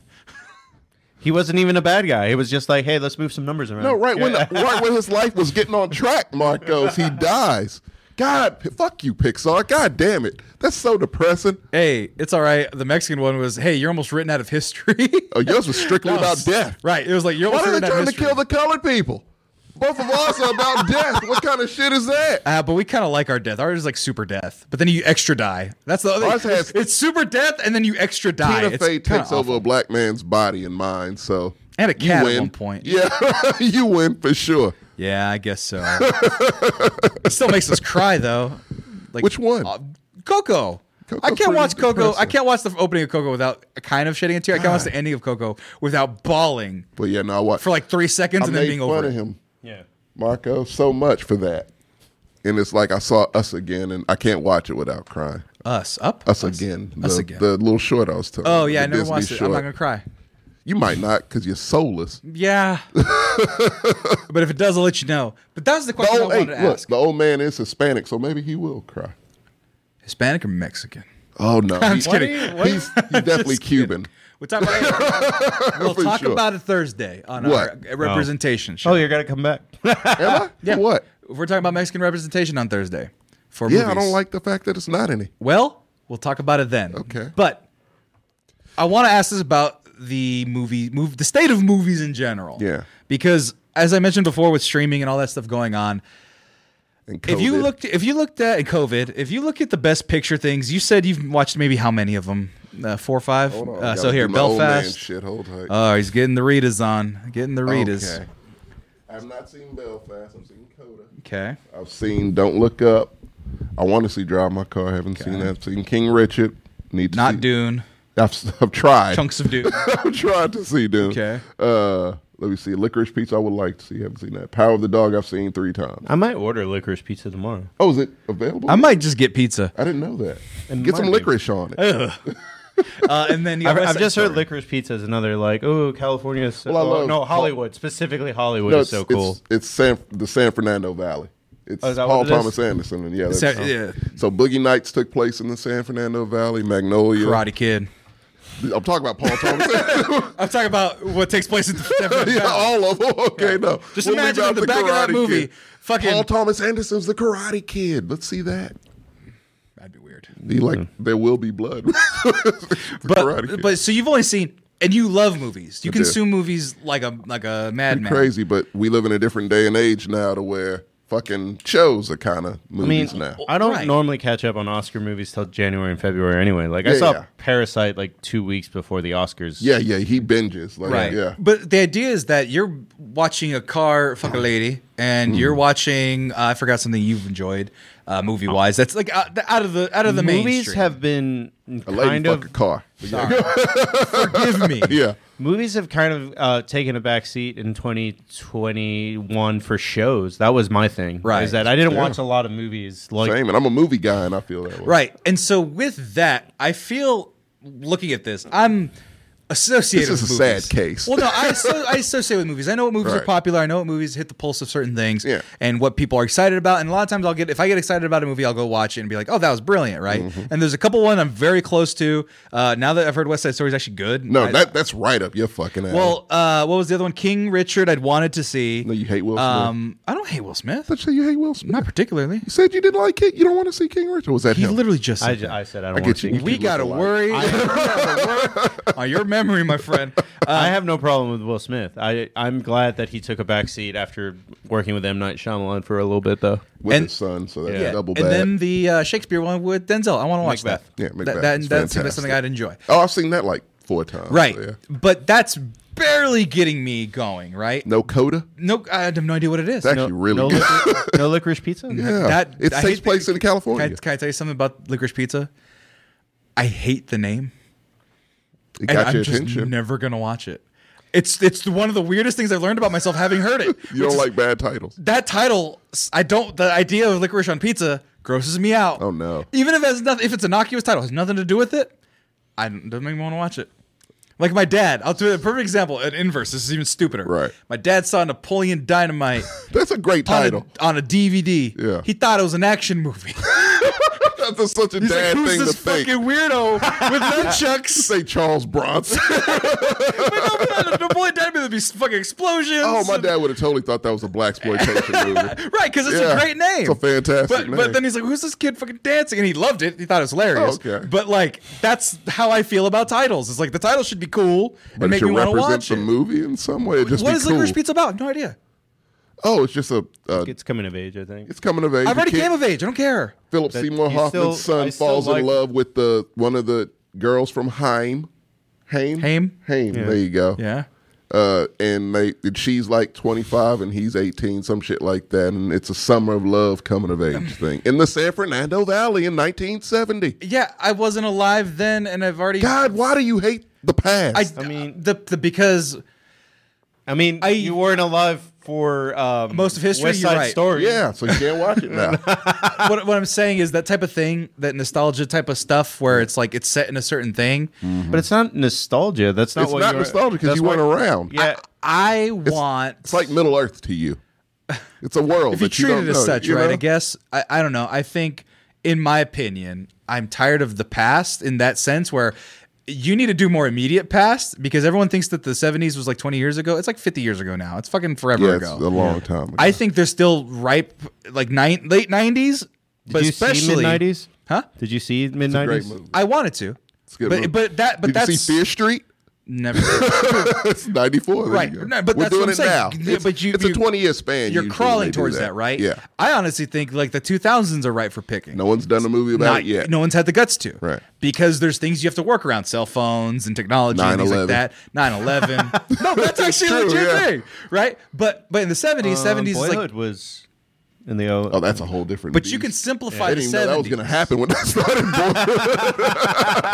He wasn't even a bad guy. He was just like, hey, let's move some numbers around.
<laughs>
No, right when right when his life was getting on track, Marcos,
<laughs>
he dies. God, p- fuck you, Pixar. God damn it. That's so depressing.
Hey, it's all right. The Mexican one was, "Hey, you're almost written out of history." <laughs>
Oh, yours was strictly about death.
Right. It was like you're
Why
almost
are
written
they
out of
trying to
history.
kill the colored people? Both of us are
<laughs>
about death. What kind of shit is that?
Uh, but we kind of like our death. Ours is like super death, but then you extra die. That's the other.
Ours
thing. It's,
has-
it's super death, and then you extra die.
Tina
Ah, It's
Fey
kinda
takes over
awful.
a black man's body and mind, so
And a
you
cat at
win.
one point.
Yeah, <laughs> you win for sure.
Yeah, I
<laughs>
guess so. it still makes us cry though. Like
Which one?
Uh, Coco.
Coco's
I can't
pretty
watch Coco. I
depressing.
can't watch the opening of Coco without kind of shedding a tear. I can't watch the ending of Coco without bawling
But yeah, no, I watch
for like three seconds
I
and then
made
being
fun
over.
of
it.
him,
Yeah.
Marco, so much for that. And it's like I saw Us Again, and I can't watch it without crying.
Us up.
Us, Again,
Us
the,
Again.
the little short I was telling.
Oh
you,
yeah,
the
I never
Disney
watched it. I'm
short.
not gonna cry.
You
<laughs>
might not because you're soulless. <laughs>
Yeah. but if it does, I'll let you know. But that was the
The
question
old,
I
Oh, hey,
wanted to
look,
ask.
the old man is Hispanic, so maybe he will cry.
Hispanic or Mexican?
Oh no,
<laughs> I'm
He-
just kidding.
Hey, what-
<laughs>
he's, he's definitely Cuban.
We'll
<laughs>
talk about it. We'll
For
talk
sure.
about it Thursday on
What?
our uh, representation show.
Oh, you're gonna come
<laughs>
back.
Am
<laughs>
I?
Yeah.
For what?
We're talking about Mexican representation on Thursday for
Yeah, I
movies.
don't like the fact that it's not any.
Well, we'll talk about it then.
Okay.
But I want to ask this about the movie, move the state of movies in general.
Yeah.
Because as I mentioned before, with streaming and all that stuff going on,
And
if you
COVID.
looked, if you looked at COVID, if you look at the best picture things, you said you've watched maybe how many of them? Uh, four or five.
Hold on, I
uh, so
gotta
here,
do my old man
Belfast.
Shit, hold tight.
Oh, he's getting the Ritas on. Getting the Ritas.
Okay. I've not seen Belfast. I've seen Coda.
Okay.
I've seen Don't Look Up. I want to see Drive My Car. I haven't seen that. I've seen King Richard. Need to
Not
see-
Dune.
I've, <laughs> I've tried.
Chunks
<laughs>
of Dune.
I'm trying to see Dune.
Okay.
Uh, let me see. Licorice Pizza. I would like to see. haven't seen that. Power of the Dog. I've seen three times.
I might order licorice pizza tomorrow.
Oh, is it available?
I might just get pizza.
I didn't know that.
It
Get
might
some
be.
licorice on it.
Uh, and then you got
I've,
West
I've
Side
just heard
Story.
licorice pizza is another like, oh, California is so,
Well, I
oh,
love-
no Hollywood, specifically Hollywood
No,
is so cool.
It's, it's San, the San Fernando Valley. It's
Oh, is that
Paul
what it is?
Thomas Anderson. And yeah,
Sa-
that's- uh,
yeah.
So Boogie Nights took place in the San Fernando Valley. Magnolia.
Karate Kid.
I'm talking about Paul Thomas Anderson. <laughs>
I'm talking about what takes place in <laughs> the Stepford
yeah, all of them. Okay, no.
Just
We'll leave
imagine
out
on the back of that
Karate
movie,
Kid.
fucking-
Paul Thomas Anderson's the Karate Kid. Let's see that.
That'd be weird.
He like there will be blood. <laughs> Karate
Mm-hmm. But
Kid.
but so you've only seen and you love movies. You
do.
consume movies like a like a madman.
crazy, but we live in a different day and age now to where fucking shows are kind of
I mean,
movies now.
I don't
Right.
normally catch up on Oscar movies till January and February anyway. Like I
Yeah,
saw
yeah.
Parasite like two weeks before the Oscars.
Yeah, yeah, he binges. Like,
Right.
Yeah.
But the idea is that you're watching a car fuck a lady, and you're watching. Uh, I forgot something you've enjoyed, uh, movie wise. That's like out, the- out of the out of the
movies
mainstream.
have been
A lady
kind
fuck
of
a car.
<laughs> forgive me.
Yeah.
movies have kind of uh, taken a back seat in 2021 for shows. That was my thing.
Right.
Is that I didn't
Yeah.
watch a lot of movies like
Same. And I'm a movie guy and I feel that way.
Right. And so with that, I feel looking at this, I'm associated
This is
with
a
movies.
sad case.
Well, no, I, asso- I associate with movies. I know what movies are
Right.
popular. I know what movies hit the pulse of certain things
Yeah.
and what people are excited about. And a lot of times I'll get if I get excited about a movie, I'll go watch it and be like, "Oh, that was brilliant," right?
Mm-hmm.
And there's a couple one I'm very close to. Uh, now that I've heard West Side Story is actually good.
No,
I-
that that's right up your fucking alley.
Well, uh, what was the other one? King Richard. I'd wanted to see.
no, you hate Will Smith.
um, I don't hate Will Smith.
Did you say you hate Will Smith?
Not particularly.
You said you didn't like it. You don't want to see King Richard. Was that
He
him?
literally just.
I,
said
ju-
that.
I said I
I
don't
get
want to
you.
see.
we
look
gotta
alike. <laughs>
worry. we gotta worry on your memory, my friend. Uh,
I have no problem with Will Smith. I I'm glad that he took a back seat after working with M Night Shyamalan for a little bit though.
with
and-
his son, so that's
Yeah.
double
and
bad.
then the uh, Shakespeare one with Denzel. I want to watch
Macbeth.
that.
Yeah,
That-
Macbeth
That,
is
that seems like something
fantastic.
I'd enjoy.
oh, I've seen that like four times.
Right,
so yeah.
but that's barely getting me going. Right?
No coda.
No, I have no idea what it is.
It's actually really
no,
good. <laughs>
licorice, no licorice pizza.
yeah.
That-
it
I
takes
hate
place
that-
in
Can I,
California.
can I tell you something about Licorice Pizza? I hate the name,
it
and
got
I'm
your
just
attention.
never gonna watch it. It's it's the- one of the weirdest things I've learned about myself having heard
<laughs>
it.
you
which
don't
is
like bad titles.
that title i don't the idea of licorice on pizza grosses me out
Oh, no.
even if it's nothing if it's innocuous title has nothing to do with it i don't doesn't make me want to watch it like my dad i'll do a perfect example an inverse this is even stupider
Right.
my dad saw napoleon
<laughs>
dynamite
That's a great
on,
title. <laughs>
a, on a dvd
Yeah.
he thought it was an action movie <laughs>
That's a- such a
he's like
dad
who's
thing to
this
think.
fucking weirdo with
<laughs>
nunchucks "Oh
Say Charles
<laughs>
Bronson.
napoleon dynamite would be fucking explosions
oh, my
and-
dad would have totally thought that was a black exploitation
<laughs>
movie.
Right, because it's a
Yeah.
great name.
It's a fantastic
but, But
name.
then he's like, "Who's this kid fucking dancing?" And he loved it. He thought it was hilarious.
Oh, okay.
But like, that's how I feel about titles. It's like the title should be cool
But
and
it
make
should
me want to
represent
watch
the
it.
movie in some way. It'd just
What
be
is
cool.
Licorice Pizza about? No idea.
Oh, it's just a. Uh,
It's coming of age, I think.
it's coming of age.
I've
The
already
kid-
came of age. I don't care.
Philip
That
Seymour
you still-
Hoffman's
I
son
still
falls
like-
in love with the one of the girls from Haim. Haim.
Haim?
Haim. There you go.
Yeah.
Uh, and they and she's like 25 and he's 18, some shit like that. And it's a summer of love coming of
<laughs>
age thing in the San Fernando Valley in 1970.
Yeah, I wasn't alive then, and I've already.
God, why do you hate the past?
I,
I mean-
the, the because
I mean,
I-
you weren't alive for um,
Most of history,
West
you're
Side
right.
Story.
Yeah, so you can't watch
<laughs>
it now. Ah!
what, what I'm saying is that type of thing, that nostalgia type of stuff, where it's like it's set in a certain thing.
Mm.
but it's not nostalgia. That's not
it's
what
not
you were-
nostalgic because
that's
you
what-
weren't around.
Yeah,
I want.
It's like Middle Earth to
<laughs>
you. It's a world
if you
that you
treat
don't
it as
know,
such,
you
right?
know?
I guess I, I don't know. I think, in my opinion, I'm tired of the past in that sense where you need to do more immediate past because everyone thinks that the 70s was like 20 years ago. It's like 50 years ago now. It's fucking forever
Yeah, it's
ago.
a long time. Ago.
I think they're still ripe, like nine, late 90s, but
Did you see
especially
mid nineties?
Huh?
Did you see mid
great
nineties?
movie.
I wanted to.
It's a good
but
movie.
but that but
Did
that's
you see Fear Street? <laughs>
never.
It's ninety four.
Right.
You go.
No, but
we're
that's
doing
what I'm
it
saying.
now.
Yeah,
It's,
but you-
it's
you-
a twenty year span.
You're
usually
crawling
they do
towards
that.
that, right?
Yeah.
I honestly think like the 2000s are right for picking.
No one's done a movie about
not
it yet.
No one's had the guts to.
Right.
Because there's things you have to work around cell phones and technology and things like
9/11.
that. 9 11.
<laughs>
no, that's actually a
True,
legit
yeah.
thing. Right? But but in the 70s,
Oh,
70s is
Um, Boyhood
like.
was in the old.
Oh, that's a whole different.
But you
beast.
can simplify
I
the
didn't
70s.
even know that was going to happen when I
<laughs>
started. Boy.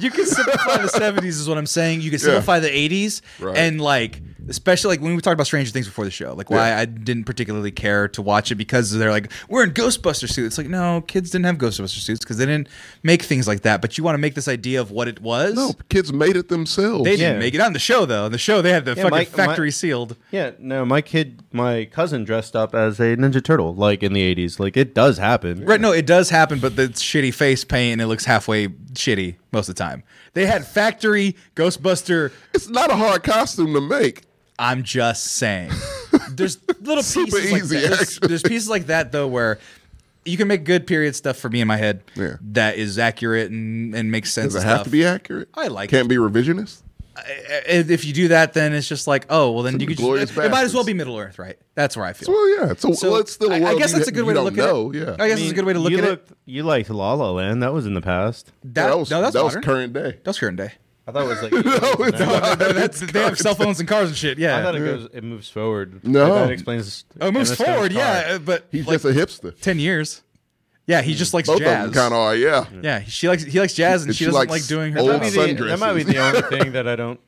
you can simplify the 70s is what i'm saying you can simplify the 80s
Right.
and like especially like when we talked about stranger things before the show like why i didn't particularly care to watch it because they're like we're in ghostbuster suits like no kids didn't have ghostbuster suits because they didn't make things like that but you want to make this idea of what it was
no, kids made it themselves.
they didn't
Yeah.
make it on the show though on the show they had the fucking
Mike-
factory
Mike-
sealed
Yeah, no, my kid, my cousin dressed up as a Ninja Turtle, like in the 80s. Like, it does happen.
Right, no, it does happen, but the shitty face paint and it looks halfway shitty most of the time. They had factory Ghostbuster
It's not a hard costume to make.
I'm
<laughs>
just saying. There's little
Super
pieces like
easy,
that. There's,
actually.
there's pieces like that though where you can make good period stuff for me in my head
Yeah.
that is accurate and, and makes sense.
Does it have
stuff.
to be accurate?
I like
Can't be revisionist.
If if you do that, then it's just like, oh, well, then you could
glorious
just. It, it might as well
bastards.
be Middle Earth, right? That's where I feel.
Well, yeah. It's a, well, it's still a
I-
world.
I guess
you,
that's a good
you
way to
don't
look
know.
at it.
Yeah.
I guess
I
it's
mean,
a good way to look
you
at it.
looked, You liked La La Land. That was in the past.
That,
that was
no, that's
that was
modern.
current day.
That was
<laughs>
current day.
I thought it was like. no, it's not.
<laughs> No, that's, they have cell phones and cars and shit.
I thought
Yeah.
it goes. It moves forward.
No.
that explains.
Oh, it moves
Emma Stone's
forward.
car.
Yeah, uh, but
He's
like
just a hipster.
ten years. Yeah, he just likes
Both
jazz.
of them kind of are. Yeah.
Yeah, she likes he likes jazz, and
And
she,
she
doesn't
likes
like doing her.
old
That
job.
might, be the, that might be the only
<laughs>
thing that I don't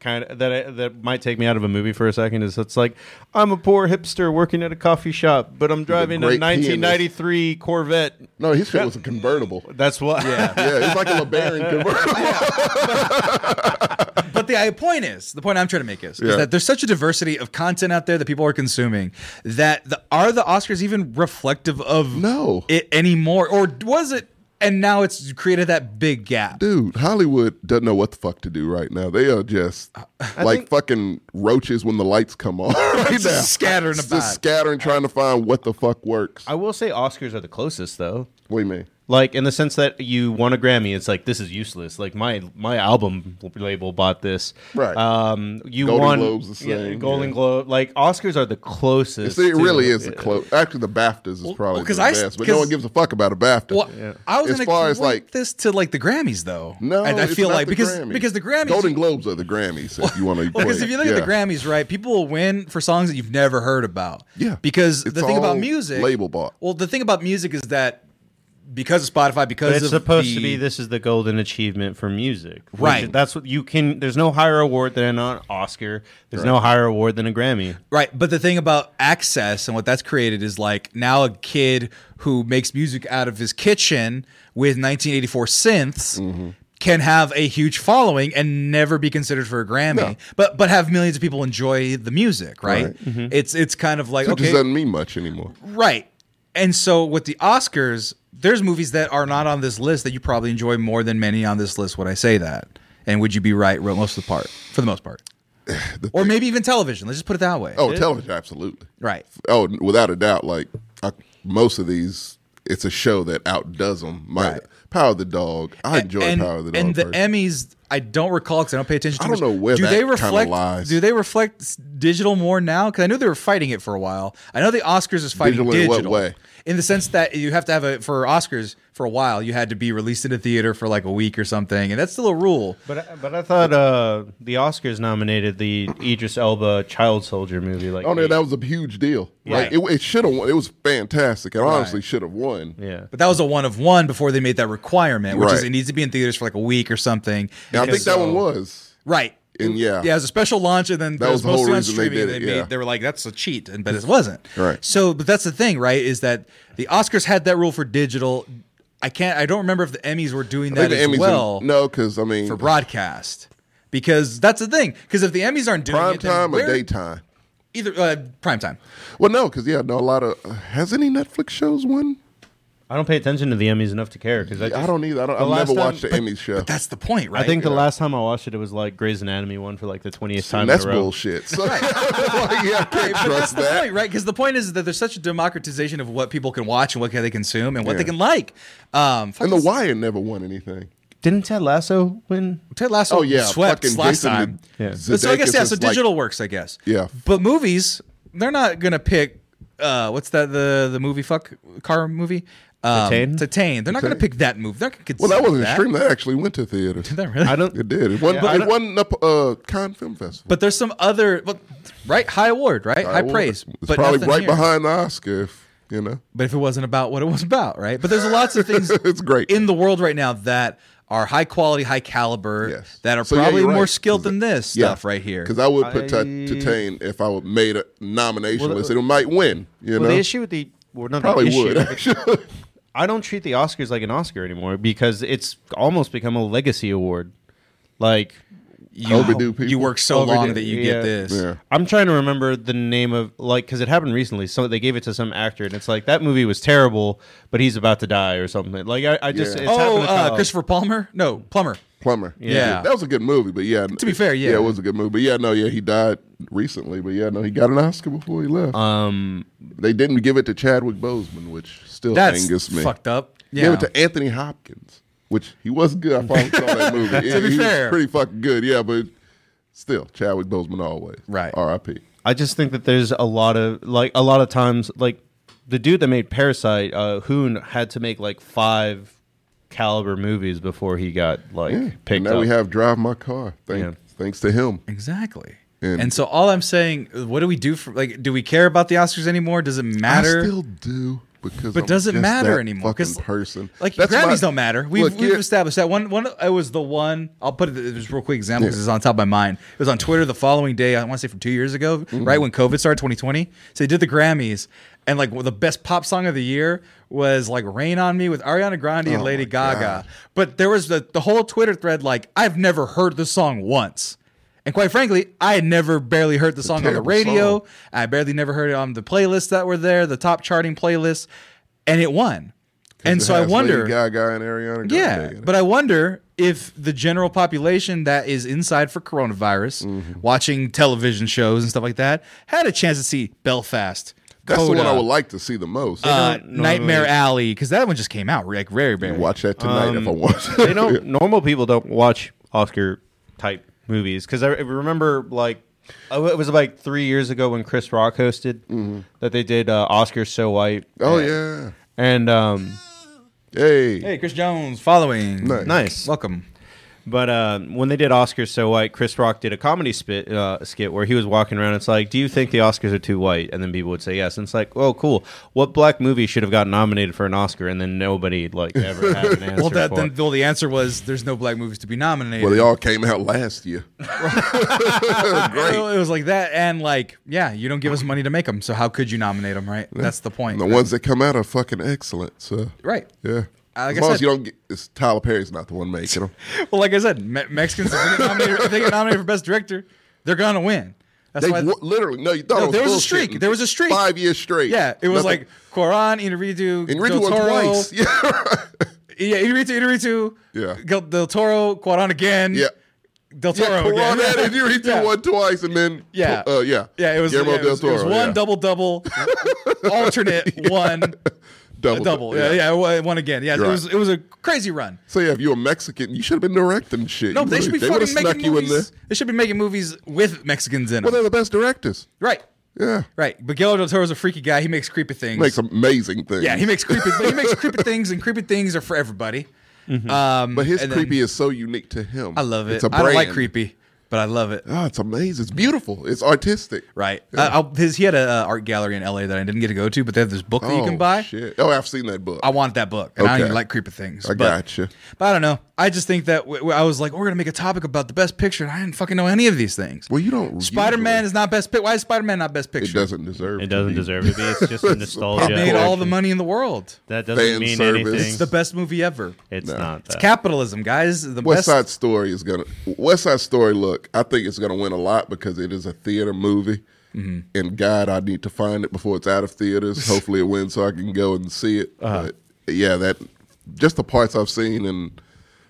kind of that I, that might take me out of a movie for a second is it's like I'm a poor hipster working at a coffee shop, but I'm driving a
great
1993 Corvette.
No, his shit was a convertible.
That's what. Yeah.
Yeah, it's like a
<laughs>
LeBaron convertible.
But the I- point is, the point I'm trying to make is, is
Yeah.
that there's such a diversity of content out there that people are consuming that the, are the Oscars even reflective of
No.
it anymore, or was it? And now it's created that big gap.
Dude, Hollywood doesn't know what the fuck to do right now. They are just like
think-
fucking roaches when the lights come on. <laughs> Right
Just
now.
scattering
It's
about.
just scattering, trying to find what the fuck works.
<laughs> I will say Oscars are the closest though.
what do you mean?
Like in the sense that you won a Grammy, it's like this is useless. Like my my album label bought this.
Right.
Um, you
Golden
won
Globe's the
yeah,
same,
Golden
yeah.
Globe. Like Oscars are the closest.
See, it
to-
really is the close. Actually, the BAFTAs is probably
well, 'cause
the
I s-
best, but no
'cause-
one gives a fuck about a BAFTA.
Well, I was
As
gonna
far as,
equate
like-
this to like the Grammys though.
No,
I, I
it's
feel
not
like
the
because
Grammys.
because the Grammys
Golden Globes are the Grammys. If
<laughs>
you want to,
Because if you look at the Grammys, right, people will win for songs that you've never heard about.
Yeah.
Because
It's
the thing about
all
music,
label bought.
Well, the thing about music is that because of Spotify, because
But it's
of
supposed
the-
to be this is the golden achievement for music. which
Right.
That's what you can there's no higher award than an Oscar. There's no higher award than a Grammy.
right. But the thing about access and what that's created is like now a kid who makes music out of his kitchen with 1984 synths.
Mm-hmm.
Can have a huge following and never be considered for a Grammy,
No.
but but have millions of people enjoy the music, right?
Right.
It's it's kind of like
it
okay,
just doesn't mean much anymore.
Right. And so with the Oscars, there's movies that are not on this list that you probably enjoy more than many on this list. Would I say that? And would you be right ro- most of the part for the
<sighs>
most part? or maybe even television. Let's just put it that way.
Oh, television, absolutely.
Right.
Oh, without a doubt. Like I, most of these, it's a show that outdoes them. My
Right.
Power of the Dog. I enjoy
and,
Power of the Dog.
and the
first.
Emmys, I don't recall because I don't pay attention. Too
I don't
much.
know where
do
that
they
kinda
reflect?
lies.
Do they reflect s- digital more now? Because I knew they were fighting it for a while. I know the Oscars is fighting
Digital
digital.
in what way?
In the sense that you have to have a for Oscars for a while, you had to be released in a theater for like a week or something, and that's still a rule.
But I, but I thought uh, the Oscars nominated the Idris Elba child soldier movie. Like,
Oh no,
eight-
that was a huge deal.
Right.
Like it, it should have won. It was fantastic. It honestly should have won.
yeah.
But that was a one of one before they made that requirement, which is
Right.
it needs to be in theaters for like a week or something.
And I think
Because-
that one was.
right.
and yeah,
Yeah, it was a special launch, and then
That was the
mostly
whole
on
reason they
streaming,
did it,
made-
yeah.
they were like, "That's a cheat,"
<laughs>
and but it wasn't.
Right.
So, but that's the thing, right? Is that the Oscars had that rule for digital. I can't. I don't remember if the Emmys were doing
I
that
think
as
the Emmys
well
didn't- no, because I mean,
for broadcast, because that's the thing. Because if the Emmys aren't doing
prime
it, then
time or
where-
daytime.
either uh, prime time.
Well, no, because yeah, no, a lot of has any Netflix shows won?
I don't pay attention to the Emmys enough to care because I,
I
just-
don't either. I don't, I've
last
never
time-
watched the Emmys show.
But that's the point, right?
I think the last time I watched it, it was like Grey's Anatomy one for like the twentieth time.
and that's
in a row.
bullshit. So, <laughs> like, yeah, I can't
But that's
trust
the
that.
point, right? Because the point is that there's such a democratization of what people can watch and what they consume and what they can like. Um,
And
fucking
The Wire never won anything.
Didn't Ted Lasso win?
Ted Lasso
Oh yeah,
swept
fucking
last
Jason
time.
Yeah.
But so I guess
Sudeikis
yeah. So
is, like,
digital works, I guess.
Yeah.
But movies, they're not gonna pick. Uh, what's that? The the movie fuck car movie. Um,
Titane?
Titane. They're not gonna pick that movie. They're not gonna
well, that wasn't
that.
streamed. That actually went to
<laughs>
theaters.
Did that really?
I
<laughs>
don't.
It did. It won.
Yeah, I
it won up uh, Cannes Film Festival.
But there's some other, well, right? High award, right? High,
I will-
praise.
It's
but
probably
nothing
right
here.
behind the Oscar. If, you know,
But if it wasn't about what it was about, right? But there's lots of
<laughs>
things
It's great.
in the world right now that are high quality, high caliber,
Yes.
that are
So, yeah,
probably
you're
more
right.
skilled than this stuff right here.
Because I would put
I-
Tit- Titane if I would made a nomination
Well,
list. It might win. You
Well,
know,
the issue with the well, not the
probably
issue,
would. <laughs> actually.
I don't treat the Oscars like an Oscar anymore because it's almost become a legacy award. Like
You,
Overdue people.
you work so
Overdue,
long that you
yeah.
get this.
yeah.
I'm trying to remember the name of like because it happened recently. So they gave it to some actor, and it's like that movie was terrible, but he's about to die or something. Like I, I just
Yeah.
it's
Oh,
happened a
uh,
couple-
Christopher Palmer? No, Plummer.
Plumber.
Yeah.
that was a good movie. But yeah, to
be fair, yeah.
yeah, it was a good movie. But yeah, no, yeah, he died recently. But yeah, no, he got an Oscar before he left.
Um,
they didn't give it to Chadwick Boseman, which still
That's
angers me.
fucked up.
Gave
Yeah.
it to Anthony Hopkins, which he was good. I probably saw
<laughs>
that movie. Yeah,
be
he
fair.
was pretty fucking good. Yeah, but still, Chadwick Boseman always.
Right.
R.I.P.
I just think that there's a lot of like a lot of times like the dude that made Parasite, uh, Hoon, had to make like five caliber movies before he got like
Yeah. And
picked
now
up.
we have Drive My Car. Thank,
Yeah.
Thanks to him.
Exactly.
And-
and so all I'm saying, what do we do for, like, do we care about the Oscars anymore? Does it matter?
I still do because.
But
I'm
does it
just
matter
that
anymore? 'Cause,
Fucking person.
Like
That's
Grammys
my-
don't matter. We've,
Look,
we've
yeah,
established that one. One it was the one. I'll put it just real quick example because it's on top of my mind. It was on Twitter the following day. I want to say from two years ago,
Mm-hmm.
right when COVID started, 2020. So they did the Grammys, and like well, the best pop song of the year was like "Rain on Me" with Ariana Grande and
Oh
Lady
my God.
Gaga. But there was the the whole Twitter thread like I've never heard the song once. And quite frankly, I had never barely heard the song on the
terrible
radio.
song.
I barely never heard it on the playlists that were there, the top charting playlists, and it won. And
it
so I
has Lady
wonder,
Gaga and Ariana. Grande
yeah,
in it.
but I wonder if the general population that is inside for coronavirus,
Mm-hmm.
watching television shows and stuff like that, had a chance to see Belfast.
that's the one
Coda,
I would like to see the most.
uh,
don't normally-
Nightmare Alley, because that one just came out like very, very.
watch that tonight if I
um,
want.
they
<laughs>
don't normal people don't watch Oscar type movies because I remember like oh, it was like three years ago when Chris Rock hosted that they did uh, Oscars so white
Mm-hmm. oh yeah.
and um
Hey.
Hey, Chris Jones, following.
Nice.
nice
Welcome.
but um, when they did Oscars so white Chris Rock did a comedy spit uh, skit where he was walking around it's like do you think the Oscars are too white and then people would say yes and it's like oh cool what black movie should have gotten nominated for an Oscar and then nobody like ever had
<laughs>
an answer
Well, that,
for
then,
it.
well, the answer was there's no black movies to be nominated.
Well, they all came out last
<laughs>
year. <laughs>
Well, It was like that, and like, yeah, you don't give us money to make them, so how could you nominate them, right? That's the point.
And the ones that come out are fucking excellent. So
Right. Uh,
yeah.
Like I
as long
said-
as you don't get, it's Tyler Perry's not the one making them.
Well, like I said, Me- Mexicans if they, get nominated, if they get nominated for best director, they're gonna win. That's
They
why.
wa- literally no. You thought
No,
it was
there was a
bullshit.
streak. There was a streak.
Five years straight.
yeah, it was
Nothing-
like Coran, Inarritu,
Enrique
Del
won
Toro.
twice. <laughs>
<laughs>
Yeah.
Yeah, Inarritu, Inarritu.
Yeah.
Gil- Del Toro, Coran again.
Yeah.
Del Toro
yeah, Coran
again.
had it. You read
<laughs> Yeah.
one twice, and then
Yeah.
uh, yeah,
Yeah, it was, yeah,
Guillermo
it was,
del
it was
Toro,
one
yeah. <laughs>
double double, alternate one
double,
double. Yeah, yeah, one- one again. Yeah,
You're
it was
right.
it was a crazy run.
So yeah, if you're a Mexican, you should have been directing shit.
No,
You
they
would've-
should be
they would've
fucking
snuck
making
you in there.
movies. They should be making movies with Mexicans in
Well,
them.
they're the best directors.
Right.
Yeah,
Right, but Guillermo del Toro's a freaky guy. He makes creepy things.
makes amazing things.
yeah, he makes creepy. but he makes
<laughs>
creepy things, and creepy things are for everybody. Um,
But his
and then-
creepy is so unique to him.
I love it.
It's a
I don't like
brand.
creepy. but I love it.
Ah, it's amazing. It's beautiful. It's artistic.
Right. Uh, I'll, his, he had an uh, art gallery in LA that I didn't get to go to, but they have this book that you can
Oh,
buy.
Shit. Oh, I've seen that book.
I want that book, and I don't
Okay.
even like creepy things.
I
but,
gotcha.
But I don't know. I just think that w- w- I was like, we're gonna make a topic about the best picture, and I didn't fucking know any of these things.
Well, you don't.
Spider Man
usually-
is not best. Pic- Why is Spider Man not best
It
picture?
doesn't deserve.
It
to
doesn't
be.
deserve to be. It's just
<laughs>
a nostalgia.
It
Made
Correct.
all the money in the world.
that
Fan
doesn't mean
service.
anything.
It's
The best movie ever.
It's
No.
not that.
It's capitalism, guys. The
West
best.
Side Story is gonna West Side Story. Look, I think it's gonna win a lot because it is a theater movie,
Mm-hmm.
and God, I need to find it before it's out of
<laughs>
theaters. Hopefully, it wins so I can go and see it.
Uh-huh.
But yeah, that just the parts I've seen and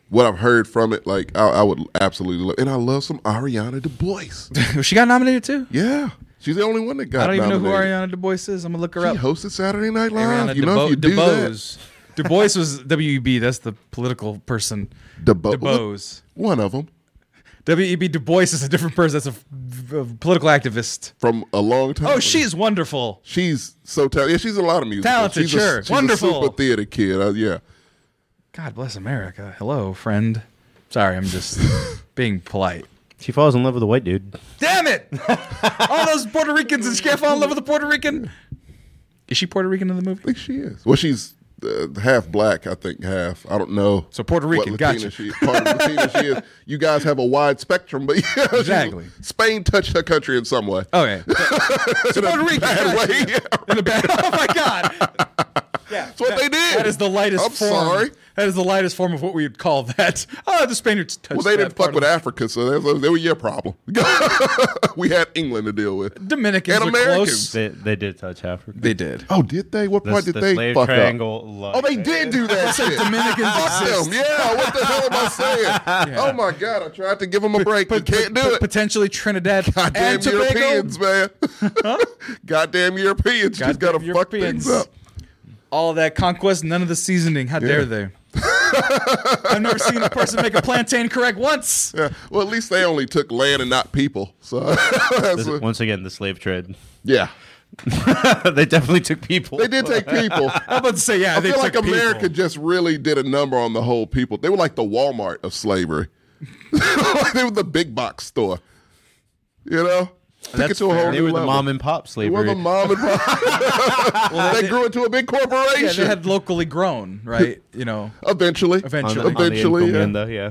what I've heard from it, like I, I would absolutely love. And I love some Ariana Du Bois.
<laughs> <laughs> she got nominated too.
yeah, she's the only one that got.
I don't even know who
nominated.
Ariana Du Bois is. I'm gonna look her up.
She hosted Saturday Night Live.
Ariana
you know, if you
DeBo-
do <laughs>
DeBose. Du Bois was WEB. That's the political person.
that, DeBo-
DeBose.
one of them
W.E.B. E Du Bois is a different person. That's a, a political activist.
from a long time.
Oh,
ago.
she's wonderful.
She's so talented. Yeah, she's a lot of music.
Talented,
she's
sure.
A, she's
Wonderful.
A super theater kid. Uh, yeah.
God bless America. Hello, friend. Sorry,
<laughs>
I'm just being polite.
She falls in love with a white dude.
Damn it! <laughs> All those Puerto Ricans and she can't fall in love with a Puerto Rican. Is she Puerto Rican in the
I
movie?
think she is. Well, she's uh, half black, I think, half. I don't know.
So Puerto Rican,
what
gotcha.
Latina she is. Part of Latina she
<laughs>
is. You guys have a wide spectrum, but <laughs> yeah, she's-
Exactly. Oh,
Spain touched her country in some way.
Okay. So <laughs> Puerto Rican.
Bad
gotcha.
way.
In the back. Oh my God. Yeah,
That's what they did.
That is the lightest
I'm
form.
sorry.
That is the lightest form of what we would call that. Oh, the Spaniards touched
Well, they didn't
that part
fuck with
of-
Africa, so that was, they were your problem. <laughs> we had England to deal with.
Dominicans
And
were
Americans.
close.
They, they did touch Africa.
They did.
Oh, did they? What
That's
part did
the
they
slave
fuck up?
triangle.
Oh, they did do that shit.
Dominicans
Fuck
exist.
them. Yeah, what the hell am I saying? Oh my god, I tried to give them a break, but can't do
Pot-
it.
Potentially Trinidad
Goddamn
and Tobago.
Europeans, man. Goddamn Europeans just
Goddamn
gotta fuck
Europeans.
things up.
All that conquest, none of the seasoning. How dare they? I've never seen a person make a plantain correct once.
Yeah. Well, at least they only took land and not people. So <laughs> that's what-
Once again, the slave trade. <laughs>
yeah,
they definitely took people.
they did take people.
I'm about to say, yeah,
I
they
feel like
took people.
America just really did a number on the whole people. They were like the Walmart of slavery. <laughs> they were the big box store. You know, took
That's
it to a
fair.
whole
They
new
were the
level.
mom and pop
They were
slavery.
the mom and
<laughs>
pop. they, grew into a big corporation.
Yeah, they had locally grown, right? You know.
eventually,
on the,
Eventually.
on the
eventually. yeah.
encomienda, yeah.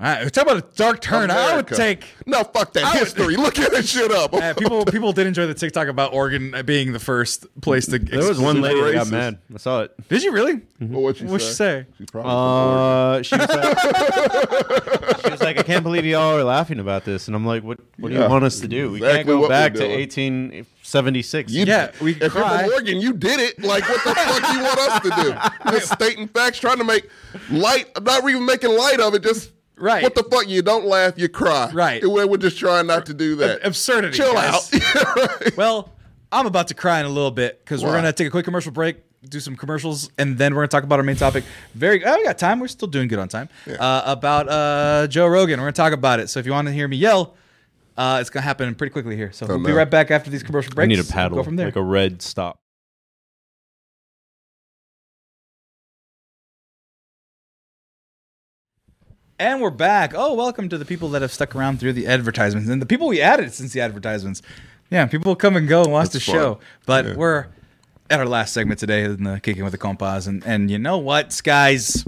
All right, talk about a dark turn. I would
America.
take.
No, fuck that
I would- <laughs>
history. Look at that shit up.
Uh, people people did enjoy the TikTok about Oregon being the first place to.
There was one lady that
racist.
got Mm-hmm. mad. I saw it.
Did you really?
Well, <laughs> what she
What'd she say?
She probably
Uh, she was like, <laughs> she was like, I can't believe y'all are laughing about this. And I'm like, what? What do
Yeah.
you want us to do? We can't
Exactly what
go
we're
back to
doing.
1876.
You-
Yeah, we
if you're
cry.
from Oregon, you did it. Like, what the fuck you want us to do?
<laughs>
Just stating facts, trying to make light, not even making light of it. Just
Right.
What the fuck? You don't laugh, you cry.
Right.
And We're, we're just trying not to do that.
Absurdity.
Chill
guys.
out. <laughs>
Well, I'm about to cry in a little bit because we're
Why?
gonna take a quick commercial break, do some commercials, and then we're gonna talk about our main topic. Very, oh, we got time. We're still doing good on time. Uh, about uh, Joe Rogan, we're gonna talk about it. So if you want to hear me yell, uh, it's gonna happen pretty quickly here. So we'll be
Oh, no.
right back after these commercial
I
breaks.
need a
We'll
paddle,
Go from there.
like a red stop.
And we're back. Oh, welcome to the people that have stuck around through the advertisements and the people we added since the advertisements. Yeah, people come and go and watch the
That's fun.
show. But
Yeah.
we're at our last segment today in the Kicking with the Compas. And, and you know what, guys?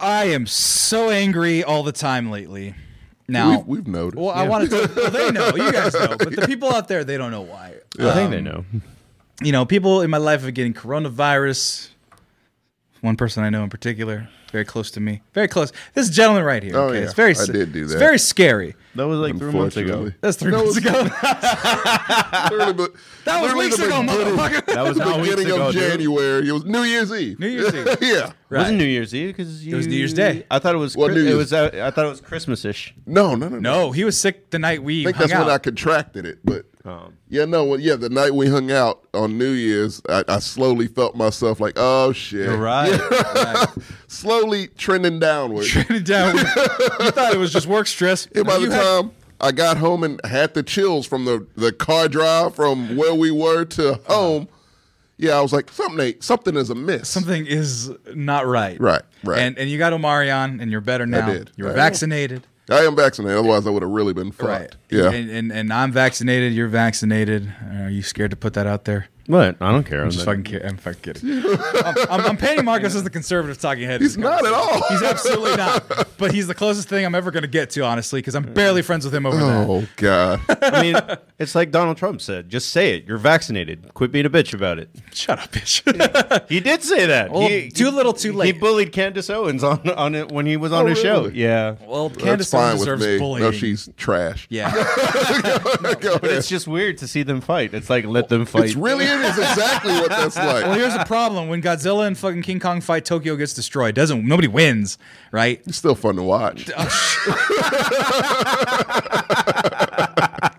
I am so angry all the time lately. Now,
We've- we've noticed.
Well, I wanted to. Well, they know. You
<laughs>
guys know. But the people out there, they don't know why.
I think they know.
You know, people in my life are getting coronavirus. One person I know in particular, very close to me, very close. This gentleman right here.
Oh,
okay,
yeah.
it's very.
I did do
it's
that.
very scary.
That was like three months ago.
Unfortunately.
That's three
No,
months
it's- <laughs>
ago.
Literally, but-
that was
literally
weeks
the
ago,
beginning- <laughs>
motherfucker.
That was
the
not weeks
beginning
ago,
of
dude.
January. It was New Year's Eve.
New Year's Eve.
<laughs> yeah.
Wasn't New Year's Eve because
was New Year's Day.
I thought it was.
What
Chri-
New
it
Year's-
was. uh, I thought it was Christmas-ish.
No, no, no,
No, he was sick the night we
I think
hung
that's
out.
when I contracted it. But yeah, no, well, yeah, the night we hung out on New Year's, I, I slowly felt myself like, oh shit, <laughs>
Right.
slowly trending downward.
Trinity down. you thought it was just work stress.
and by
You
the
had-
time I got home and had the chills from the the car drive from where we were to home. yeah, I was like, something ain't, something is amiss.
Something is not right.
Right, right.
And and you got Omarion, and you're better now.
did.
You're
I-
vaccinated.
I am vaccinated, otherwise I would have really been fucked. Yeah.
And, and and I'm vaccinated. You're vaccinated. Uh, Are you scared to put that out there?
What? I don't care. I'm
Just
not-
fucking kidding. I'm fucking kidding.
<laughs>
I'm, I'm, I'm painting Marcos as the conservative talking head. in
He's
this
not at
conversation.
all.
He's absolutely not. But he's the closest thing I'm ever going to get to, honestly, because I'm barely friends with him over that.
Oh God.
I mean, it's like Donald Trump said. Just say it. You're vaccinated. Quit being a bitch about it.
Shut up, bitch.
He did say that.
Well,
he,
too little, too
He
late.
bullied Candace Owens on on it when he was on
Oh,
her show.
really?
Yeah.
well,
That's
Candace
fine with
deserves
me.
bullying.
No, she's trash.
<laughs> yeah.
Go
But
ahead.
it's just weird to see them fight. It's like let them fight.
It's really it is exactly what
<laughs>
that's like.
Well, here's the problem: when Godzilla and fucking King Kong fight, Tokyo gets destroyed. Doesn't nobody wins, right?
It's still fun to watch.
<laughs>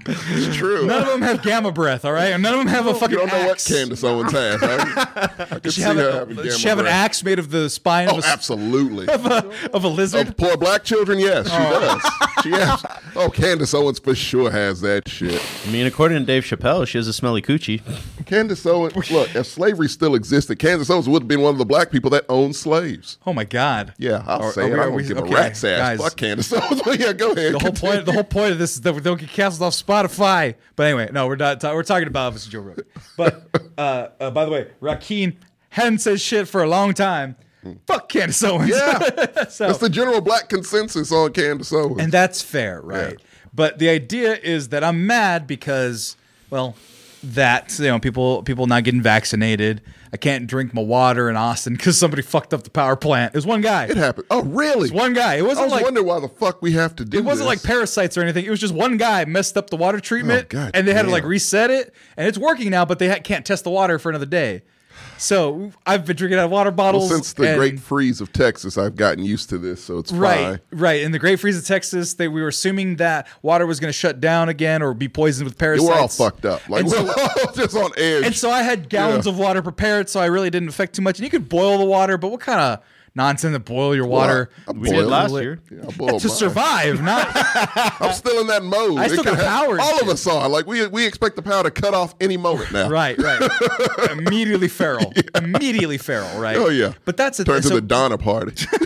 it's true.
None of them have gamma breath, all right, and none of them have a fucking.
you don't know
axe.
what Candace Owens has.
<laughs>
I, I could
Does she
see
have,
her
a,
having
does she
gamma
have an
brain.
axe made of the spine
Oh,
of, a, s- <laughs>
absolutely.
of a Oh. lizard?
Of poor black children, yes, she does. She
<laughs>
has. Oh, Candace Owens for sure has that shit.
I mean, according to Dave Chappelle, she has a smelly coochie.
Candace Owens, look, if slavery still existed, Candace Owens would have been one of the black people that owned slaves.
Oh my god!
Yeah, I'll
Are-
say
are
it.
we-
I
are
don't
we-
give
okay,
a rat's ass.
guys.
Fuck Candace <laughs> Owens. yeah, go ahead. <laughs>
The whole
continue.
point, the whole point of this is that we don't get canceled off Spotify. But anyway, no, we're not. Ta- we're talking about Elvis and Joe Rogan. But uh, uh, by the way, Rakeem hadn't said shit for a long time. Fuck Candace Owens.
Yeah.
<laughs> So-
That's the general black consensus on Candace Owens.
and that's fair, right? But the idea is that I'm mad because, well, that you know, people people not getting vaccinated. I can't drink my water in Austin because somebody fucked up the power plant. It was one guy.
it happened. Oh, really?
It's one guy. It
I
wasn't
was
like
wondering why the fuck we have to do
it wasn't like
this.
parasites or anything. It was just one guy messed up the water treatment,
Oh, God
and they had to like
damn.
reset it, and it's working now. But they ha- can't test the water for another day. So I've been drinking out of water
Well,
bottles
since the
and-
great freeze of Texas, I've gotten used to this, so it's
Right,
fine.
right. In the Great Freeze of Texas, they, we were assuming that water was going to shut down again or be poisoned with
Yeah,
parasites.
We're all fucked up. Like
and,
we're
so,
all <laughs> just on edge.
and so I had gallons
Yeah.
of water prepared, so I really didn't affect too much. And you could boil the water, but what kind of nonsense to boil your water?
I
We did
boiled
last
it.
year.
Yeah, I boiled
to
mine.
survive, not
I'm still in that mode.
I
It
still
could
got
hap-
power and
All
shit.
of us are. Like we we expect the power to cut off any moment now. <laughs>
right, right. Immediately feral, immediately feral, right?
Oh yeah.
But that's a
turns
so,
into Donna party. <laughs>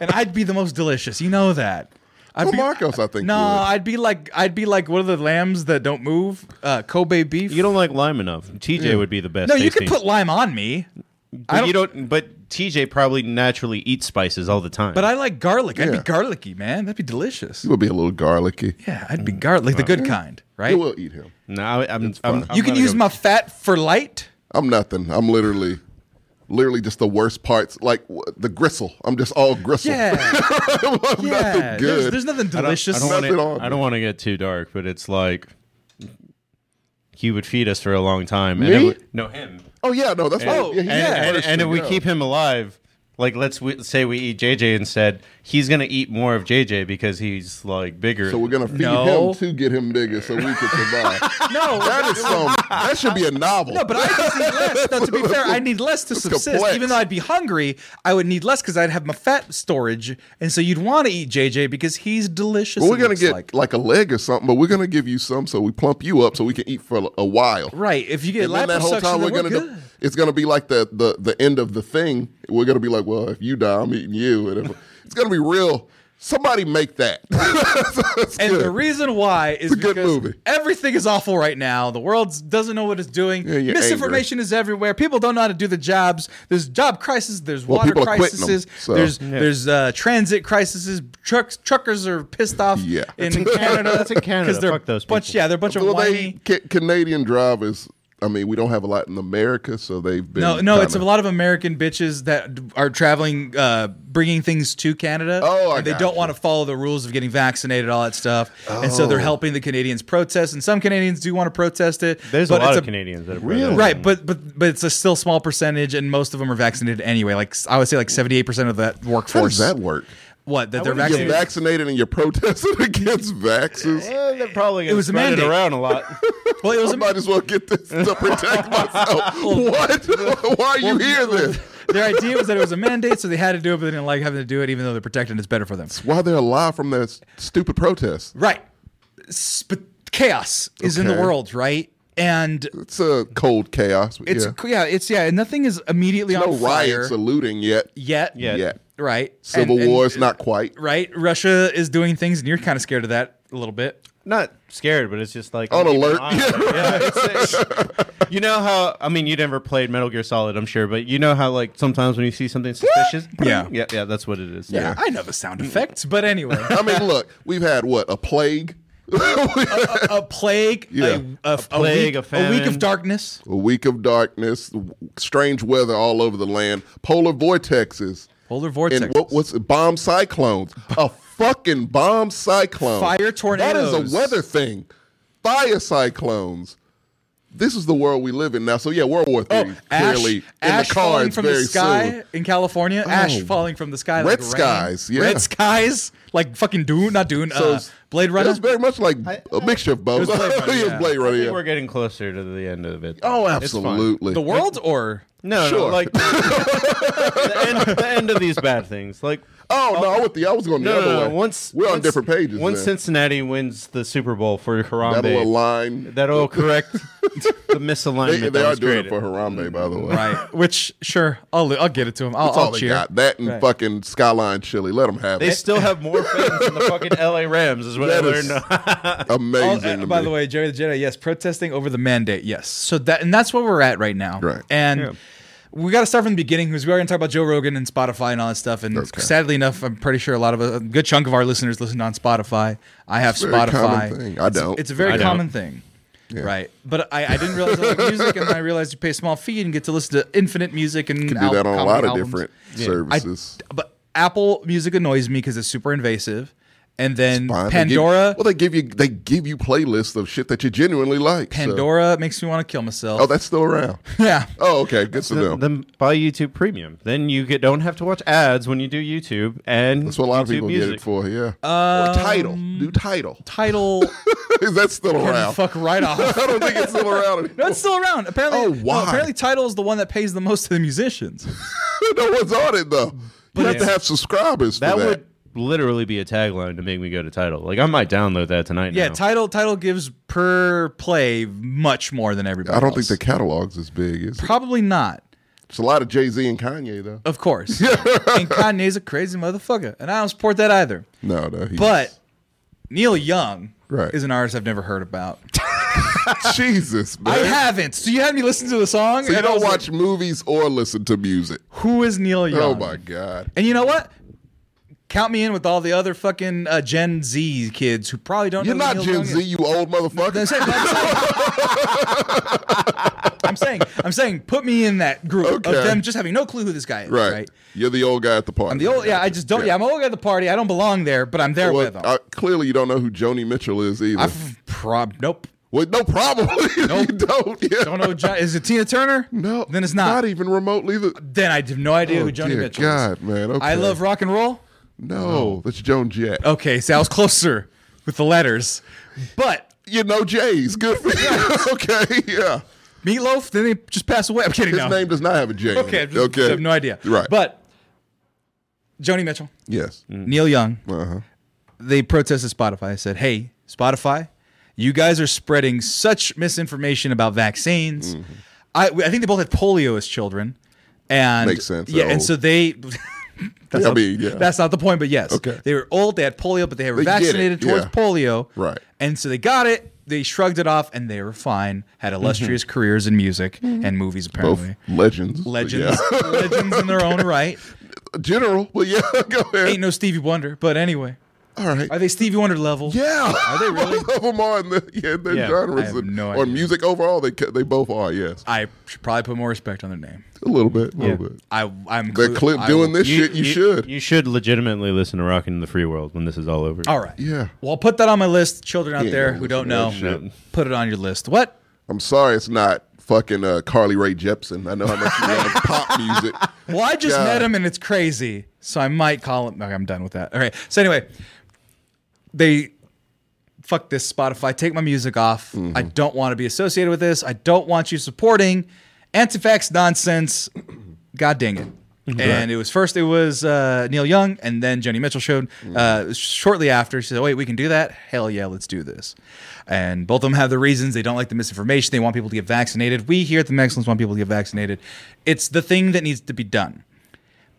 and I'd be the most delicious. You know that. I'd
Well,
be,
Marcos, I think.
no,
would.
I'd be like I'd be like one of the lambs that don't move, uh, Kobe beef.
You don't like lime enough. TJ would be the best.
No, you
tasting.
could put lime on me.
But
I don't-
you don't. But TJ probably naturally eats spices all the time.
But I like garlic. I'd be
Yeah.
garlicky, man. That'd be delicious.
He would be a little garlicky.
Yeah, I'd be
Mm.
garlic, like the good kind, right?
You will eat him.
no, I- I'm. I'm, I'm
you can
gonna
use
go-
my fat
<laughs>
for light.
I'm nothing. I'm literally, literally just the worst parts. Like w- the gristle. I'm just all gristle.
Yeah,
I'm
yeah.
nothing good.
There's, there's nothing
I don't-
delicious.
I don't,
Nothing on
want to. I
me.
don't want to get too dark, but it's like he would feed us for a long time. And
Me?
it would- no, him.
<laughs> oh yeah, no, that's
Oh,
right. Yeah, he's
And,
the
and,
worst
and if
thing,
we
yeah.
keep him alive, like let's w- say we eat JJ instead, he's gonna eat more of JJ because he's like bigger.
So we're gonna feed
No.
him to get him bigger, so we can survive.
<laughs> no,
that is some. That should be a novel.
no, but I just need less. Now, to be fair, I need less to subsist.
complex.
Even though I'd be hungry, I would need less because I'd have my fat storage, and so you'd want to eat JJ because he's delicious.
Well, we're
it
gonna
looks
get
like.
like. a leg or something, but we're gonna give you some so we plump you up so we can eat for a while.
right. If you get
And then that whole
liposuction,
time
then
we're
we're
gonna
good.
do, it's gonna be like the, the the end of the thing. We're gonna be like, well, if you die, I'm eating you, and if, it's gonna be real. Somebody make that. <laughs> That's
And
good.
the reason why is
a good
because
movie.
everything is awful right now. The world doesn't know what it's doing.
Yeah, you're
Misinformation is everywhere. People don't know how to do the jobs. There's job crises. There's
Well,
water
people are quitting 'em,
crises.
so-
There's there's uh, transit crises. Trucks truckers are pissed off.
Yeah.
<laughs>
That's
in Canada.
That's in
<laughs>
Canada.
they're
Fuck those
bunch.
people.
Yeah, they're a bunch of
well, they
whiny.
ca- Canadian drivers. I mean, we don't have a lot in America, so they've been
No, no, it's a
kinda-
lot of American bitches that are traveling, uh, bringing things to Canada.
Oh, I
and they
got
don't
you.
want to follow the rules of getting vaccinated, all that stuff. And so
Oh.
they're helping the Canadians protest, and some Canadians do want to protest it.
There's
but
a lot
it's
of Canadians that are
Really?
Right, but but but it's a still small percentage, and most of them are vaccinated anyway. Like I would say, like seventy eight percent of that
How does
workforce.
that work?
What that they're
wouldn't give
You're
vaccinated?
that-
vaccinated and you're protesting <laughs> against vaxxers.
Well, they're probably
It
gonna
was a
spread it
mandate.
around a lot.
well,
<laughs>
it was
I might as well get this to protect myself. what? <laughs> Why are you here then?
<laughs> their idea was that it was a mandate, so they had to do it, but they didn't like having to do it, even though they're protected. It's better for them.
Why they're alive from that stupid protest?
Right. S- But chaos is in the
Okay.
world, right? and
It's a cold chaos. but
it's
yeah.
yeah, it's yeah, and nothing is immediately on
no
fire
riots or looting yet.
yet.
Yeah.
Yet.
Right.
Civil
And- and-
war is not quite.
Right. Russia is doing things, and you're kind of scared of that a little bit.
Not scared, but it's just like
On
keep an
alert.
eye on it. Yeah, it's- it's- you know how I mean you never played Metal Gear Solid, I'm sure, but you know how like sometimes when you see something suspicious,
Yeah.
yeah, yeah, that's what it is.
Yeah, I know the sound
Mm.
effects, but anyway,
I mean, look, we've had what a plague,
a,
<laughs>
a plague,
Yeah.
a, a, a
plague,
week,
a
a week of
famine.
darkness.
a week of darkness, strange weather all over the land, polar vortexes,
Polar vortex.
and what, what's it, bomb cyclones, a fucking bomb cyclone,
Fire
That
tornadoes.
is a weather thing. Fire cyclones. This is the world we live in now. So yeah, World War Three
Oh, ash,
clearly
ash
in the
falling
cards
from
very
the sky
soon.
in California. Ash
Oh.
falling from the sky.
Red
like rain.
skies, yeah.
Red skies, like fucking Dune, not Dune. uh,
it's-
Blade Runner.
It's very much like a mixture of both.
It was Blade
<laughs>
Runner,
It was
yeah.
Blade
I
Runner,
think
Oh, yeah.
We're getting closer to the end of it.
Oh,
It's fine.
absolutely.
the world
<laughs>
or
No,
Sure.
no, like the, end, the end of these bad things. Like
Oh no, I was the I was going the
no,
other
no, no,
way.
Once
we're on
once-
different pages.
Once
then.
Cincinnati wins the Super Bowl for Harambe,
that'll align.
that'll
<laughs>
correct the misalignment.
They, they
that
are
was
doing
created.
it for Harambe, by the way.
right? Which sure, I'll I'll get it to him. I'll,
That's all
I'll
they
cheer.
got. That and
Right.
fucking Skyline Chili. Let them have
They
it.
still have more fans than the fucking LA Rams, is what I
That
learned.
is
Oh,
amazing.
and
to
by
me.
the way, Jerry the Jedi, yes, protesting over the mandate, yes. So that and that's where we're at right now.
Right.
And
Yeah.
we got to start from the beginning because we are going to talk about Joe Rogan and Spotify and all that stuff. And
Okay.
sadly enough, I'm pretty sure a lot of a good chunk of our listeners listen on Spotify. I have
a very
Spotify.
common thing. I
It's-
don't.
It's, a very
I don't.
common thing. Right, but I, I didn't realize
<laughs>
I like music, and then I realized you pay a small fee and get to listen to infinite music and
You can do that on a lot of different
I-
services.
but Apple Music annoys me because it's super invasive, and
Fine,
then
they give you-
Pandora.
well, they give you they give you playlists of shit that you genuinely like. so-
Pandora makes me want to kill myself.
Oh, that's still around.
yeah.
Oh, okay, good to
<laughs>
know.
then, then buy YouTube Premium. Then you get, don't have to watch ads when you do YouTube. And
That's what a lot of
YouTube
people get
music.
it for. Yeah. or
Um,
title. New title. <laughs>
<laughs> Title
that's still
can
around.
fuck right off.
<laughs> I don't think it's still
<laughs>
around.
No,
anymore. <laughs>
it's still around. Apparently,
Oh,
no,
why?
apparently, title is the one that pays the most to the musicians.
no one's on it though. You have to
it's-
have subscribers.
That
for that.
would literally be a tagline to make me go to title. Like I might download that tonight.
Yeah,
now.
title title gives per play much more than everybody.
I don't
else.
think the catalog's as big. Is it?
probably not.
It's a lot of Jay Z and Kanye though.
Of
<laughs>
course, and Kanye's a crazy motherfucker, and I don't support that either.
No, no. He's,
But Neil Young
Right.
is an artist I've never
<laughs>
heard about.
Jesus, man.
I haven't. So you had me listen to the song.
so you
and I
don't
was
watch
like,
movies or listen to music.
Who is Neil Young?
Oh my God.
And you know what? Count me in with all the other fucking uh, Gen Z kids who probably don't.
You're
know
not
who
Gen
Neil
Z,
Young is.
you old
I'm
motherfucker.
saying, I'm saying, <laughs> I'm saying, put me in that group
Okay.
of them just having no clue who this guy is. Right.
Right. You're the old guy at the party.
I'm the old. Yeah, I just don't. Yeah. I'm an old guy at the party. I don't belong there, but I'm there
Well,
with them.
I- clearly, you don't know who Joni Mitchell is either.
I've prob. Nope.
well, no, probably <laughs> you don't. Yeah.
Don't know. Jo- Is it Tina Turner?
No,
Then it's not.
Not even remotely. The,
then I have no idea
Oh,
who Joni
dear
Mitchell is.
God, man. Okay.
I love Oh. rock and roll.
No, that's Joan Jett.
Okay, so I was closer with the letters, but
You know J's. Good
<laughs>
for you. <laughs> okay, yeah.
Meatloaf. Then they just pass away. I'm kidding.
His
no.
name does not have a J. in
Okay,
it.
just, I have no idea.
Right.
But Mm. Joni Mitchell,
yes.
Neil Young,
Uh-huh.
they protested Spotify. I said, hey, Spotify, you guys are spreading such misinformation about vaccines.
Mm-hmm.
I, I think they both had polio as children. And
Makes sense,
Yeah,
they're
and
old.
so they. <laughs> that's,
I
not,
mean, yeah.
that's not the point, but yes.
Okay.
They were old, they had polio, but they were
They get it,
vaccinated towards
yeah.
polio.
Right.
And so they got it, they shrugged it off, and they were fine, had illustrious careers in music and movies,
Mm-hmm. Both
apparently.
legends. but
legends, <laughs> legends in their own right.
Yeah. General. Well, yeah, <laughs> go ahead.
Ain't no Stevie Wonder, but anyway,
All right.
are they Stevie Wonder level?
yeah.
Are they really?
Both of them are in the, yeah, in their
Yeah,
genres.
I have
and-
no
Or
idea.
music overall, they ca- they both are, yes.
I should probably put more respect on their name.
A little bit. A little
Yeah.
bit.
I, I'm
They're clear-
I
doing
will-
this shit, you, should.
You should legitimately listen to Rockin' in the Free World when this is all over.
All right.
Yeah.
Well, I'll put that on my list. Children out
ain't
there
gonna
who don't know,
listen
to that shit.
put it on your list. What?
I'm sorry it's not fucking uh, Carly Ray Jepsen. I know how much you like
<laughs>
pop music.
Well, I just
God.
met him and it's crazy, so I might call him. Okay, I'm done with that. All right. So anyway, they fuck this Spotify. Take my music off. I
Mm-hmm.
don't want to be associated with this. I don't want you supporting anti-vax nonsense. God dang it.
Mhm.
And it was first it was uh, Neil Young, and then Joni Mitchell showed
Mm.
uh, shortly after. She said, "Wait, we can do that? Hell yeah, let's do this!" And both of them have the reasons they don't like the misinformation. They want people to get vaccinated. We here at the Mexicans want people to get vaccinated. It's the thing that needs to be done.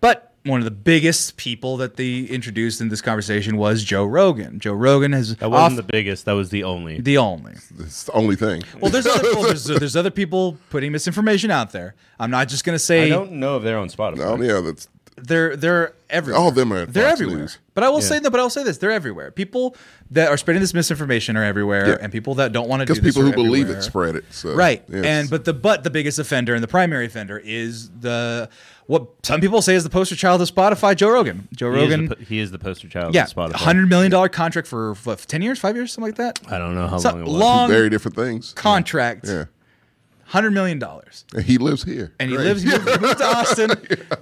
But one of the biggest people that they introduced in this conversation was Joe Rogan. Joe Rogan has
That wasn't
off-
the biggest. That was the only.
the only.
It's the only thing.
Well,
<laughs>
there's other, well, there's, there's other people putting misinformation out there. I'm not just gonna say
I don't know if they're on Spotify.
Oh, yeah, that's
they're they're everywhere.
All of them are at
they're
Fox
everywhere.
News.
But I will say no. But I will say this: they're everywhere. People that are spreading this misinformation are everywhere,
Yeah.
and people that don't want to do
because
this
people
are
who believe
everywhere.
it spread it. So
Right.
yes.
And but the but the biggest offender and the primary offender is the what some people say is the poster child of Spotify, Joe Rogan. Joe
He is,
Rogan.
the, po- he is the poster child
yeah,
of Spotify. Uh,
hundred million dollar contract for what, ten years, five years, something like that.
I don't know how
It's a
long it was.
long
very different things.
contract.
Yeah.
hundred million dollars.
And he lives here.
and he
Great.
lives here. He
<laughs>
moved to Austin,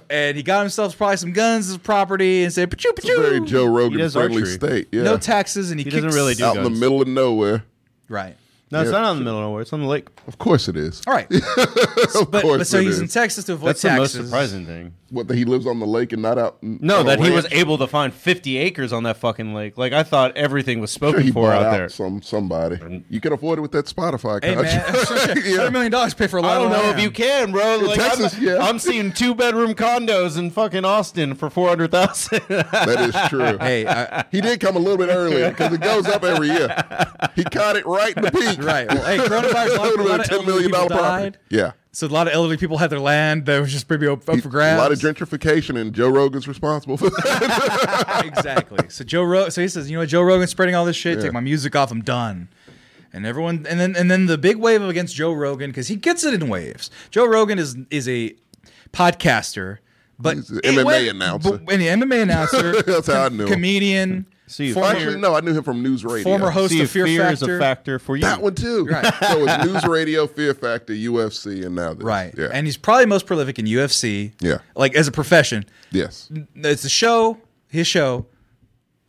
and he got himself probably some guns, his property, and said, "Pachoo,
It's a very
pachoo."
Joe Rogan
does
friendly
archery.
state. Yeah.
No taxes, and he,
He
kicks,
doesn't really do
out in the
guns.
middle of nowhere.
right.
No, it's not on the middle of nowhere. It's on the lake.
Of course it is. <laughs>
All right, but,
of
but
course
so
it
he's
is.
in Texas to avoid
That's
taxes.
the most surprising thing. Oh,
What that he lives on the lake and not out. in-
No,
on a
that he was
ranch?
able to find 50 acres on that fucking lake. Like I thought everything was
Sure,
spoken
<laughs> he
for
bought
out
out
there.
some somebody. You can afford it with that Spotify
Hey man,
contract.
<laughs> hundred million dollars pay for a lot.
I don't
of
know
land.
if you can, bro. Like,
Texas,
I'm,
yeah.
I'm seeing two bedroom condos in fucking Austin for 400,000.
<laughs> that is true.
<laughs> Hey, I,
He did come a little bit earlier because it goes up every
<laughs>
year. He caught it right in the peak.
right. Well, hey, coronavirus. A lot,
That
of-
would have
a lot of
been <laughs> a ten
elderly
million
people
dollar property.
died.
Yeah.
So a lot of elderly people had their land that was just maybe up, up for grabs.
A lot of gentrification, and Joe Rogan's responsible for <laughs> that.
<laughs> exactly. So Joe Rogan. So he says, you know, what, Joe Rogan's spreading all this shit.
Yeah.
Take my music off. I'm done. And everyone, and then and then the big wave against Joe Rogan because he gets it in waves. Joe Rogan is is a podcaster, but
He's an
it
MMA
went-
announcer.
b- and an
<laughs>
MMA announcer,
That's how I knew him.
comedian,
See,
former,
Actually, no, I knew him from News Radio.
former <laughs> host
See
of
if
Fear,
is
Factor,
a factor for you.
That one too.
Right.
<laughs> So it's News Radio, Fear Factor, UFC, and now this.
right?
Yeah.
And he's probably most prolific in UFC,
Yeah.
like as a profession.
yes.
it's a show, his show,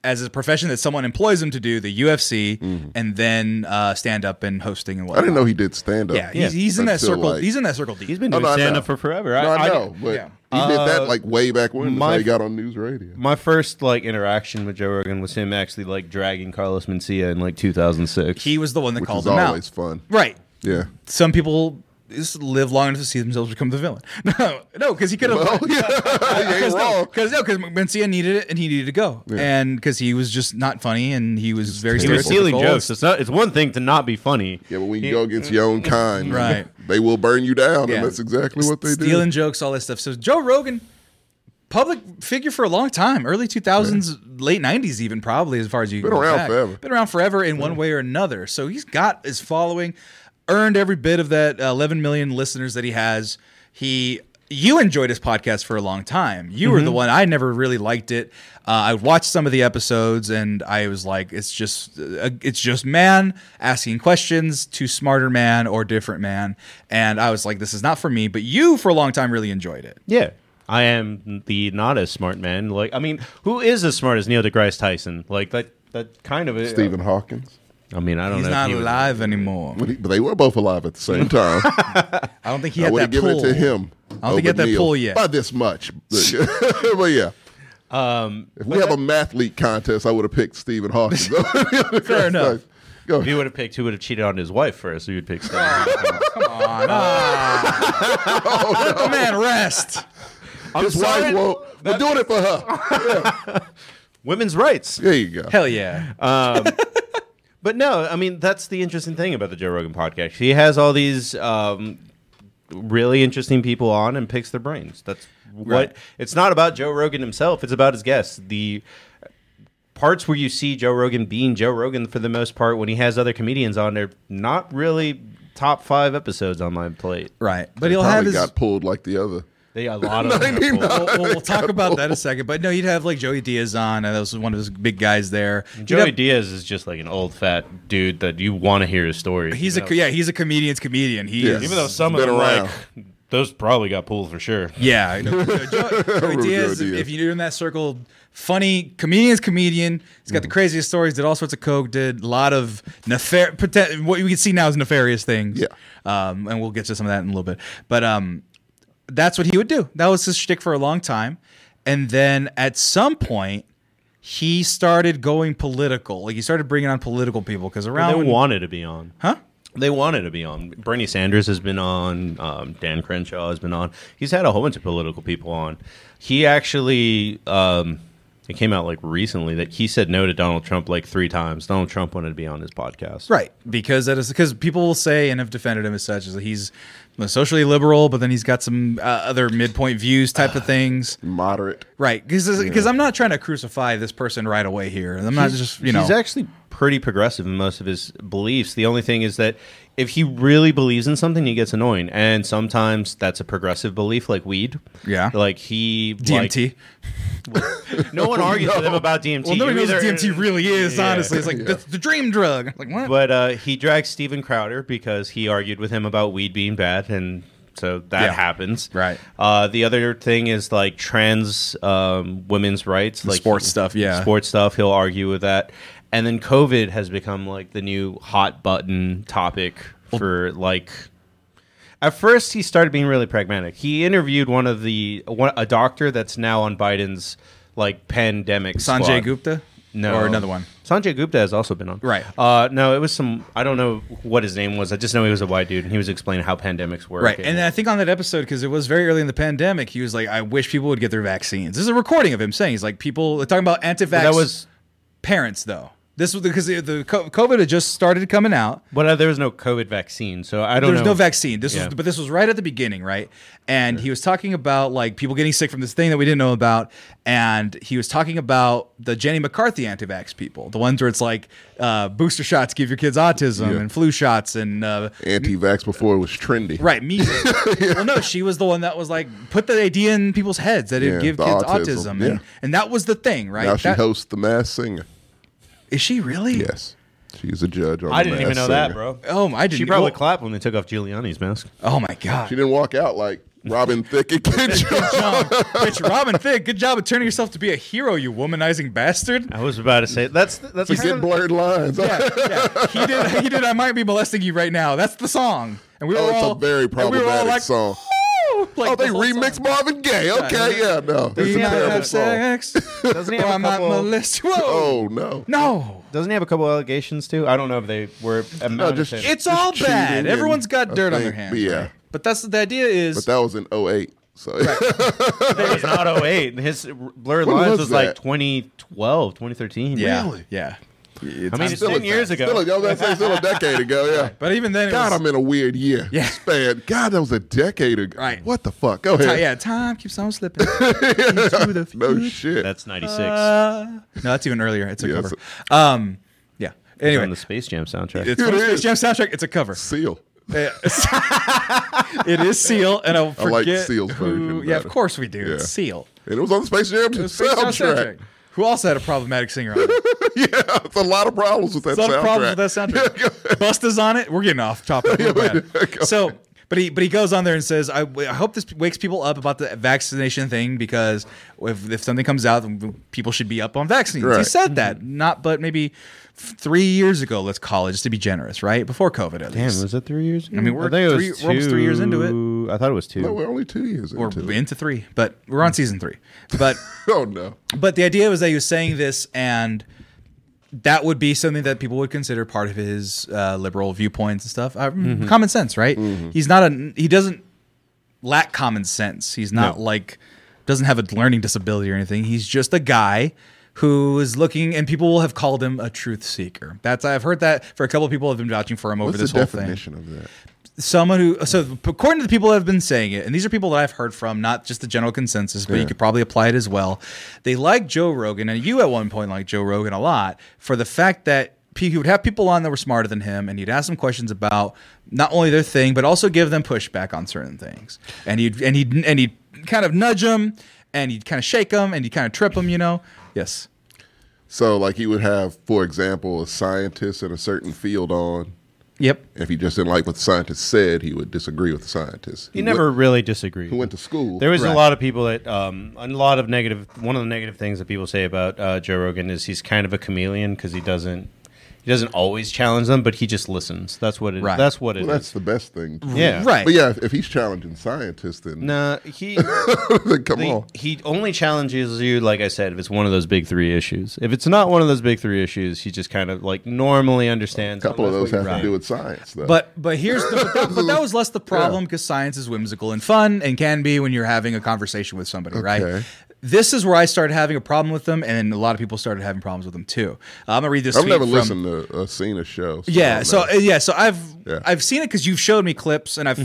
as a profession that someone employs him to do, the UFC, and then uh, stand up and hosting and
Mm-hmm. I
whatnot.
didn't know he did stand up.
Yeah, he's, he's in that
Until,
circle.
like-
he's in that circle deep.
He's been
Oh,
doing
no, I
stand
know.
up for forever.
No, I, know, but
yeah.
he did
Uh,
that like way back when. My,
my-
he got on News Radio.
my first like interaction with Joe Rogan was him actually like dragging Carlos Mencia in like 2006.
he was the one that
Which
called
is
him
always
out.
fun.
Right.
Yeah.
Some people just live long enough to see themselves become the villain. <laughs> No, no, because he could have. <laughs>
Well, <laughs> yeah. you ain't wrong.
Because no, because Mencia needed it and he needed to go, and because he was just not funny and he was very
He was
stereotypical.
stealing jokes. It's not. It's one thing to not be funny.
Yeah, but when you go against your own kind,
Right.
they will burn you down,
Yeah.
and that's exactly what they
stealing jokes, all that stuff. So Joe Rogan, public figure for a long time, early two thousands, late nineties, even probably as far as you
Been
can go
around
back.
forever.
Been around forever in one way or another. So he's got his following, earned every bit of that uh, eleven million listeners that he has. He. You enjoyed his podcast for a long time. You were the
Mm-hmm.
one I never really liked it. Uh, I watched some of the episodes, and I was like, "It's just, uh, it's just man asking questions to smarter man or different man." And I was like, "This is not for me." But you, for a long time, really enjoyed it.
Yeah. I am the not as smart man. Like, I mean, who is as smart as Neil deGrasse Tyson? Like that. That kind of.
do. Stephen Hawkins.
I mean, I don't
He's
know. if
not
he was-
alive anymore.
But, he, but they were both alive at the
<laughs>
same time.
I don't think he
I
had
would
that
have given
pull.
it to him.
I don't think
over
he had that
Neil
pull yet.
By this much. But, <laughs>
<laughs>
but yeah. Um, if we have a math league contest, I would have picked Stephen <laughs>
<laughs>
Hawkins. <laughs>
Fair enough.
Go
If you would have picked who would have cheated on his wife first, you would pick Stephen.
<laughs> Let the man rest.
His wife won't. We're doing it for her.
Women's rights.
There you go.
Hell yeah.
Uh,
But no, I mean that's the interesting thing about the Joe Rogan podcast. He has all these um, really interesting people on and picks their brains. That's what
Right.
it's not about Joe Rogan himself. It's about his guests. The parts where you see Joe Rogan being Joe Rogan for the most part when he has other comedians on, they're not really top five episodes on my plate.
right. But he'll have
Probably
his.
got pulled like the other.
They a <laughs> lot of them are full.
<laughs> We'll, we'll- we'll talk about that in a second. But no, you'd have like Joey Diaz on, and that was one of his big guys there. You'd
Joey
have-
Diaz is just like an old fat dude that you want to hear his story.
He's
even
a
though-
yeah. He's a comedian's comedian. He
Yeah.
is.
even though some of
Been
them
around.
like those probably got pulled for sure.
Yeah, I know. Joe, Joey
Joe
Diaz,
Diaz.
If you're in that circle, funny comedian's comedian. He's got the craziest stories. Did all sorts of coke. Did a lot of nefar. poten- What we can see now is nefarious things.
Yeah.
Um, and we'll get to some of that in a little bit. But um, that's what he would do. That was his shtick for a long time. And then at some point, he started going political. Like he started bringing on political people because around
They
when-
wanted to be on.
huh?
They wanted to be on. Bernie Sanders has been on. Um, Dan Crenshaw has been on. He's had a whole bunch of political people on. He actually, um, it came out like recently that he said no to Donald Trump like three times. Donald Trump wanted to be on his podcast.
Right, because that is because people will say and have defended him as such is that he's socially liberal, but then he's got some uh, other midpoint views type
Uh,
of things.
Moderate.
Right, because I'm not trying to crucify this person right away here. I'm not just you know
he's actually pretty progressive in most of his beliefs. The only thing is that if he really believes in something, he gets annoying, and sometimes that's a progressive belief, like weed.
Yeah.
like he like-
DMT.
no
<laughs>
one argues with him about DMT.
well, nobody
You
knows what
either-
DMT really is.
Yeah.
Honestly, it's like the, the dream drug. Like
<laughs>
what?
But uh, he dragged Steven Crowder because he argued with him about weed being bad, and so that
Yeah.
happens.
Right.
Uh, the other thing is like trans um, women's rights, like
sports stuff, yeah.
sports stuff. He'll argue with that, and then COVID has become like the new hot button topic for like. At first, he started being really pragmatic. He interviewed one of the one, a doctor that's now on Biden's like pandemic.
Sanjay
squad.
Gupta?
No.
Or another one.
Sanjay Gupta has also been on.
Right.
Uh, no, it was some. I don't know what his name was. I just know he was a white dude, and he was explaining how pandemics work.
Right. And I think on that episode, because it was very early in the pandemic, he was like, I wish people would get their vaccines. This is a recording of him saying, he's like, people talking about anti vax
that was.
parents, though. This was because the, the co- COVID had just started coming out.
But uh, there was no COVID vaccine, so I don't.
There was
know.
no vaccine. This
Yeah.
was, but this was right at the beginning, right? And he was talking about like people getting sick from this thing that we didn't know about, and he was talking about the Jenny McCarthy anti-vax people, the ones where it's like uh, booster shots give your kids autism
Yeah.
and flu shots and uh,
Anti-vax before it was trendy.
Right, me.
<laughs>
Well, no, she was the one that was like put the idea in people's heads that
Yeah,
it'd give
the
kids
autism,
autism,
yeah.
and, and that was the thing, right?
Now she
That-
hosts The Masked Singer.
is she really?
Yes. She's a judge on
I
The
didn't even
Masked
know that,
Singer.
bro.
Oh, I didn't.
She probably
well,
clapped when they took off Giuliani's mask.
oh my god.
She didn't walk out like Robin Thicke <laughs>
<laughs>
and Ken Jeong.
John, bitch, Robin Thicke, good job of turning yourself to be a hero, you womanizing bastard.
I was about to say that's that's
We get
kind of-
blurred lines.
Yeah, yeah. He did. He did. I might be molesting you right now. That's the song, and we
Oh,
were
it's
all
a very
and we were all
problematic
like,
song.
"Woo!" Like
Oh,
the
they
whole
remixed
song.
Marvin Gaye. Okay, yeah, no. It's
We
a
Yeah,
gotta
terrible
have
song.
sex.
<laughs>
Doesn't he have
or
a
I might
couple-
molest. Whoa.
Oh, no.
No.
Doesn't he have a couple allegations too? I don't know if they were. No,
just-
It's all
cheating
bad.
and-
Everyone's got
I
dirt on their
think-
hands.
but yeah.
right? But that's the idea
But
is
that was in 08. <laughs> So
it was not 08. His blurred
When
lines
was
was, like
that?
2012, 2013.
yeah,
Really?
yeah.
I mean, it's
Still
ten
a-
years ago.
Still, a- I was gonna say
<laughs>
still a decade ago, yeah.
But even then, it
God,
was-
I'm in a weird year
Yeah.
span. God, that was a decade ago.
Right.
What the fuck? Go ahead.
yeah, time keeps on <laughs> slipping. into <laughs> the
No
future.
shit.
That's 96.
No, that's even earlier. It's a
Yeah,
cover. Um, yeah.
on
Anyway,
the Space Jam soundtrack.
it's
It
from the Space
is.
Jam soundtrack. It's a <laughs> cover.
Seal.
<laughs> it is Seal, and I'll
I
forget.
like Seal's
who-
version
Yeah,
better.
of course we do.
Yeah.
It's Seal.
And it was on the Space Jam
The Space Jam
soundtrack.
soundtrack. Who also had a problematic singer on it.
<laughs> yeah, it's a lot of problems with that
There's a
soundtrack.
lot of problems
<laughs>
with that soundtrack. Busta's on it. We're getting off topic. real bad. so, but he but he goes on there and says, I, I hope this wakes people up about the vaccination thing because if, if something comes out, then people should be up on vaccines. He
Right. Mm-hmm.
said that not but maybe f- three years ago. Let's call it just to be generous, right before COVID at
Damn,
least.
was it three years? I
mean, we're three- we're almost three years into it.
it. I thought it was two.
No, we're only two years
We're
into it. Mm.
into three, but we're on season three.
<laughs>
But
Oh no.
but the idea was that he was saying this and that would be something that people would consider part of his uh, liberal viewpoints and stuff. Uh,
Mm-hmm.
Common sense, right? He's not a he doesn't lack common sense. He's not
No.
like doesn't have a learning disability or anything. He's just a guy who is looking, and people will have called him a truth seeker. That's I've heard that for a couple of people have been vouching for him over
What's
this
the
whole thing
definition of that?
someone who so according to the people that have been saying it and these are people that i've heard from not just the general consensus but you could probably apply it as well they like joe rogan and you at one point liked joe rogan a lot for the fact that he would have people on that were smarter than him and he'd ask them questions about not only their thing but also give them pushback on certain things and he'd and he'd and he'd kind of nudge them and he'd kind of shake them and he'd kind of trip them you know yes
So like he would have, for example, a scientist in a certain field on.
yep
If he just didn't like what the scientist said, he would disagree with the scientist.
He
Who
never
went-
really disagreed.
who went to school.
There was
Right.
a lot of people that um, a lot of negative. One of the negative things that people say about uh, Joe Rogan is he's kind of a chameleon because he doesn't. He doesn't always challenge them, but he just listens. That's what it.
Right.
That's what it is.
Well, that's the best thing.
Yeah.
Right.
But yeah, if, if he's challenging scientists, then,
Nah, he
then <laughs> come
the-
on.
he only challenges you, like I said, if it's one of those big three issues. If it's not one of those big three issues, he just kind of like normally
A
understands.
couple of
that's
those
what you're
have to do with science, though.
But but here's the, but, that, but that
<laughs>
was less the problem because science is whimsical and fun and can be when you're having a conversation with somebody, right?
Okay.
This is where I started having a problem with them, and a lot of people started having problems with them too. I'm gonna read this.
I've
tweet
never
from-
listened to a seen a show. so I
Yeah,
don't
so
know.
uh, yeah, so I've
Yeah.
I've seen it because you've showed me clips, and I've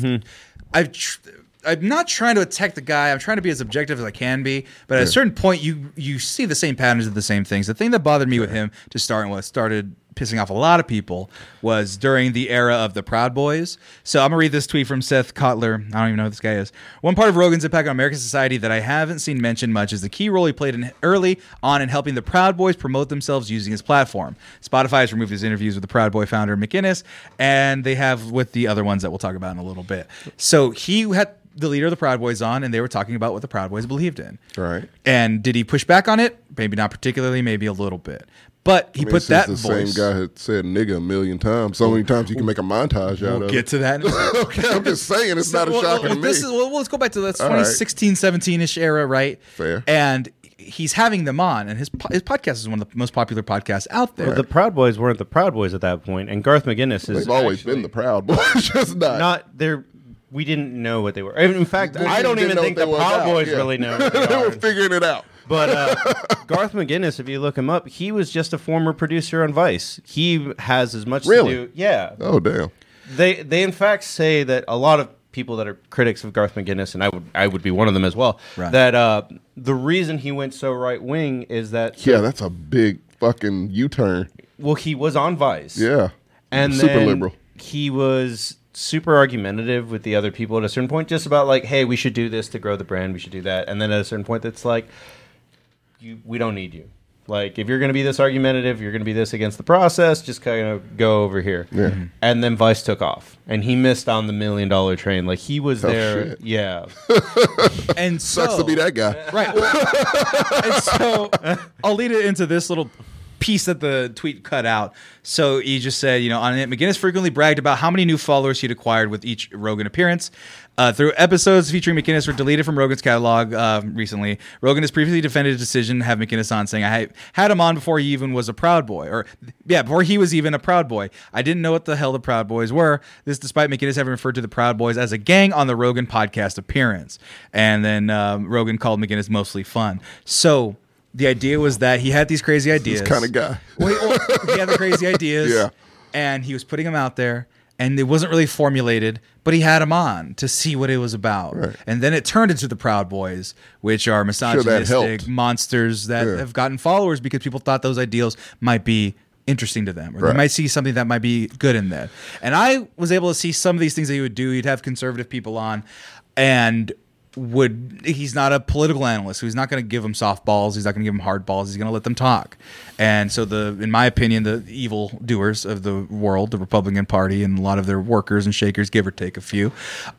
I've tr- I'm not trying to attack the guy. I'm trying to be as objective as I can be. But at a certain point, you you see the same patterns of the same things. The thing that bothered me with him to start and what started pissing off a lot of people was during the era of the Proud Boys. So I'm gonna read this tweet from Seth Kotler. I don't even know who this guy is. One part of Rogan's impact on American society that I haven't seen mentioned much is the key role he played in early on in helping the Proud Boys promote themselves using his platform. Spotify has removed his interviews with the Proud Boy founder McInnes, and they have with the other ones that we'll talk about in a little bit. So he had the leader of the Proud Boys on, and they were talking about what the Proud Boys believed in.
Right.
And did he push back on it? Maybe not particularly. Maybe a little bit. But he
I mean,
put
since
that
the
voice.
same guy had said nigga a million times. So many times you can make a montage out
We'll
of
get
it.
to that. in a second.
<laughs> okay, I'm just saying it's not a
well,
shocker
well,
to me.
this is- well, let's go back to that
All right.
2016, 17 ish era, right?
Fair.
And he's having them on, and his po- his podcast is one of the most popular podcasts out there.
But the Proud Boys weren't the Proud Boys at that point, and Garth McGinnis is
They've always
actually
been the proud <laughs> boys, just not.
not there. We didn't know what they were. In fact,
We
I don't
didn't
even
know
think
what
the
they were
Proud
about,
Boys
yeah.
really
<laughs>
know. what they
they were
are.
figuring it out.
But
<laughs>
uh, Garth McGinnis, if you look him up, he was just a former producer on Vice. He has as much
Really?
to do. Yeah,
Oh damn.
they they in fact say that a lot of people that are critics of Garth McGinnis, and I would I would be one of them as well.
Right.
That uh, the reason he went so right wing is that
Yeah, that's a big fucking U-turn.
well he was on Vice.
Yeah.
and
super
then
liberal.
He was super argumentative with the other people at a certain point, just about like, hey, we should do this to grow the brand, we should do that, and then at a certain point, that's like, you, we don't need you. Like, if you're going to be this argumentative, you're going to be this against the process. Just kind of go over here.
Yeah. Mhm.
And then Vice took off, and he missed on the million dollar train. Like he was there.
shit. <laughs>
Yeah.
<laughs> and so,
Sucks to be that guy. <laughs>
Right. well, and so I'll lead it into this little piece that the tweet cut out. So he just said, you know, on it, McGinnis frequently bragged about how many new followers he'd acquired with each Rogan appearance. Uh, through episodes featuring McGinnis were deleted from Rogan's catalog um, recently. Rogan has previously defended his decision to have McGinnis on, saying, I had him on before he even was a Proud Boy. Or, yeah, before he was even a Proud Boy. I didn't know what the hell the Proud Boys were. This despite McGinnis having referred to the Proud Boys as a gang on the Rogan podcast appearance. And then um, Rogan called McGinnis mostly fun. So the idea was that he had these crazy ideas.
Kind of guy.
Well, he, well, he had the crazy ideas.
Yeah.
And he was putting them out there, and it wasn't really formulated, but he had them on to see what it was about. And then it turned into the Proud Boys, which are misogynistic
helped.
monsters that
Yeah.
have gotten followers because people thought those ideals might be interesting to them or
Right.
they might see something that might be good in that. And I was able to see some of these things that he would do. He'd have conservative people on and would he's not a political analyst, so he's not going to give them softballs, he's not going to give them hard balls, he's going to let them talk. And so the in my opinion the evil doers of the world, the Republican Party and a lot of their workers and shakers give or take a few,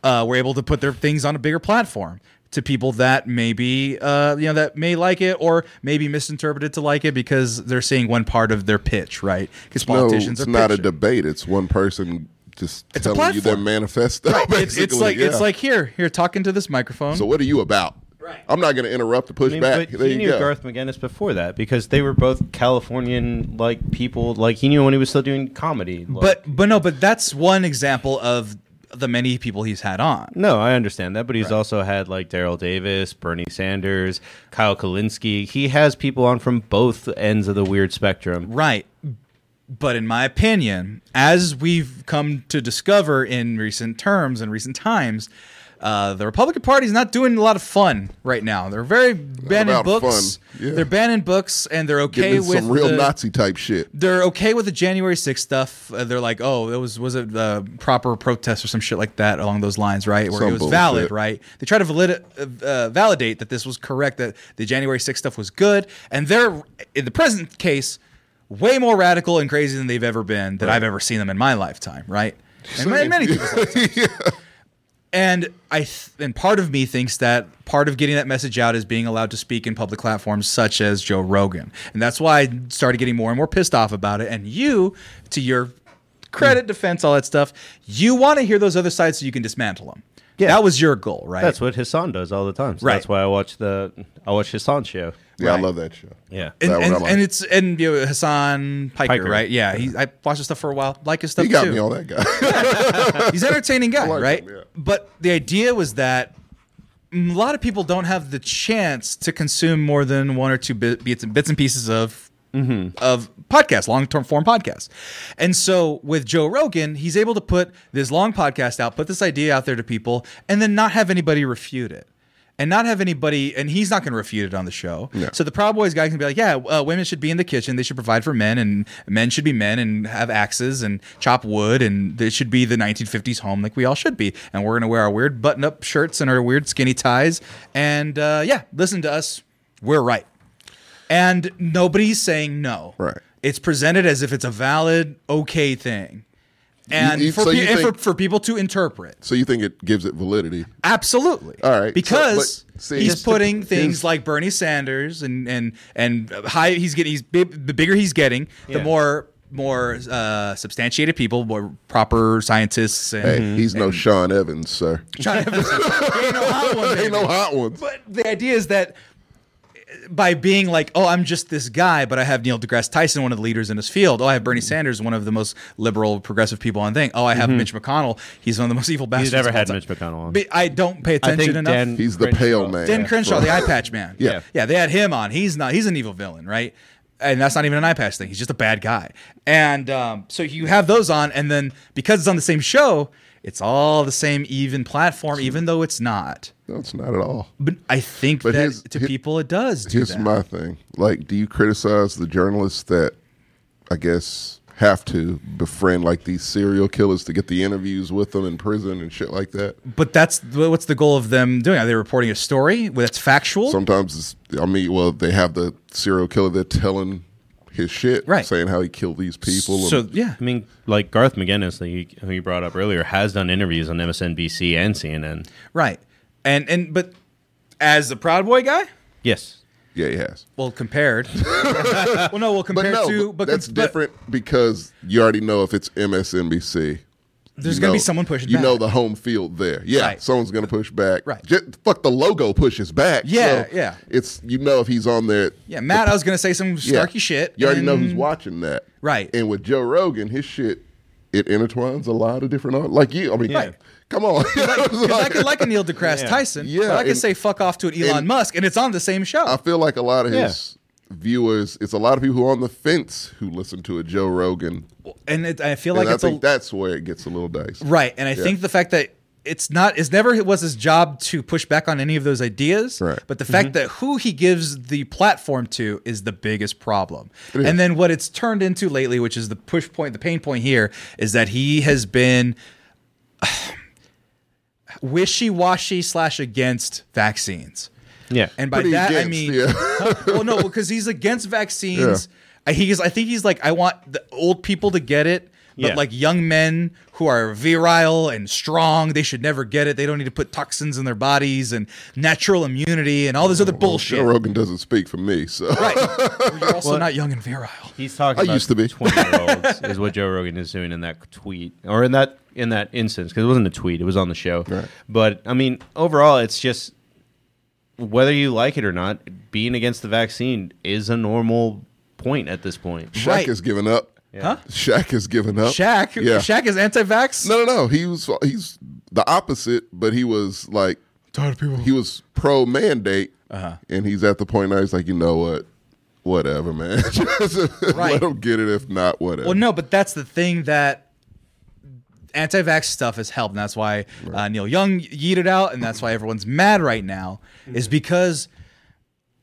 uh, were able to put their things on a bigger platform to people that maybe uh, you know that may like it or maybe misinterpreted to like it because they're seeing one part of their pitch, right? Because
No,
politicians
it's
are
not a
pitching.
debate. It's one person just
a
telling you their
platform.
manifesto.
It's, it's
basically,
like
yeah.
it's like here, here talking to this microphone.
So what are you about?
Right.
I'm not going to interrupt the push
I mean,
back.
But
there
he
you
knew
go.
Garth McGinnis before that because they were both Californian like people. Like he knew when he was still doing comedy. Like,
but but no, but that's one example of the many people he's had on.
No, I understand that, but he's also had like Daryl Davis, Bernie Sanders, Kyle Kalinske. He has people on from both ends of the weird spectrum.
Right. But in my opinion, as we've come to discover in recent terms and recent times, uh, the Republican Party is not doing a lot of fun right now. They're very banning
about
books.
fun. Yeah.
They're banning books, and they're okay
Getting into
with
some real
the-
Nazi type shit.
they're okay with the January 6th stuff. Uh, they're like, oh, it was was it uh, proper protest or some shit like that along those lines, right? Where
Some
it was
bullshit.
valid, right? They try to valid- uh, uh, validate that this was correct, that the January 6th stuff was good, and they're in the present case way more radical and crazy than they've ever been that I've ever seen them in my lifetime, right? And ma- many people's lifetimes. And I th- and part of me thinks that part of getting that message out is being allowed to speak in public platforms such as Joe Rogan. And that's why I started getting more and more pissed off about it. And you, to your credit, defense, all that stuff, you want to hear those other sides so you can dismantle them.
Yeah.
That was your goal, right?
That's what Hassan does all the time. So
Right.
That's why I watch the I watch Hassan show.
Yeah, I
Right.
love that show.
Yeah.
and,
that what
and,
I like.
and it's and you know, Hassan Piker,
Piker.
right? Yeah, he, I watched his stuff for a while, like his stuff
He got
too.
me on that guy. <laughs>
<laughs> He's an entertaining guy,
like
right?
him, yeah.
But the idea was that mm, a lot of people don't have the chance to consume more than one or two bit, bits, bits and pieces of
Mm-hmm.
of podcasts, long term form podcasts. And so with Joe Rogan, he's able to put this long podcast out, put this idea out there to people, and then not have anybody refute it. And not have anybody, and he's not going to refute it on the show. So the Proud Boys guy can be like, "Yeah, uh, women should be in the kitchen. They should provide for men, and men should be men and have axes and chop wood, and it should be the 1950s home like we all should be. And we're going to wear our weird button-up shirts and our weird skinny ties. And uh, yeah, listen to us. We're right." and nobody's saying no.
Right.
It's presented as if it's a valid, okay thing, and,
You- you-
for,
so
pe-
you
and for
think-
for people to interpret.
so you think it gives it validity?
Absolutely.
All right. So,
Because
but see-
he's
Just to-
putting things
his-
like Bernie Sanders and and and high. He's getting. He's big, the bigger he's getting, the
Yeah.
more more uh, substantiated people, more proper scientists Mm-hmm. and.
Hey,
<laughs>
he's no Sean Evans, sir.
John Evans. Ain't no hot one,
Ain't
baby.
no hot ones.
But the idea is that by being like, oh, I'm just this guy, but I have Neil deGrasse Tyson, one of the leaders in his field. Oh, I have
Mm-hmm.
Bernie Sanders, one of the most liberal, progressive people on thing. Oh, I have Mitch McConnell. He's one of the most evil bastards.
He's never
of all
had
time.
Mitch McConnell on.
But I don't pay attention enough.
He's the pale man.
Dan Crenshaw,
from-
the eye patch man.
Yeah.
yeah, they had him on. He's not. He's an evil villain, right? And that's not even an eye patch thing. He's just a bad guy. And um, so you have those on, and then because it's on the same show, it's all the same even platform, even though it's not.
No, it's not at all.
But I think
But
that
here's-
to
he-
people it does do
Here's
that.
my thing. Like, do you criticize the journalists that I guess have to befriend like these serial killers to get the interviews with them in prison and shit like that?
but that's what's the goal of them doing? Are they reporting a story that's factual?
Sometimes it's I mean, well, they have the serial killer they're telling his shit,
Right.
saying how he killed these people. and-
so yeah,
I mean, like Garth McGinnis, that you- who you brought up earlier, has done interviews on MSNBC and CNN.
right. And and but as the Proud Boy guy,
Yes.
yeah, he has. <laughs>
well, compared. well, no, well,
But
compared
no,
to
but
but
that's
but
different because you already know if it's MSNBC.
There's
you
gonna be
know-
someone pushing.
You
back.
know the home field there. Yeah,
Right.
someone's gonna push back.
Right.
Just, fuck the logo pushes back. so
Yeah, yeah.
It's you know if he's on there.
yeah, Matt. I was gonna say some
yeah.
snarky shit.
You already know
and-
who's watching that.
Right.
And with Joe Rogan, his shit it intertwines a lot of different art. Like you, I mean, come on.
<laughs> 'Cause I could like a Neil deGrasse
Yeah.
Tyson,
Yeah,
but I could
and-
say fuck off to an Elon
and-
Musk, and it's on the same show.
<laughs> I feel like a lot of
Yeah.
his viewers, it's a lot of people who are on the fence who listen to a Joe Rogan.
and it, I feel
And
like
I
it's a
think that's where it gets a little dicey.
Right. And I think the fact that it's not it's never it was his job to push back on any of those ideas.
Right.
But the fact that who he gives the platform to is the biggest problem.
is.
And then what it's turned into lately, which is the push point, the pain point here, is that he has been <sighs> wishy washy slash against vaccines.
Yeah.
And by
Pretty
that I
against,
mean,
yeah.
<laughs> well, no, because he's against vaccines. I He's, I think he's like, I want the old people to get it, but
Yeah.
like young men who are virile and strong, they should never get it. They don't need to put toxins in their bodies and natural immunity and all this
Oh,
other bullshit.
Joe Rogan doesn't speak for me, so
Right. Well, you're also
Well-
not young and virile.
He's talking.
I
about
used to
<laughs>
be.
twenty-year-olds is what Joe Rogan is doing in that tweet or in that in that instance because it wasn't a tweet; it was on the show.
Right.
But I mean, overall, it's just whether you like it or not, being against the vaccine is a normal point at this point.
Shaq
Right.
has given up.
Huh?
Shaq has given up.
Shaq,
Yeah.
Shaq is anti-vax.
No, no, no. He was he's the opposite, but he was like
tired of people.
he was pro mandate,
Uh-huh.
and he's at the point now. He's like, you know what? Whatever, man. <laughs> Just
Right.
Let him get it. If not, whatever.
Well, no, but that's the thing that anti-vax stuff has helped, and that's why uh, Neil Young yeeted out, and that's why everyone's mad right now, is because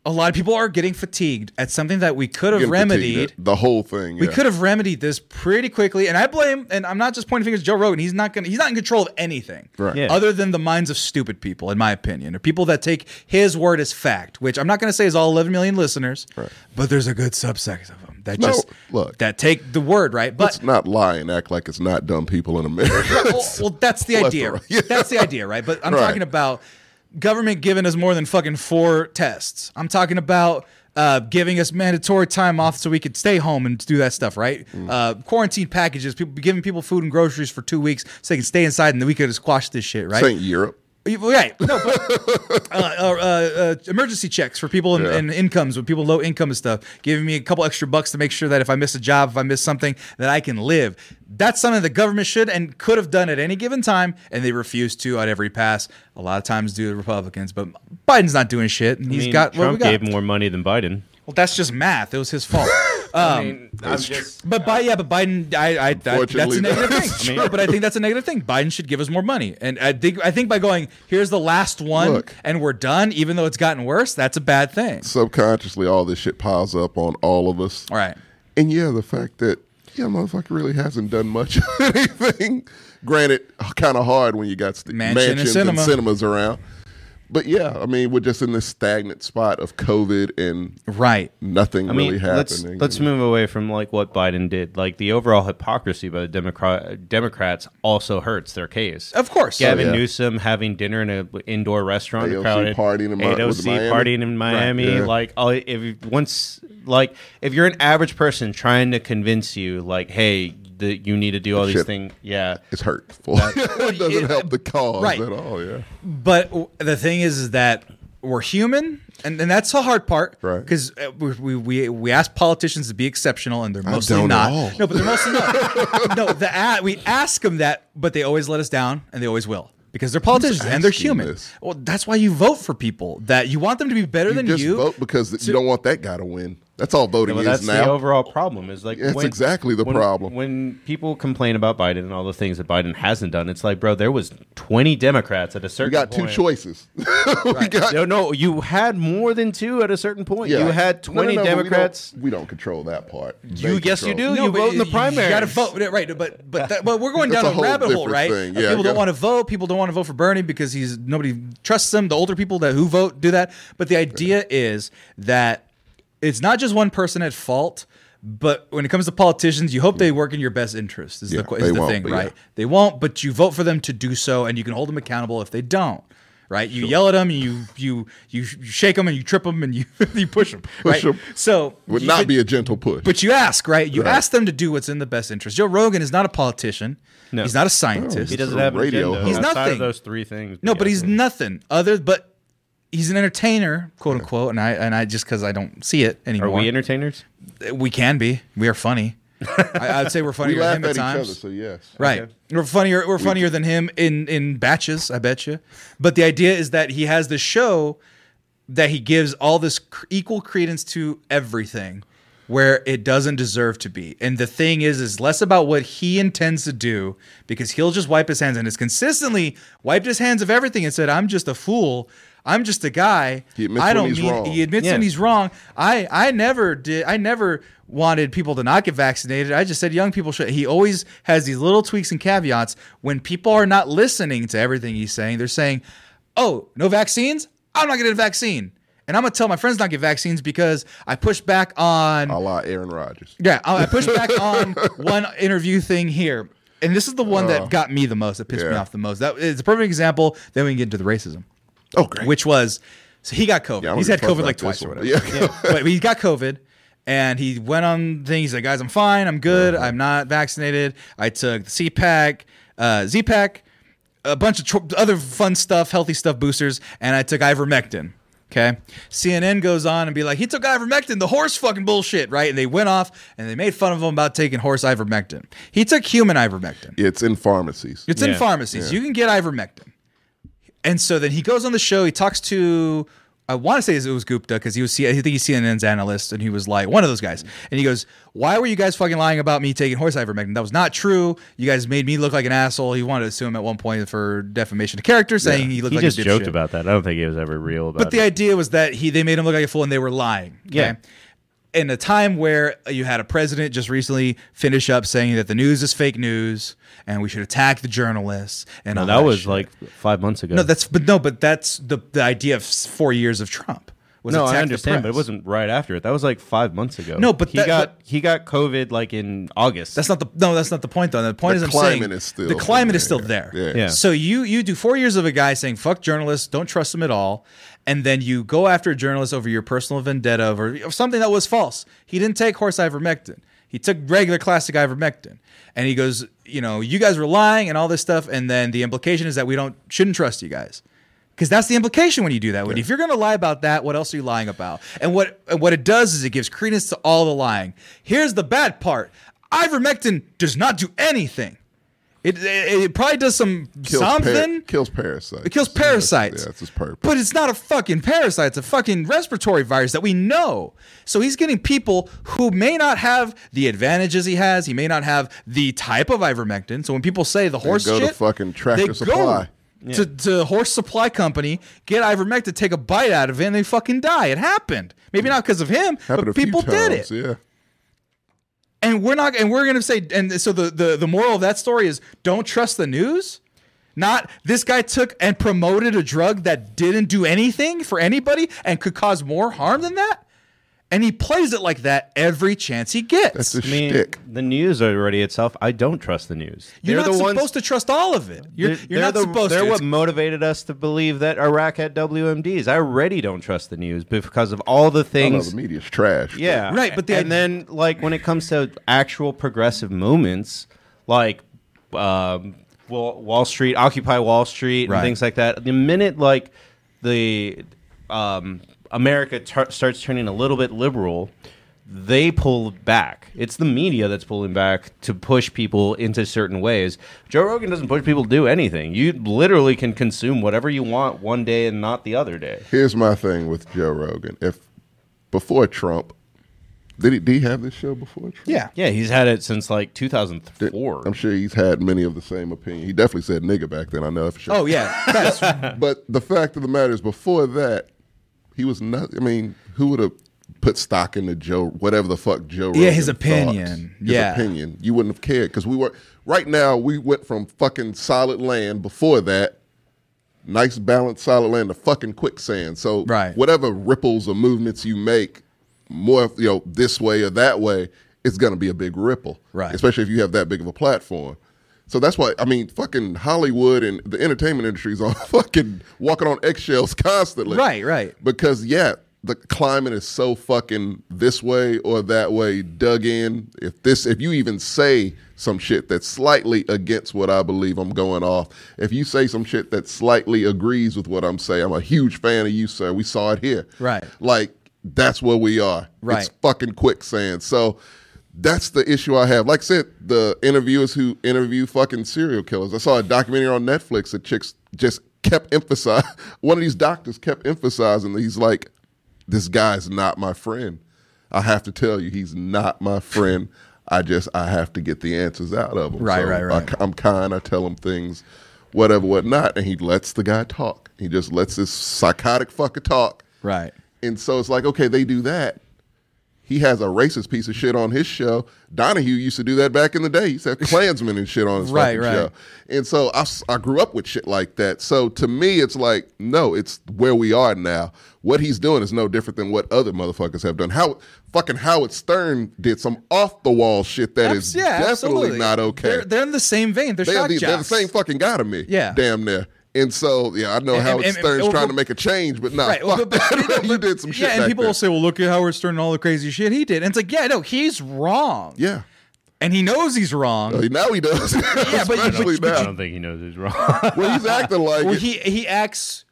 a lot of people are getting fatigued at something that we could have
Getting
remedied.
fatigued. the whole thing.
We could have remedied this pretty quickly, and I blame. And I'm not just pointing fingers at Joe Rogan. He's not gonna. He's not in control of anything,
Right.
Yeah.
other than the minds of stupid people, in my opinion, or people that take his word as fact. Which I'm not gonna say is all 11 million listeners, but there's a good subsect of them That
No,
just
look.
that take the word right, but
Let's not lie and act like it's not dumb people in
<laughs>
America.
well, well, that's the idea.
plethora. Yeah.
That's the idea, right? But I'm
Right.
talking about government giving us more than fucking four tests. I'm talking about uh, giving us mandatory time off so we could stay home and do that stuff, right? Uh, quarantine packages, people giving people food and groceries for two weeks so they can stay inside and then we could just squash this shit, right?
Saint Europe.
Right. No,
<laughs>
but uh, uh, uh, emergency checks for people in,
Yeah.
in incomes, with people low income and stuff, giving me a couple extra bucks to make sure that if I miss a job, if I miss something, that I can live. That's something the government should and could have done at any given time, and they refuse to at every pass. A lot of times, do the Republicans, but Biden's not doing shit, and
I
he's
mean,
got what we
Trump
got.
gave more money than Biden.
well, that's just math. It was
<laughs>
his fault. Um,
I'm just
but Bi- yeah, but Biden, I, I, I that's
Unfortunately,
a negative
that's
thing.
true.
No, but I think that's a negative thing. Biden should give us more money, and I think I think by going here's the last one
Look.
and we're done, even though it's gotten worse, that's a bad thing.
Subconsciously, all this shit piles up on all of us.
All right,
And yeah, the fact that yeah, motherfucker really hasn't done much <laughs> of anything. Granted, kind of hard when you got st-
Mansion and
mansions
cinema.
and cinemas around. But yeah, I mean, we're just in this stagnant spot of COVID and
right.
nothing
I mean,
really
let's
happening.
let's move away from like what Biden did. Like the overall hypocrisy by the Democrat Democrats also hurts their case.
Of course.
Gavin
yeah.
Newsom having dinner in an indoor restaurant,
AOC
crowded,
partying in Mi- was it
AOC
Miami?
partying in Miami.
yeah.
Like, all- if you- once, like, if you're an average person trying to convince you, like, hey, that you need to do all these
Shit.
things, yeah,
it's hurtful. <laughs> it doesn't help the cause
right.
at all. Yeah,
But w- the thing is, is that we're human, and, and that's the hard part,
Right.
Because we, we- we we ask politicians to be exceptional, and they're mostly
don't at
not.
all.
No, but they're mostly not. <laughs> no, the a we ask them that, but they always let us down, and they always will. Because they're politicians and they're
asking
human.
this?
Well, that's why you vote for people that you want them to be better than
just
you.
vote because you don't want that guy to win. That's all voting
Well, that's
is
the
now.
overall problem. Is like
That's
when-
exactly the
when-
problem.
When people complain about Biden and all the things that Biden hasn't done, it's like, bro, there was twenty Democrats at a certain.
we got two
point.
choices. <laughs> we got
No, no, you had more than two at a certain point. You had
No, no,
twenty
no, but we don't-
Democrats.
We don't, control that part.
You-
They
yes, you
control-
do. you
but
vote in the
You got to
primaries.
vote, right? But but that, but we're going
That's
down
a
a,
whole
rabbit hole,
different
right?
thing.
Of
Yeah,
people don't
yeah.
want to vote. People don't want to vote for Bernie because he's nobody trusts him. The older people that who vote do that. But the idea is that it's not just one person at fault. But when it comes to politicians, you hope they work in your best interest. Is
Yeah,
the, qu-
they
is the
won't,
thing,
but yeah.
right? They won't, but you vote for them to do so, and you can hold them accountable if they don't. Right? You yell at them, and you you you sh- you shake them, and you trip them, and you <laughs> you push them. Right?
'em.
So
Would
you-
not
but-
be a gentle push.
but you ask, right? You
Right.
ask them to do what's in the best interest. Joe Rogan is not a politician.
No.
He's not a scientist.
He
does-
doesn't have an
radio
agenda
host. He's
outside
nothing.
of those three things.
no,
yeah.
but he's nothing other. But he's an entertainer, quote unquote. And I and I just because I don't see it
Are
anymore.
we entertainers?
we can be. We are funny.
<laughs>
I, I would say we're
we
funnier than
laugh
him
at
at,
each
times.
other, so yes.
Right.
Okay.
We're funnier we're funnier than him in in batches, I bet you. But the idea is that he has this show that he gives all this cr- equal credence to everything where it doesn't deserve to be. And the thing is is less about what he intends to do because he'll just wipe his hands and has consistently wiped his hands of everything and said I'm just a fool. I'm just a guy.
He admits
I
when
don't
he's
mean
wrong.
he admits when
Yeah.
he's wrong. I I never did. I never wanted people to not get vaccinated. I just said young people should. He always has these little tweaks and caveats when people are not listening to everything he's saying. They're saying, "Oh, no vaccines? I'm not getting a vaccine." And I'm gonna tell my friends not to get vaccines because I pushed back on
A la Aaron Rodgers.
yeah, I I pushed back on one interview thing here, and this is the one that got me the most. That pissed me
yeah.
off the most. That is a perfect example. Then we can get into the racism.
Oh, great.
Which was so he got COVID.
I don't
He's
give
had
a fuck
COVID
about
like
this
twice or
one.
whatever.
Yeah.
but he got COVID. And he went on things. He's like, guys, I'm fine. I'm good.
Uh-huh.
I'm not vaccinated. I took the CPAC, uh, ZPAC, a bunch of tr- other fun stuff, healthy stuff, boosters, and I took ivermectin. Okay. CNN goes on and be like, he took ivermectin, the horse fucking bullshit, right? And they went off and they made fun of him about taking horse ivermectin. He took human ivermectin.
It's in pharmacies.
It's in
Yeah.
pharmacies. You can get ivermectin. And so then he goes on the show. He talks to, I want to say it was Gupta because he was, C- I think he's CNN's analyst, and he was like one of those guys. And he goes, "Why were you guys fucking lying about me taking horse ivermectin? That was not true. You guys made me look like an asshole." He wanted to sue him at one point for defamation of character, saying he looked
He
like
just
a dipshit.
joked about that. I don't think he was ever real about
But the
it.
idea was that he they made him look like a fool and they were lying. okay?
Yeah.
In a time where you had a president just recently finish up saying that the news is fake news and we should attack the journalists and all
No, that was
shit.
like five months ago.
no that's but no but that's the the idea of s- four years of Trump was
no,
attacked
I
the
understand, but it
press.
wasn't right after it. That was like five months ago.
No, but
he
that-
got
but-
he got COVID like in August.
That's not the no. That's not the point though. The point
The
is, I'm saying
climate is still
the climate is
there.
still there.
Yeah.
Yeah.
So you you do four years of a guy saying fuck journalists, don't trust them at all, and then you go after a journalist over your personal vendetta over or something that was false. He didn't take horse ivermectin. He took regular classic ivermectin, and he goes, you know, you guys were lying and all this stuff, and then the implication is that we don't shouldn't trust you guys. Because that's the implication when you do that. When if you're going to lie about that, what else are you lying about? And what and what it does is it gives credence to all the lying. Here's the bad part: ivermectin does not do anything. It it, it probably does some
Kills par-
something.
kills parasites.
it kills
Yeah, that's-
parasites.
Yeah, that's his purpose.
But it's not a fucking parasite. It's a fucking respiratory virus that we know. So he's getting people who may not have the advantages he has. He may not have the type of ivermectin. So when people say the horse
go to
shit,
fucking Tractor Supply.
to, to horse supply company, get ivermectin, take a bite out of it, and they fucking die. It happened. Maybe not because of him,
Hmm. Happened
but
a few
people did it.
times, Yeah.
And we're not. And we're gonna say. And so the, the the moral of that story is don't trust the news. Not this guy took and promoted a drug that didn't do anything for anybody and could cause more harm than that. And he plays it like that every chance he gets.
That's the
I mean,
shtick.
the news already itself. I don't trust the news.
you're
They're
not
the
supposed
ones,
to trust all of it. You're,
they're-
you're
they're
not
the-
supposed
They're
to.
what motivated us to believe that Iraq had WMDs. I already don't trust the news because of all the
I know
things
the media's trash. but-
Yeah.
Right, but the
and
id-
then like when it comes to actual progressive movements, like um, Wall, Wall Street, Occupy Wall Street,
Right.
and things like that. The minute like the um, America tur starts turning a little bit liberal. They pull back. It's the media that's pulling back to push people into certain ways. Joe Rogan doesn't push people to do anything. You literally can consume whatever you want one day and not the other day.
Here's my thing with Joe Rogan. If before Trump, did he, did he have this show before Trump?
yeah.
Yeah, he's had it since like 2004.
I'm sure he's had many of the same opinion. He definitely said nigga back then. I know that for sure.
Oh yeah. That's <laughs>
But the fact of the matter is, before that, he was not. I mean, who would have put stock into Joe, whatever the fuck Joe?
Yeah,
Rogan
his
thought,
opinion.
his
Yeah.
opinion. You wouldn't have cared because we were right now. We went from fucking solid land before that, nice balanced solid land to fucking quicksand. So
Right.
whatever ripples or movements you make, more you know this way or that way, it's gonna be a big ripple.
Right.
Especially if you have that big of a platform. So that's why I mean, fucking Hollywood and the entertainment industry is on <laughs> fucking walking on eggshells constantly.
Right, right.
Because yeah, the climate is so fucking this way or that way, dug in. If this, if you even say some shit that's slightly against what I believe, I'm going off. If you say some shit that slightly agrees with what I'm saying, I'm a huge fan of you, sir. We saw it here.
Right.
Like that's where we are.
Right.
It's fucking quicksand. So. That's the issue I have. Like I said, the interviewers who interview fucking serial killers. I saw a documentary on Netflix that chicks just kept emphasizing. <laughs> One of these doctors kept emphasizing that he's like, this guy's not my friend. I have to tell you, he's not my friend. I just I have to get the answers out of him.
Right, right, right.
I, am kind. I tell him things, whatever, whatnot, and he lets the guy talk. He just lets this psychotic fucker talk.
right.
And so it's like, okay, they do that. He has a racist piece of shit on his show. Donahue used to do that back in the day. He
<laughs>
used to have Klansmen and shit on his
Right,
fucking show.
right.
And so I, s- I grew up with shit like that. So to me, it's like, no, it's where we are now. What he's doing is no different than what other motherfuckers have done. How fucking Howard Stern did some off the wall shit that is
Abs- yeah,
definitely
absolutely.
not okay.
They're, they're in the same vein. They're,
They are
shock
the, they're the
jocks.
same fucking guy to me.
Yeah.
Damn near. And so, yeah, I know
And-
Howard
and- and-
Stern's
well,
trying
well-
to make a change, but nah,
Right.
fuck
well,
<laughs>
but, but,
that.
you know,
you
but-
did some shit.
Yeah, and
back
people
then.
will say, well, look at Howard Stern and all the crazy shit he did. And it's like, yeah, no, he's wrong.
Yeah.
And he knows he's wrong.
Uh, Now he does. <laughs>
<laughs> Yeah, but- but-
Especially
but
I
<laughs>
now.
don't think he knows he's wrong.
well, he's acting like
well,
it.
he he acts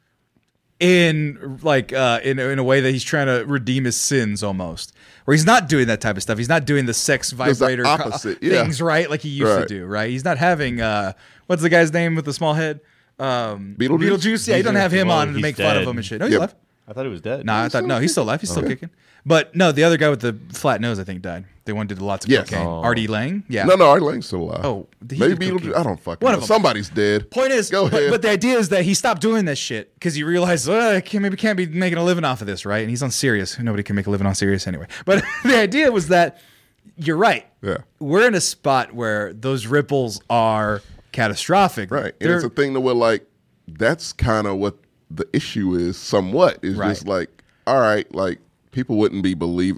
in like uh in in a way that he's trying to redeem his sins almost. Where he's not doing that type of stuff. He's not doing the sex
the
vibrator co-
opposite, yeah.
things, right? Like he used
Right.
to do, right? He's not having uh what's the guy's name with the small head? Um
Beetlejuice?
Yeah, you don't have him
Well,
on to
he's
make fun of
dead.
him and shit. No, he's
Yep.
left.
I thought he was dead.
No, I thought no, he's still alive. He's still kicking. But no, the other guy with the flat nose, I think, died. They wanted to do lots of
Yes.
cocaine.
Oh.
Artie Lang, yeah.
no, no, Art Lang's still alive.
Oh, he
maybe
did
Beetlejuice.
Cookie.
I don't fucking
One
know.
of 'em.
Somebody's dead.
Point is,
go
but,
ahead.
but the idea is that he stopped doing this shit because he realized "Oh, I can't, maybe can't be making a living off of this, right? And he's on Sirius. Nobody can make a living on Sirius anyway. But <laughs> the idea was that you're right.
Yeah.
We're in a spot where those ripples are catastrophic.
right, and
They're-
it's a thing that we're like, that's kind of what the issue is. Somewhat is
Right.
just like all right, like people wouldn't be believe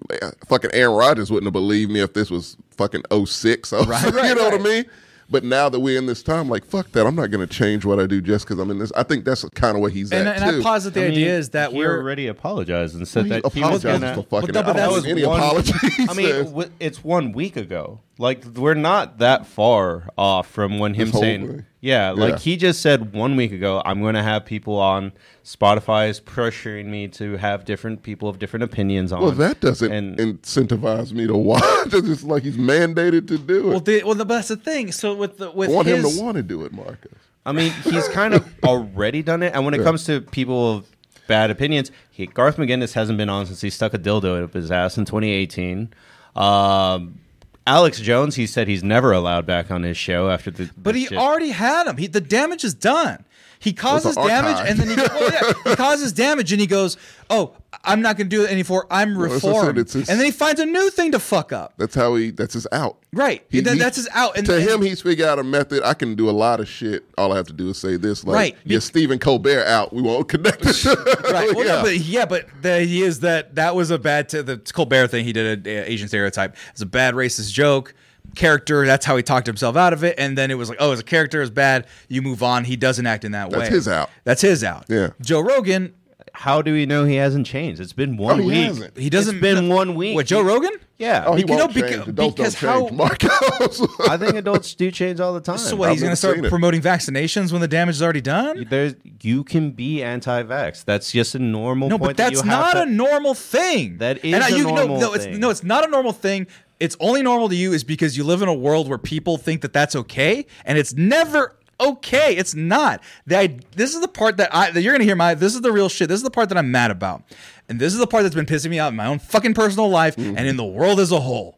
fucking Aaron Rodgers wouldn't have believed me if this was fucking 06. <laughs> Right, you
right,
know what I
right.
mean? But now that we're in this time, like fuck that, I'm not gonna change what I do just because I'm in this. I think that's kind of what he's
And,
at
and I
too.
posit the
I mean,
idea is that
he
we're
already apologized and said
He
that he was
apologizes
gonna-
for fucking.
But no,
it. I
but
don't
that
know
was
any
one-
apologies.
I mean, w- it's one week ago. Like we're not that far off from when him
This whole
saying,
thing.
yeah, like
Yeah.
he just said one week ago, I'm going to have people on. Spotify is pressuring me to have different people of different opinions on.
Well, that doesn't
And
incentivize me to <laughs> watch. It's just like he's mandated to do it.
well, the, well, the, but that's the thing. So with the with
I want
his,
him to want to do it, Marcus.
I mean, he's kind
<laughs>
of already done it. And when it comes to people of bad opinions, he, Garth McGinnis hasn't been on since he stuck a dildo up his ass in 2018. Um, Alex Jones, he said he's never allowed back on his show after the.
But
the
he
shit.
already had him. He, the damage is done. He causes
an archive.
damage, and then he, well, yeah,
<laughs>
he causes damage, and he goes, "Oh, I'm not going to do it anymore. I'm
that's what I said.
reformed."
It's his-
and then he finds a new thing to
<laughs>
fuck up.
That's how he. That's his out.
Right.
He-
That-
he-
that's his out. And-
to
and-
him, he's figured out a method. I can do a lot of shit. All I have to do is say this. Like,
Right.
Yeah, Stephen Colbert out. We won't connect. <laughs>
Right. Well,
Oh, yeah.
yeah. but yeah, but the, he is that. That was a bad. T- the Colbert thing he did, a, a Asian stereotype. It's a bad racist joke. Character. That's how he talked himself out of it. And then it was like, oh, as a character is bad. You move on. He doesn't act in that way.
his out.
That's his out.
Yeah.
Joe Rogan.
How do we know he hasn't changed? It's been one
he
week.
hasn't.
Oh, He doesn't.
It's been one week.
What Joe Rogan?
Yeah.
<laughs>
oh, he
You know,
won't
beca-
change. Adults
because
don't change.
how-
Marcos.
I think adults do change all the time. Uh,
So what? He's going
never
to start
seen it.
promoting vaccinations when the damage is already done?
There's, you can be anti-vax. That's just a normal.
No,
point
but
that
that's
you have
not
to-
a normal thing.
That is
And I-
a
you- no,
normal
no, it's,
thing.
No, it's not a normal thing. It's only normal to you is because you live in a world where people think that that's okay, and it's never okay. It's not. The I, this is the part that I that you're going to hear my. This is the real shit. This is the part that I'm mad about, and this is the part that's been pissing me out in my own fucking personal life
Mm-hmm.
and in the world as a whole.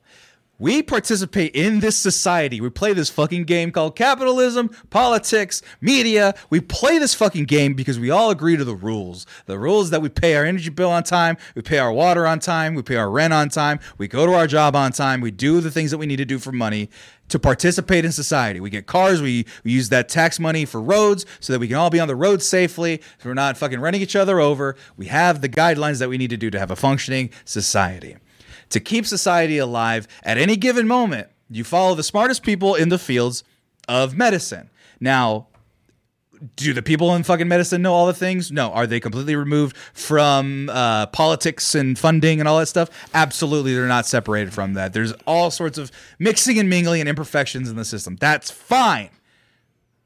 We participate in this society. We play this fucking game called capitalism, politics, media. We play this fucking game because we all agree to the rules. The rules that we pay our energy bill on time, we pay our water on time, we pay our rent on time, we go to our job on time, we do the things that we need to do for money to participate in society. We get cars, we, we use that tax money for roads so that we can all be on the road safely, so we're not fucking running each other over. We have the guidelines that we need to do to have a functioning society to keep society alive at any given moment, you follow the smartest people in the fields of medicine. Now, do the people in fucking medicine know all the things? No. Are they completely removed from uh, politics and funding and all that stuff? Absolutely, they're not separated from that. There's all sorts of mixing and mingling and imperfections in the system. That's fine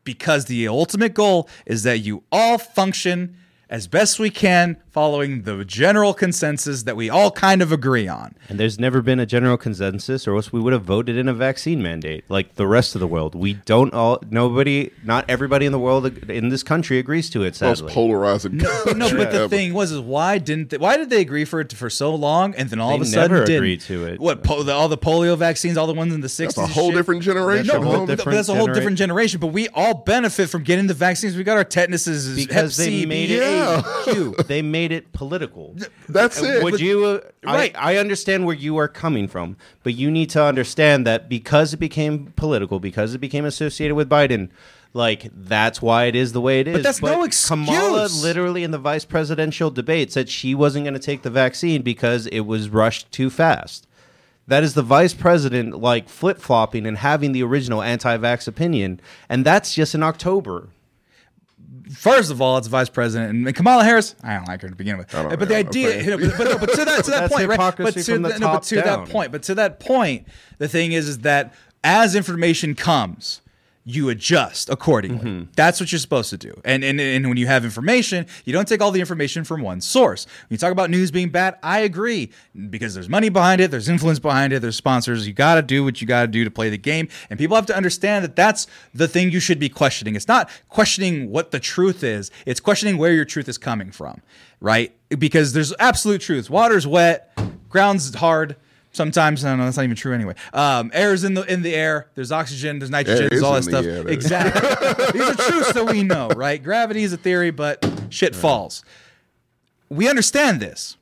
because the ultimate goal is that you all function as best we can following the general consensus that we all kind of agree on.
And there's never been a general consensus, or else we would have voted in a vaccine mandate like the rest of the world. We don't all, nobody, not everybody in the world ag- in this country agrees to it.
most
Sadly,
polarizing.
But no, but
country
the
ever.
thing was, is why didn't they, why did they agree for it for so long, and then all
They
of a sudden
never
didn't?
agreed to it.
What po- the, all the polio vaccines, all the ones in the sixties,
It's a whole different generation.
No,
a whole
but
different
that's a whole
genera-
different generation. But we all benefit from getting the vaccines. We got our tetanuses
because
Hep
they
C,
made
B,
it,
Yeah.
<laughs>
they made it political.
That's
And
it.
Would
But-
you? uh,
Right.
I, I understand where you are coming from, but you need to understand that because it became political, because it became associated with Biden, like that's why it is the way it is.
that's no
Kamala
excuse.
literally in the vice presidential debate said she wasn't going to take the vaccine because it was rushed too fast. That is the vice president like flip flopping and having the original anti-vax opinion, and that's just in October.
First of all, it's vice president, and Kamala Harris. I don't like her to begin with. But the
yeah,
idea,
okay.
you know, but, but, no, but to that to
<laughs>
that
That's
point, right? But
hypocrisy
to,
from the
that- no, but
top
to that
down.
point, but to that point, the thing is, is that as information comes, you adjust accordingly. That's what you're supposed to do. And, and and when you have information, you don't take all the information from one source. When you talk about news being bad, I agree because there's money behind it, there's influence behind it, there's sponsors. You got to do what you got to do to play the game, and people have to understand that that's the thing you should be questioning. It's not questioning what the truth is; it's questioning where your truth is coming from, right? Because there's absolute truth. Water's wet, ground's hard. Sometimes I don't know. That's not even true anyway. Um, air is in the in the air. There's oxygen. There's nitrogen.
Air
There's
is
all that
in the
stuff.
air, that is.
exactly.
<laughs>
These are truths that we know, right? Gravity is a theory, but shit falls. We understand this.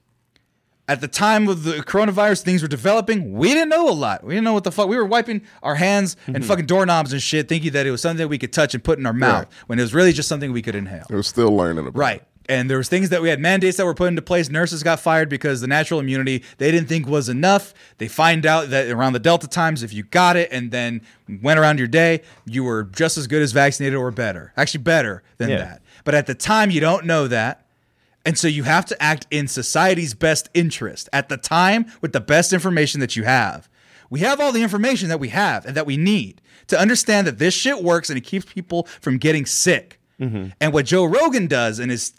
At the time of the coronavirus, things were developing. We didn't know a lot. We didn't know what the fuck. We were wiping our hands
Mm-hmm.
and fucking doorknobs and shit, thinking that it was something that we could touch and put in our mouth, when it was really just something we could inhale.
We're still learning about. it.
Right. and there was things that we had mandates that were put into place. Nurses got fired because the natural immunity they didn't think was enough. They find out that around the Delta times, if you got it and then went around your day, you were just as good as vaccinated or better. Actually, better than
Yeah.
that. But at the time, you don't know that. And so you have to act in society's best interest at the time with the best information that you have. We have all the information that we have and that we need to understand that this shit works and it keeps people from getting sick. And what Joe Rogan does and is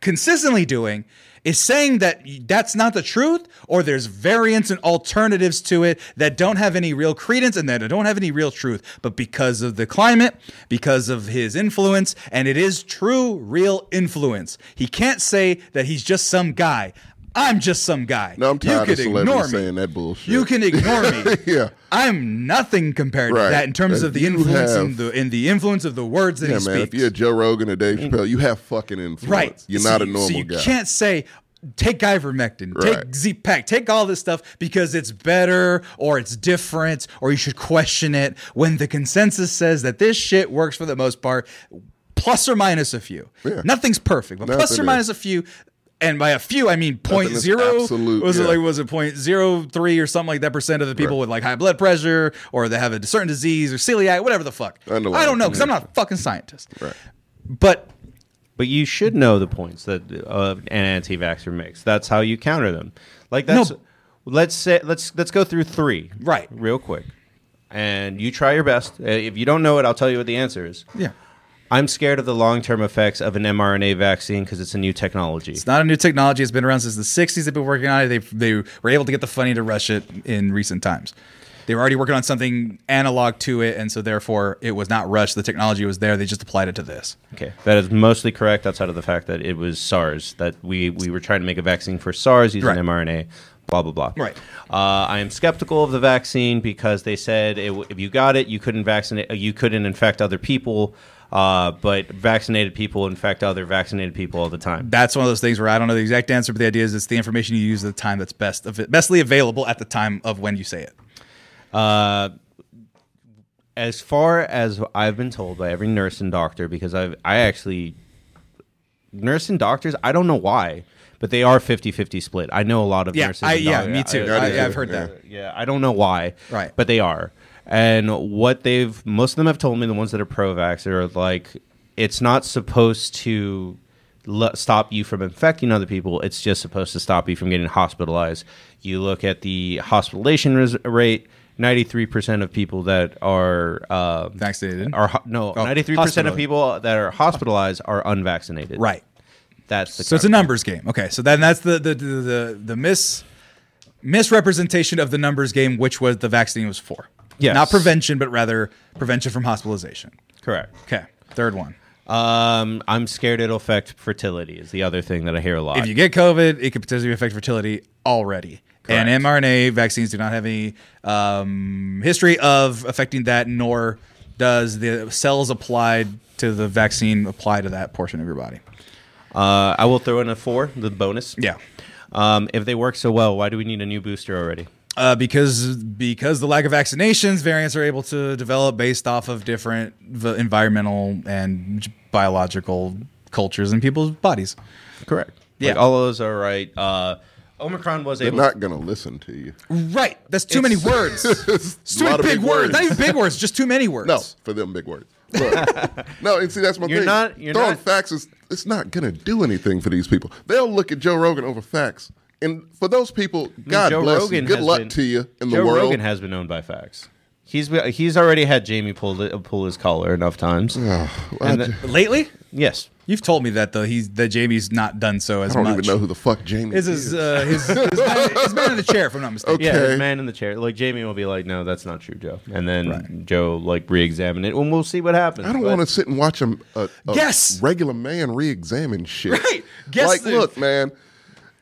consistently doing is saying that that's not the truth or there's variants and alternatives to it that don't have any real credence and that don't have any real truth but because of the climate because of his influence and it is true real influence he can't say that he's just some guy i'm just some guy
No, I'm tired
you
of
can ignore
celebrities
me
saying that bullshit.
you can ignore me
<laughs> yeah.
i'm nothing compared to
Right.
that in terms
And
of the
you
influence and
have-
the, and the influence of the words that
Yeah,
he
man. If
speaks
you're Joe Rogan or Dave Chappelle, you have fucking influence.
Mm. Right.
You're
So
not a
you-
normal
So you
guy.
can't say take ivermectin, take
Right.
Z-Pack, take all this stuff because it's better or it's different or you should question it when the consensus says that this shit works for the most part, plus or minus a few.
Yeah.
Nothing's perfect, but plus
Nothing
or
is.
minus a few. And by a few, I mean point
is
zero.
absolute,
was it
yeah.
like was it point zero three or something like that percent of the people with like high blood pressure or they have a certain disease or celiac, whatever the fuck. I
Underlying
don't know because I'm not a fucking scientist.
Right.
But
But you should know the points that uh, an anti-vaxxer makes. That's how you counter them. Like
No.
that's let's say let's let's go through three
Right.
real quick, and you try your best. Uh, If you don't know it, I'll tell you what the answer is.
yeah.
I'm scared of the long-term effects of an mRNA vaccine because it's a new technology.
It's not a new technology. It's been around since the 60s. They've been working on it. They they were able to get the funding to rush it in recent times. They were already working on something analog to it, and so therefore it was not rushed. The technology was there. They just applied it to this.
Okay, that is mostly correct outside of the fact that it was SARS that we we were trying to make a vaccine for SARS using
Right.
mRNA. Blah blah blah.
Right.
Uh, I am skeptical of the vaccine because they said it, w- if you got it, you couldn't vaccinate, uh, you couldn't infect other people. Uh, but vaccinated people infect other vaccinated people all the time.
That's one of those things where I don't know the exact answer, but the idea is it's the information you use at the time that's best of it, bestly available at the time of when you say it.
As far as I've been told by every nurse and doctor, because I've I actually nurse and doctors, I don't know why, but they are 50-50 split. I know a lot of
Yeah,
nurses.
I,
and
yeah,
doc-
me too.
I-
I,
yeah,
I've heard that.
Yeah, I don't know why.
Right.
But they are. And what they've most of them have told me, the ones that are pro vax are like, it's not supposed to le- stop you from infecting other people. It's just supposed to stop you from getting hospitalized. You look at the hospitalization res- rate. Ninety-three percent of people that are uh,
Vaccinated.
are ho- no
Oh,
ninety-three percent
hospitalized.
of people that are hospitalized are unvaccinated.
Right.
That's the
So it's a numbers game. Okay, so then that's the the the the, the mis misrepresentation of the numbers game, which was the vaccine was for.
Yes.
Not prevention, but rather prevention from hospitalization.
correct.
Okay. Third one.
Um, I'm scared it'll affect fertility. Is the other thing that I hear a lot.
If you get COVID, it could potentially affect fertility already.
Correct.
And mRNA vaccines do not have any um, history of affecting that, nor does the cells applied to the vaccine apply to that portion of your body.
Uh, I will throw in a four, the bonus.
Yeah.
Um, if they work so well, why do we need a new booster already?
Uh, because because the lack of vaccinations, variants are able to develop based off of different v- environmental and j- biological cultures in people's bodies.
Correct.
Yeah.
Like, all of those are right. Uh, Omicron was
They're
able.
not gonna listen to you. <laughs>
Right. That's too many <laughs> words. It's too
A
many
lot
big,
of big
words.
words.
Not even big words. Just too many words.
No, for them, big words. But-
<laughs>
no, and see that's my
You're
thing.
not- you're
Throwing
not-
facts is it's not gonna do anything for these people. They'll look at Joe Rogan over facts, and for those people, God
Mm, Joe
bless
Rogan
you. Good
has
luck
been-
to you in
Joe
the world.
Rogan has been owned by facts. He's he's already had Jamie pull the, pull his collar enough times.
Mm. <sighs>
And the-
Lately,
yes.
you've told me that though. He's that Jamie's not done so as
I don't
much.
even know who the fuck Jamie
Is
is.
his, uh, his, his, man, his man in the chair, if I'm not mistaken.
Okay.
Yeah, his man in the chair. Like Jamie will be like, "No, that's not true, Joe," and then
Right.
Joe like re-examine it, and we'll see what happens.
I don't
But-
want to sit and watch a, a, a
Yes.
regular man re-examine shit.
Right. Guess
like,
the-
look, man.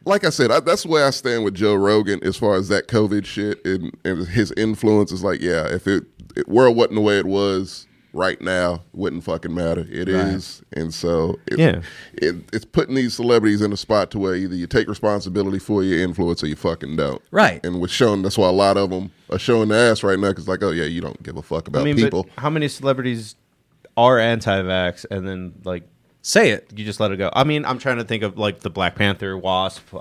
Like I said, I, that's the way I stand with Joe Rogan as far as that COVID shit and, and his influence is like, yeah, if it, it world wasn't the way it was right now, it wouldn't fucking matter. It is, and so it,
Yeah.
it, it's putting these celebrities in a spot to where either you take responsibility for your influence or you fucking don't.
Right.
and we're showing that's why a lot of them are showing their ass right now because like, oh yeah, you don't give a fuck about
I mean,
people.
but how many celebrities are anti-vax and then like
Say it.
You just let it go. I mean, I'm trying to think of like the Black Panther, Wasp. Uh,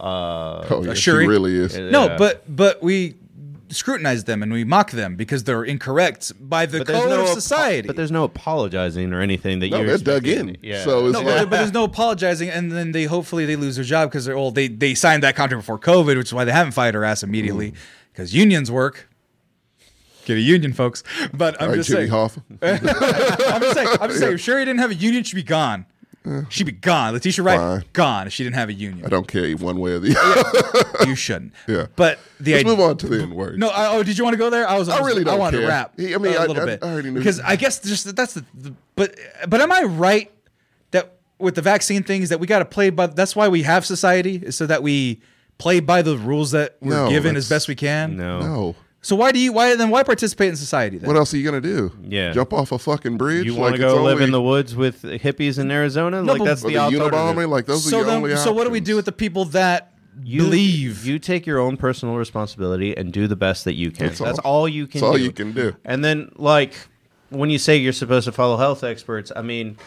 Oh, yeah,
Shuri?
she really is.
yeah.
No, but but we scrutinize them and we mock them because they're incorrect by the
but there's
code
no
of
apo-
society.
But there's no apologizing or anything that
No,
you're
they're dug
expecting.
in.
Yeah.
So it's
no,
like,
but, but there's no apologizing, and then they hopefully they lose their job because they're well, they they signed that contract before COVID, which is why they haven't fired her ass immediately
Mm.
because unions work. Get a union, folks. But I'm
all right,
just
Jimmy
saying.
<laughs>
Hoffa.
I'm just saying. I'm
<laughs>
just saying. If Sherry didn't have a union, she'd be gone. She'd be gone. Letitia Wright
Fine.
gone if she didn't have a union.
I don't care one way
<laughs>
or the other.
You shouldn't.
<laughs> Yeah.
But the
Let's
idea.
move on to the N word.
No, I, oh, did you want to go there? I was. I
really
I
don't
wanted to
care.
rap.
He- I mean,
a
I-
little
I-
bit.
I already knew.
Because I guess just that- that's the, the. But but am I right that with the vaccine things that we got to play by? That's why we have society is so that we play by the rules that we're
No,
given as
that's-
best we can.
no.
no.
So why do you? Why then? Why participate in society then?
What else are you gonna do?
Yeah.
jump off a fucking bridge?
You want
Like,
to
it's
go live
only-
in the woods with hippies in Arizona? like
but-
that's
or
the,
the
alternative.
Unabomber? Like those are
so
your
then,
only
so what do we
options.
do with the people that
You,
believe?
you take your own personal responsibility and do the best that you can. That's
That's
all,
all.
you can.
That's all
do.
you can do.
And then, like, when you say you're supposed to follow health experts, I mean,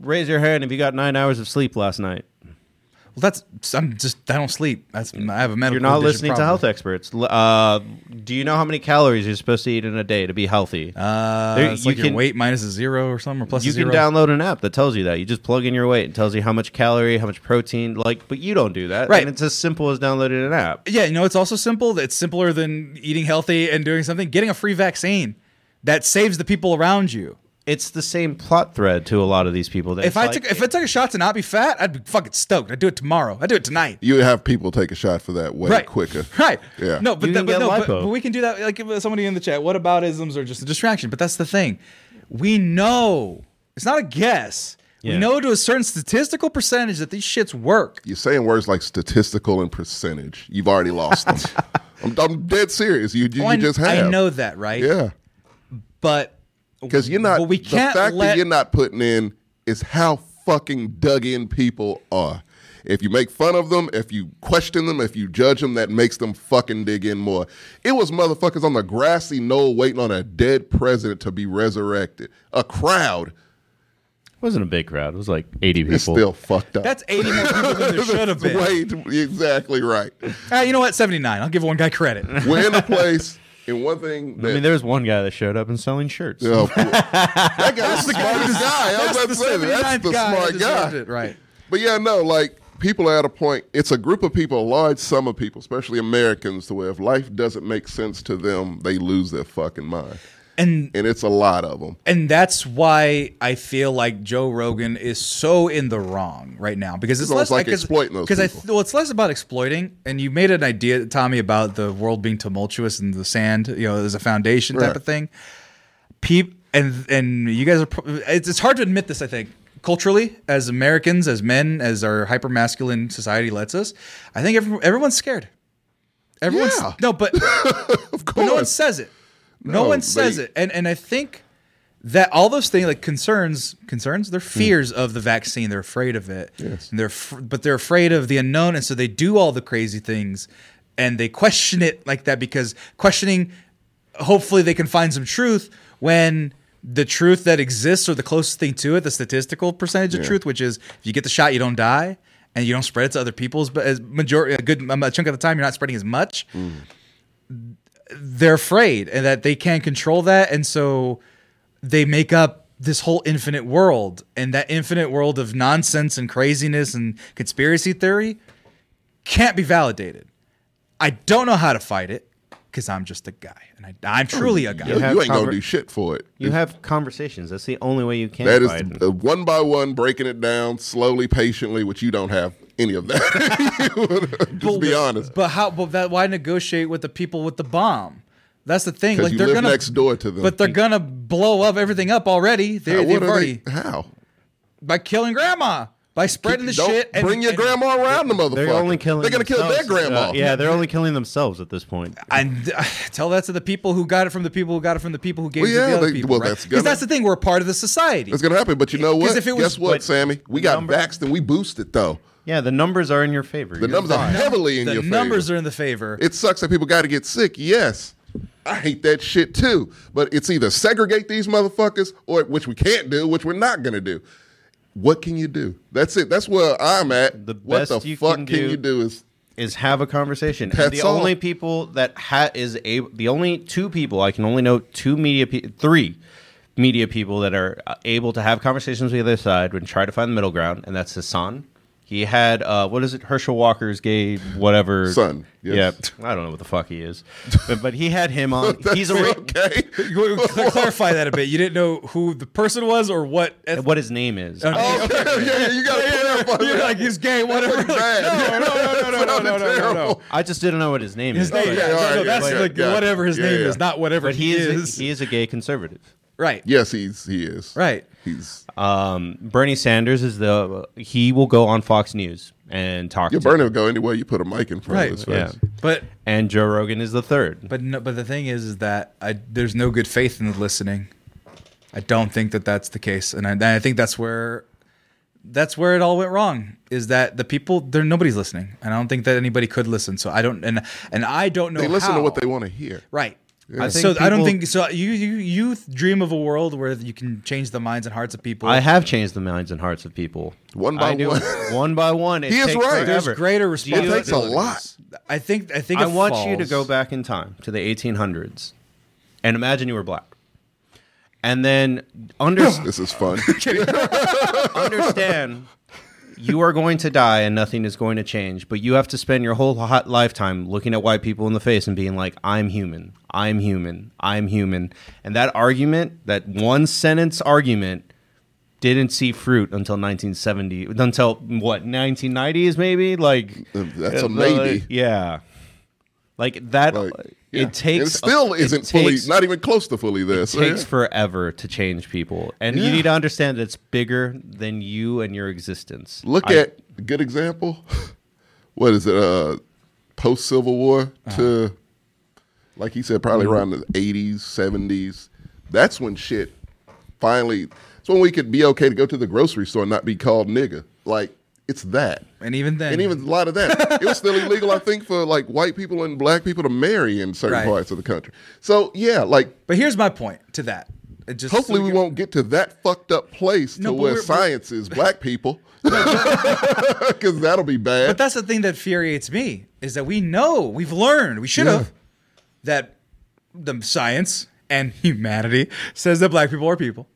raise your hand if you got nine hours of sleep last night.
well, that's I'm just I don't sleep. That's I have a medical.
You're not
condition
listening to
problem.
health experts. L- Uh, do you know how many calories you're supposed to eat in a day to be healthy?
Uh,
There-
it's
you
like your
can-
weight minus a zero or something or plus a
you
zero.
can download an app that tells you that. You just plug in your weight and tells you how much calorie, how much protein, like, but you don't do that.
Right.
And it's as simple as downloading an app.
Yeah, you know, it's also simple. It's simpler than eating healthy and doing something. Getting a free vaccine that saves the people around you.
It's the same plot thread to a lot of these people. That
If
it's
I
like-
took if I took a shot to not be fat, I'd be fucking stoked. I'd do it tomorrow. I'd do it tonight.
You have people take a shot for that way
Right,
quicker. <laughs>
<laughs> Right.
Yeah.
No, but,
You
that,
can
but
get
no, but,
lipo.
but we can do that. Like if somebody in the chat. What about isms are just a distraction? But that's the thing. We know it's not a guess. We
Yeah.
know to a certain statistical percentage that these shits work.
You're saying words like statistical and percentage. You've already lost
<laughs>
them. I'm, I'm dead serious. You, you,
Oh, I,
you just have.
I know that, right?
Yeah.
But
Because you're not.
But we can't
the fact
let-
that you're not putting in is how fucking dug in people are. If you make fun of them, if you question them, if you judge them, that makes them fucking dig in more. It was motherfuckers on the grassy knoll waiting on a dead president to be resurrected. A crowd
It wasn't a big crowd. It was like 80 people.
is still fucked up.
that's 80 more people than there should have been.
<laughs> way too- exactly right.
Ah, you know what? 79. I'll give one
<laughs>
guy credit.
We're in a place, and one thing that
I mean, there was one guy that showed up and selling shirts.
<laughs>
<laughs>
Oh, cool. that guy's the smartest guy. I was about to say that. That's
79th
the
guy
smart
that
guy.
deserved it, right.
But yeah, no, like people are at a point. It's a group of people, a large sum of people, especially Americans, to where if life doesn't make sense to them, they lose their fucking mind,
And
and it's a lot of them.
and that's why I feel like Joe Rogan is so in the wrong right now because it's
Well,
less
it's like
I- 'cause-
exploiting those
'cause I
people.
well, it's less about exploiting. And you made an idea, Tommy, about the world being tumultuous and the sand, you know, as a foundation type
Right.
of thing. Peep and and you guys are. pro- It's, it's hard to admit this. I think culturally, as Americans, as men, as our hyper masculine society lets us, I think every, everyone's scared. Everyone's
Yeah.
no, but
<laughs> Of
but
course,
no one says it. No,
No,
one says
they-
it. And and I think that all those things like concerns, concerns, they're fears of the vaccine. They're afraid of it.
Yes.
And they're fr- but they're afraid of the unknown, and so they do all the crazy things, and they question it like that because questioning, hopefully, they can find some truth when. The truth that exists, or the closest thing to it, the statistical percentage of truth, which is if you get the shot, you don't die, and you don't spread it to other people's, but as majority, a good a chunk of the time, you're not spreading as much they're afraid and that they can't control that and so they make up this whole infinite world and that infinite world of nonsense and craziness and conspiracy theory can't be validated i don't know how to fight it because i'm just a guy and I, i'm truly a guy
you,
have
you ain't gonna
conver-
do shit for it.
You have conversations. That's the only way you can.
That is
fight.
the- uh, one by one breaking it down slowly, patiently, which you don't have any <laughs> of that. Just be honest,
but how but that why negotiate with the people with the bomb that's the thing
because
like
you
they're
live
gonna
next door to them.
but they're gonna blow up everything up already
How-
they,
what
they've
are
already
they? How?
by killing grandma by spreading the
Don't
shit and-
bring your
and-
grandma around the motherfucker.
They're only killing.
They're gonna kill their
themselves.
grandma.
Uh, yeah, they're only killing themselves at this point.
And <sighs> uh, tell that to the people who got it from the people who got it from the people who gave
Well,
it to
yeah,
the other
they-
people.
well,
right?
that's
Because
gonna-
that's the thing. We're a part of the society.
It's gonna happen, but you know what?
if it was-
Guess what,
but-
Sammy? We got
Number-
vaxxed and we boosted though.
Yeah, the numbers are in your favor.
The
You're
numbers are
fine.
heavily in
the
your
numbers
favor.
are in
<laughs>
the favor.
It sucks that people got to get sick. Yes, I hate that shit too. But it's either segregate these motherfuckers, or which we can't do, which we're not gonna do. What can you do? That's it. That's where I'm at.
The
what the
best you
fuck
can
can,
do-
you do
<laughs>
is
is have a conversation. And
That's
the
all.
only people that ha- is able, the only two people I can only know two media, pe- three media people that are uh, able to have conversations with the other side and try to find the middle ground, and that's Hassan. He had uh, what is it? Herschel Walker's gay whatever
Son, yes.
Yeah, I don't know what the fuck he is, but, but he had him
<laughs>
on. He's a ra-
okay.
You- cl- clarify that a bit. You didn't know who the person was or what. eth-
what his name is.
Uh,
Oh, yeah, yeah, you gotta clarify
<laughs> You're
that.
like he's
<laughs>
gay, whatever. Like,
Bad.
no, no, no, no,
Sounded
no, no, no, no, no.
terrible.
I just didn't know what his name
His
is.
name,
but-
yeah,
Oh, yeah,
no,
yeah,
no, that's
yeah,
like
yeah.
whatever his
Yeah,
name
yeah.
is, not whatever
But
he, is.
he is a gay conservative.
right,
Yes, he's he is.
right.
He's
Um, Bernie Sanders is the he will go on Fox News and talk.
your
to
burner will go anywhere you put a mic in front
Right.
of his
Yeah.
face.
But
And Joe Rogan is the third.
but no, but the thing is, is that I, there's no good faith in the listening. I don't think that that's the case, and I, and I think that's where that's where it all went wrong. Is that the people? There nobody's listening, and I don't think that anybody could listen. So I don't, and and I don't know.
They listen
how.
to what they want to hear.
Right.
I think
so I don't
people-
think so. You you you dream of a world where you can change the minds and hearts of people.
I have changed the minds and hearts of people.
One by
I do-
one.
<laughs> one by one. It
He is
takes
right.
There's
forever.
greater
Do you-
It takes a
responsibility.
lot.
I think I think
I
it
want you to
falls-
go back in time to the 1800s, and imagine you were black, and then
<laughs>
under,
This
<laughs>
is fun.
understand you are going to die and nothing is going to change. But you have to spend your whole hot lifetime looking at white people in the face and being like, "I'm human. I'm human. I'm human." And that argument, that one sentence argument, didn't see fruit until 1970 until what 1990s maybe like
That's a
uh,
maybe.
yeah like that
Like, yeah.
it takes
And it still
it
isn't fully,
takes-
not even close to fully there. so
takes
yeah.
forever to change people and
Yeah.
you need to understand that it's bigger than you and your existence
Look
I-
at a good example. <laughs> What is it? Uh, Post Civil War
Uh-huh.
to, like he
Mm-hmm.
said, probably around the eighties, seventies. That's when shit finally. It's when we could be okay to go to the grocery store and not be called nigga. Like it's that,
and even then,
and even a lot of that. it was still illegal, I think, for like white people and black people to marry in certain
Right.
parts of the country. So yeah, like
But here's my point to that. It just
hopefully we
can-
won't get to that fucked up place
No,
to
but
where
we're-
science is black people, <laughs> because that'll be bad.
But that's the thing that infuriates me is that we know we've learned we should have that the science and humanity says that black people are people,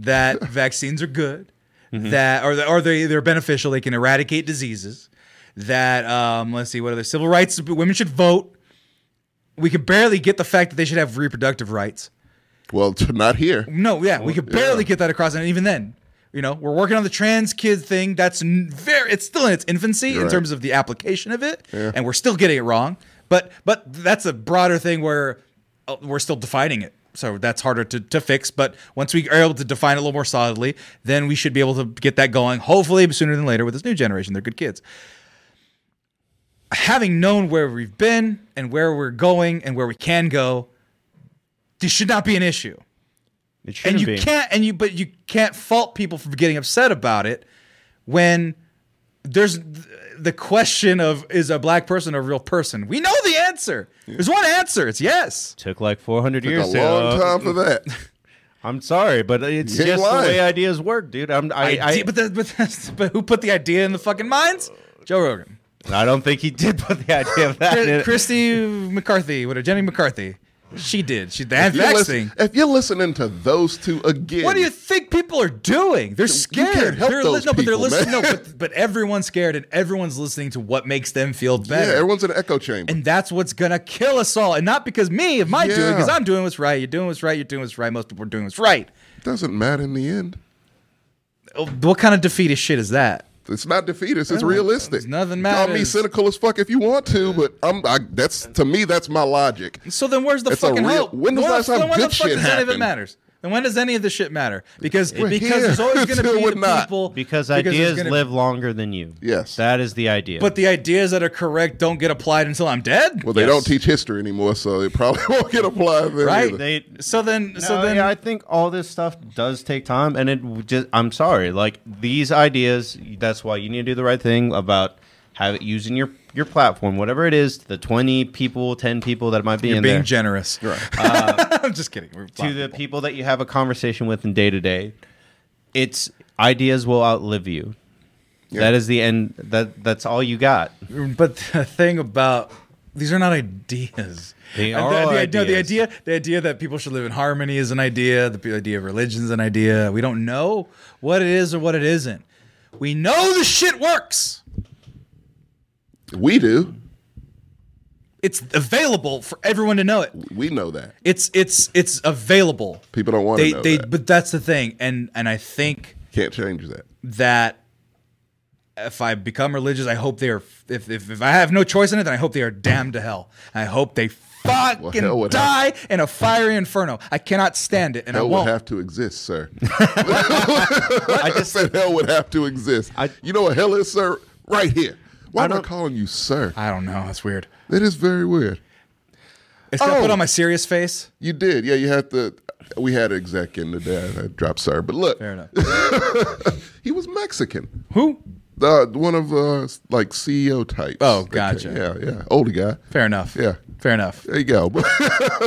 that vaccines are good, that or that, or they they're beneficial. They can eradicate diseases. That um, let's see what other civil rights women should vote. We could barely get the fact that they should have reproductive rights.
Well, t- not here.
No, yeah, we could barely get that across, and even then, you know, we're working on the trans kid thing. That's n- very, it's still in its infancy in
right.
terms of the application of it, and we're still getting it wrong. But but that's a broader thing where uh, we're still defining it, so that's harder to to fix. But once we are able to define it a little more solidly, then we should be able to get that going. Hopefully, sooner than later with this new generation, they're good kids. Having known where we've been and where we're going and where we can go, this should not be an issue
it shouldn't
and you
be.
can't and you but you can't fault people for getting upset about it when there's th- the question of is a black person a real person we know the answer there's one answer it's yes
took like 400
a
years
long
to- uh,
time for that.
i'm sorry but it's
You ain't
just the
lying.
way ideas work dude i'm i I,
Idea- but, the, but, <laughs> that's, but who put the idea in the fucking minds joe rogan
I don't think he did put the idea of that in.
Chris- christy mccarthy what jenny mccarthy she did she the
If you're,
anti
listen-
thing
if you're listening to those two again,
What do you think people are doing? They're scared.
can't help
they're
those
no, but they're
people,
listening.
man.
No, but, but everyone's scared, and everyone's listening to what makes them feel
yeah,
better.
everyone's in an echo chamber.
And that's what's gonna kill us all. And not because me, of my doing,
Yeah.
because I'm doing what's right. You're doing what's right. You're doing what's right. Most people are doing what's right.
It doesn't matter in the end.
Oh, What kind of defeatist shit is that?
It's not defeatist. It's realistic.
nothing
Call me
matters.
cynical as fuck if you want to, but I'm. I, that's to me. That's my logic.
So then, where's the
It's a
fucking
real-
hope?
when does
Where-
last time
then when
good
the fuck
shit
does any of it
happened?
matters? And when does any of this shit matter? Because because
here
there's always gonna
until
be
<laughs> we're
the
not.
people
because
there's
ideas
gonna-
live longer than you.
Yes.
that is the idea.
But the ideas that are correct don't get applied until I'm dead.
Well, they
Yes.
don't teach history anymore, so it probably <laughs> won't get applied there.
Right.
either.
they
so then, so
No,
then,
yeah, I think all this stuff does take time, and it w- just I'm sorry, like these ideas. That's why you need to do the right thing about have it using your your platform, whatever it is, to the 20 people, 10 people that might be
you're
in
being
there, Uh,
generous. <laughs> I'm just kidding. We're
to the people that you have a conversation with in day to day. It's Ideas will outlive you.
Yeah.
That is the end. That that's all you got.
But the thing about these are not ideas.
They
And
are
the, the, no, the
ideas.
idea, the idea that people should live in harmony is an idea. The idea of religion is an idea. We don't know what it is or what it isn't. We know the shit works.
We do.
It's available for everyone to know it.
We know that.
It's it's it's available.
People don't want
They
to know
they
that.
but that's the thing, and and I think
Can't change that.
that if I become religious, I hope they are. If, if, if I have no choice in it, then I hope they are damned to hell. I hope they fucking
hell would
die in a fiery inferno. I cannot stand it, and I
Hell would
won't.
have to exist,
<laughs>
sir. I just <laughs> said hell would have to exist.
I-
you know what hell is, sir? Right here. Why
I
am I
don't-
calling you sir?
I don't know. That's weird.
That is very weird.
It's gonna
Oh.
put on my serious face.
You did, yeah. You had to. We had an exec in the day. and I dropped sir, but look,
Fair enough.
he was Mexican.
<laughs> Who?
The one of uh like CEO types.
Oh,
Okay,
gotcha.
Yeah, yeah. Older guy.
Fair enough.
Yeah.
Fair enough.
There you go. <laughs> but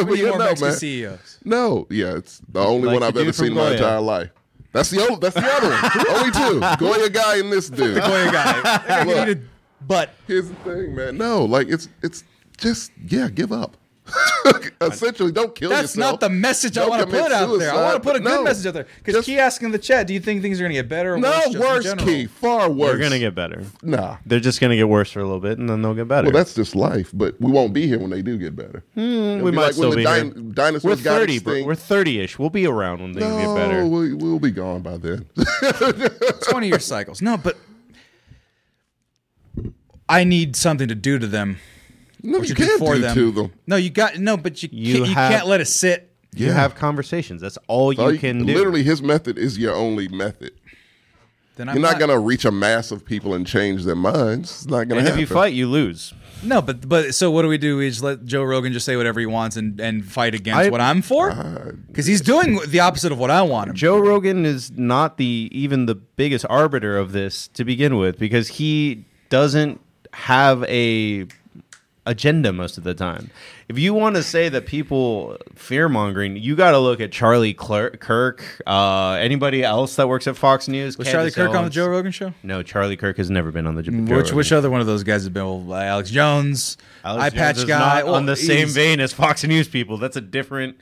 We need
yeah,
more
no,
Mexican E
man.
CEOs.
No, yeah, it's the only
Like
one
the
I've ever
dude from
seen in my
Goya.
entire life. That's the old. That's the other
<laughs>
one. Only two. Goya guy and this dude.
Boy,
<laughs>
a guy. That guy
Look.
needed butt.
Here's the thing, man. No, like it's it's just yeah, give up. <laughs> Essentially, don't kill
That's
yourself.
not the message I
Don't
want to
commit
put out there. I
suicide,
want to put a
but
good
no.
message out there. Because
Just-
he asking in the chat, do you think things are gonna get better or worse?
No,
just in
worse,
general?
Key. Far worse.
They're gonna get better.
nah.
They're just gonna get worse for a little bit, and then they'll get better.
Well, that's just life. But we won't be here when they do get better.
Hmm,
It'll
we
be
might
like
still
when
be
the
here.
din- dinosaurs
we're
got
thirty, bro.
extinct.
We're thirty-ish. We'll be around when they get
no,
better.
we, we'll be gone by then. <laughs>
20 year cycles. No, but I need something to do to them.
no,
What
you
you did
can't
for
do
them.
to them.
No, you got no, but you
You
can't, you
have-
can't let it sit.
You
Yeah.
have conversations. That's all you
Like,
can do.
Literally, his method is your only method.
Then
You're not, gonna reach a mass of people and change their minds. It's not gonna
and if
happen.
you fight, you lose.
No, but but so what do we do? We just let Joe Rogan just say whatever he wants and and fight against
I-
what I'm for
Uh,
because he's doing the opposite of what I want him.
Joe Rogan is not the even the biggest arbiter of this to begin with because he doesn't have a agenda most of the time. If you want to say that people fear mongering, you got to look at Charlie Cler- Kirk, uh, anybody else that works at Fox News.
Was Charlie
Candace
Kirk on the
Owens.
Joe Rogan show?
No, Charlie Kirk has never been on the Joe
Which
Rogan.
which other one of those guys has been? Well, Alex Jones,
Alex
eye
Jones
patch
is
guy.
not
Well,
on the same
he's-
vein as Fox News people. That's a different.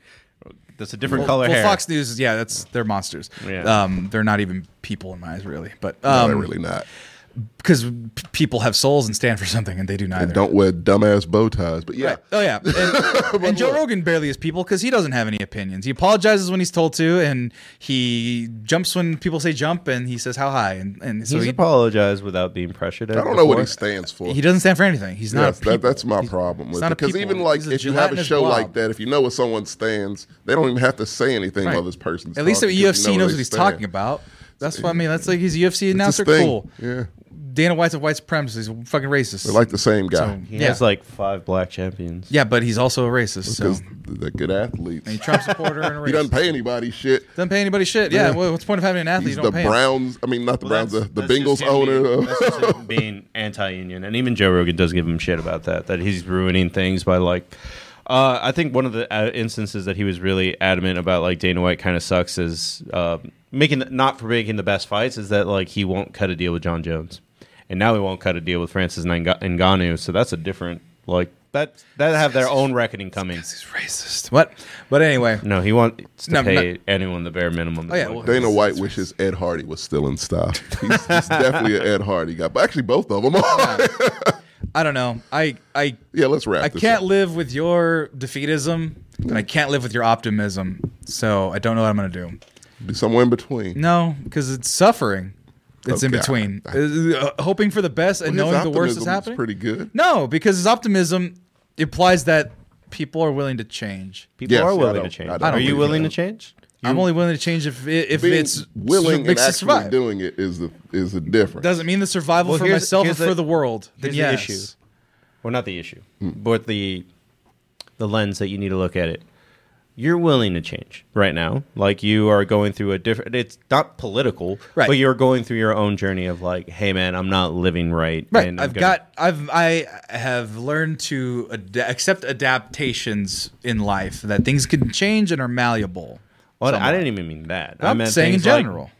That's a different
Well,
color
well,
hair.
Fox News, yeah, that's they're monsters.
Yeah.
Um, they're not even people in my eyes, really. But
no,
um,
they're really not.
because p- people have souls and stand for something, and they do neither.
And don't wear dumbass bow ties. But yeah,
Right.
<laughs>
Oh yeah. And, and Joe
look.
Rogan barely is people because he doesn't have any opinions. He apologizes when he's told to, and he jumps when people say jump, and he says how high, and, and so
He's
he,
apologized without being pressured.
I don't know what he stands for.
he doesn't stand for anything. He's not.
Yes,
a people.
that, that's my problem with it.
not a
Because
people.
even like
He's a
if you have a
gelatinous
show
blob.
like that, if you know where someone stands, they don't even have to say anything
Right.
while this person's
At least the
talking, 'cause
UFC
you know where
knows
they
what he's
stand.
talking about. That's what I mean. That's like he's a UFC
It's
announcer.
his thing.
Cool.
Yeah,
Dana White's a white supremacist. He's a fucking racist.
they're like the same guy
He
Yeah.
has like five black champions.
yeah, but he's also a racist. So.
because they're good athletes.
And he's a Trump supporter and a racist.
<laughs> He doesn't pay anybody shit.
Doesn't pay anybody shit. Yeah. well, what's the point of having an athlete?
He's
you
the
don't pay him?
Browns. I mean, not the Browns. The, the Bengals owner.
Being,
of-
that's just him being anti-union, and even Joe Rogan does give him shit about that. That he's ruining things by like. Uh, I think one of the uh, instances that he was really adamant about, like Dana White, kind of sucks is uh, making the, not for making the best fights is that like he won't cut a deal with John Jones, and now he won't cut a deal with Francis Nga- Ngannou. So that's a different like that that have their own reckoning coming.
He's racist. What? But anyway.
No, he wants to
No,
pay anyone the bare minimum.
Oh, yeah,
Like,
well,
<laughs> Dana White wishes Ed Hardy was still in style. <laughs> He's, he's definitely an Ed Hardy guy. But actually, both of them are. <laughs> Yeah,
I don't know. I I
let's wrap.
I
this
can't
up.
live with your defeatism, and I can't live with your optimism. So I don't know what I'm gonna do.
Be somewhere in between.
No, because it's suffering. It's
Oh,
in
God.
between, Uh, uh, hoping for the best and
His
knowing the worst
optimism
is happening.
Pretty good.
no, because his optimism implies that people are willing to change.
People
Yes,
are
I
willing
don't-
to
I
change.
don't
Are you
believe
willing
that.
to change?
I'm only willing to change if it- if
being
it's
willing and
makes
actually
it survive.
doing it is the is the difference.
Doesn't mean the survival
Well,
for
here's-
myself or
here's
for
the-
the world. Then
here's the
yes.
issue. Well, not the issue, but the the lens that you need to look at it. You're willing to change right now, like you are going through a different. It's not political,
Right.
But you're going through your own journey of like, hey, man, I'm not living right.
Right.
and I'm
I've
gonna-
got. I've. I have learned to ad- accept adaptations in life that things can change and are malleable.
Well, I
somewhat.
didn't even mean that.
I'm
I meant
saying in
things like-
general.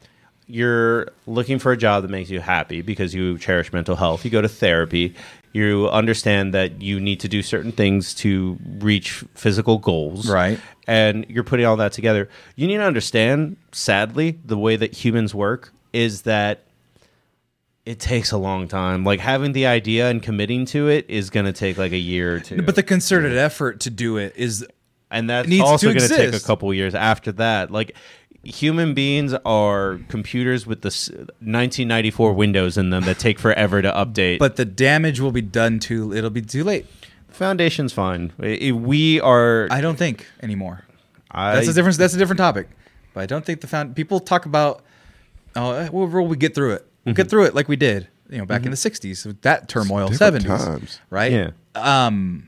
you're looking for a job that makes you happy because you cherish mental health, you go to therapy, you understand that you need to do certain things to reach physical goals.
Right.
And you're putting all that together. You need to understand, sadly, the way that humans work is that it takes a long time. Like having the idea and committing to it is going to take like a year or two.
But the concerted effort to do it is
and that's
needs
also
to
going to take a
exist.
couple years after that. Like human beings are computers with the s- 1994 Windows in them that take forever to update.
but the damage will be done too it'll be too late.
foundation's fine. I- I- We are.
I don't think anymore.
I-
That's a different that's a different topic. But I don't think the found people talk about oh eh, we'll, we'll get through it. We'll
Mm-hmm.
get through it like we did, you know, back in the 60s with that turmoil,
different
70s,
times.
right?
Yeah.
Um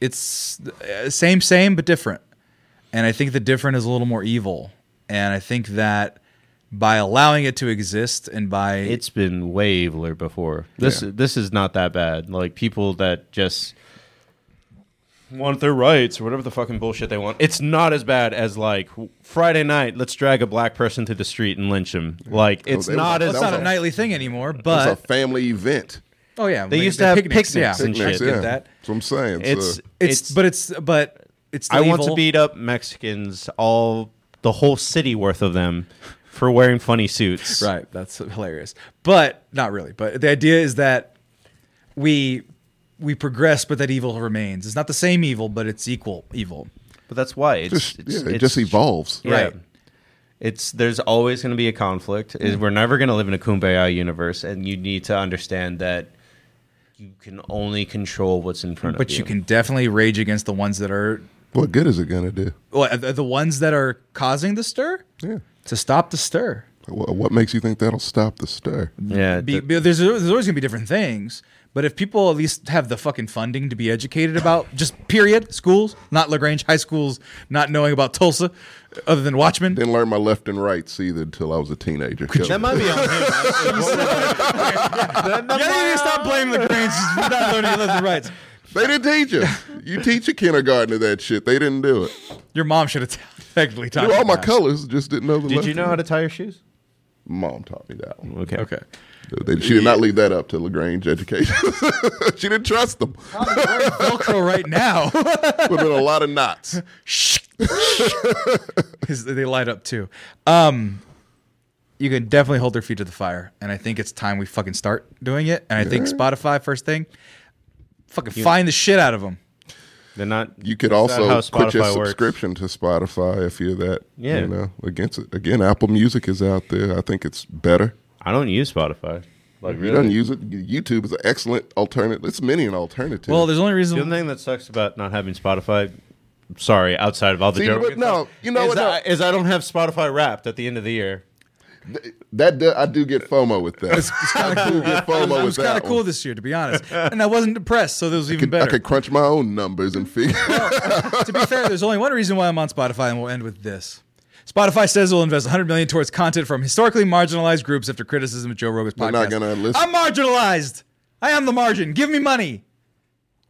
it's uh, same same but different. And I think the different is a little more evil. And I think that by allowing it to exist and by
It's been way eviler before. This
Yeah.
this is not that bad. Like people that just want their rights or whatever the fucking bullshit they want. It's not as bad as like Friday night. Let's drag a black person to the street and lynch him. Like it's
it was-
not
that
as
it's
was
not a
a-
nightly thing anymore,
It's a
but
family event.
oh yeah,
They used to have picnics
yeah,
and
I
shit.
get that.
That's what I'm saying.
it's,
uh,
It's, but it's but it's
I want to
evil.
beat up Mexicans, all the whole city worth of them, for wearing funny suits.
Right. That's hilarious. But not really. But the idea is that we we progress, but that evil remains. It's not the same evil, but it's equal evil.
But that's why it's,
just,
it's,
yeah, it
it's-
just evolves.
yeah.
Right.
It's there's always going to be a conflict.
Mm.
Is We're never going to live in a kumbaya universe, and you need to understand that you can only control what's in front of
But
you.
you can definitely rage against the ones that are
What good is it gonna do?
well, uh, the the ones that are causing the stir
Yeah.
to stop the stir.
Wha- What makes you think that'll stop the stir?
yeah.
Be,
th-
be- there's, there's always gonna be different things, but if people at least have the fucking funding to be educated about just period schools, not Lagrange high schools, not knowing about Tulsa, other than Watchmen,
Didn't learn my left and rights either until I was a teenager.
that might be on <laughs> him.
Yeah, you need to stop blaming the Grange for not learning your left and rights.
they didn't
<laughs>
teach you. You teach a kindergartner that shit. They didn't do it.
Your mom should have <laughs> t- technically taught
Knew all
you
my
that.
colors, just didn't know the
Did
left
you know
and
how to tie your shoes?
right. Mom taught me that one.
Okay.
Okay.
They- She did not leave that up to Lagrange education. <laughs> she didn't trust them.
Velcro right now. <laughs>
Put in a lot of knots.
'Cause they light up too. Um, you can definitely hold their feet to the fire, and I think it's time we fucking start doing it. And I think Spotify first thing, fucking find the shit out of them.
They're not.
You could
That's not
also
how
quit your
Spotify works.
subscription to Spotify if you're that
Yeah.
you know against it. Again, Apple Music is out there. I think it's better.
I don't use Spotify. Like
If you don't use it, YouTube is an excellent alternative. It's many an alternative.
Well, there's only
The other
reason.
thing that sucks about not having Spotify, sorry, outside of all the
See,
Joe
but
Rogan
no,
stuff,
you know
is,
what, no.
I, is I don't have Spotify Wrapped at the end of the year.
that do, I do get FOMO with that.
It's kind of
I do
cool.
get FOMO
It
with
was kind
that.
of cool
one.
this year, to be honest, and I wasn't depressed, so that was
I
even better.
could crunch my own numbers and figure. <laughs>
to be fair, there's only one reason why I'm on Spotify, and we'll end with this. Spotify says it'll invest 100 million towards content from historically marginalized groups after criticism of Joe Rogan's podcast.
They're not gonna listen.
I'm marginalized. I am the margin. Give me money.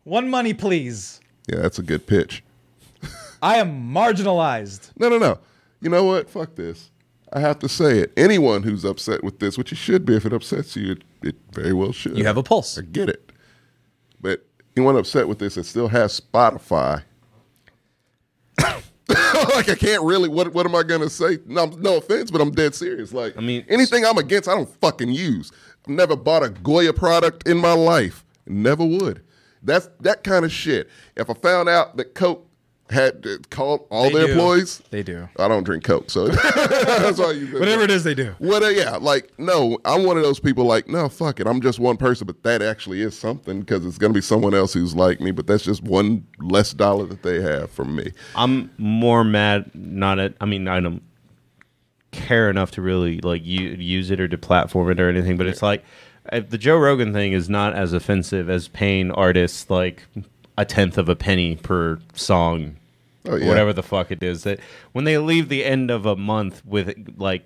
One money, please.
yeah, that's a good pitch.
I am marginalized.
No, no, no. You know what? Fuck this. I have to say it. Anyone who's upset with this, which it should be if it upsets you, it, it very well should.
You have a pulse.
I get it. But anyone upset with this that still has Spotify. <coughs> like I can't really what what am I gonna say? No, no offense, but I'm dead serious. Like I
mean-
anything I'm against, I don't fucking use. I've never bought a Goya product in my life. Never would. That's that kind of shit. If I found out that Coke had uh, called all
They
their
do.
employees,
They do.
I don't drink Coke, so <laughs> that's why you
Whatever it is they do.
what? A, yeah, like no, I'm one of those people. Like no, fuck it, I'm just one person, but that actually is something because it's gonna be someone else who's like me. But that's just one less dollar that they have from me.
I'm more mad not at. I mean, I don't care enough to really like u- use it or to platform it or anything. But it's like uh, the Joe Rogan thing is not as offensive as paying artists like a tenth of a penny per song,
Oh, yeah.
whatever the fuck it is. That when they leave the end of a month with like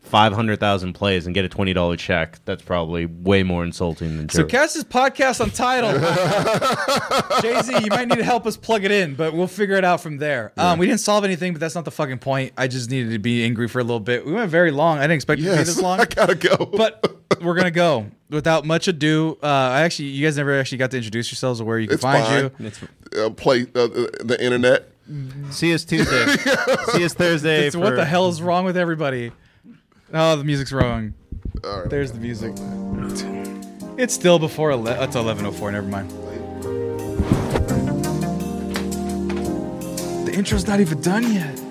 500,000 plays and get a $20 check, that's probably way more insulting than
So
Joe.
cast this podcast on <laughs> title. Jay Z, you might need to help us plug it in, but we'll figure it out from there. Um, we didn't solve anything, but that's not the fucking point. I just needed to be angry for a little bit. We went very long. I didn't expect it to be
Yes,
this long.
<laughs> I gotta go.
but we're gonna go without much ado. Uh, I actually, you guys never actually got to introduce yourselves or where you can
It's
find
fine.
you.
It's-
uh, play uh, the internet.
<laughs> See us
<laughs>
Tuesday. See us Thursday.
It's what
for-
the hell is wrong with everybody? Oh, the music's wrong.
All right.
There's the music. It's still before ele- It's eleven oh four. Never mind. The intro's not even done yet.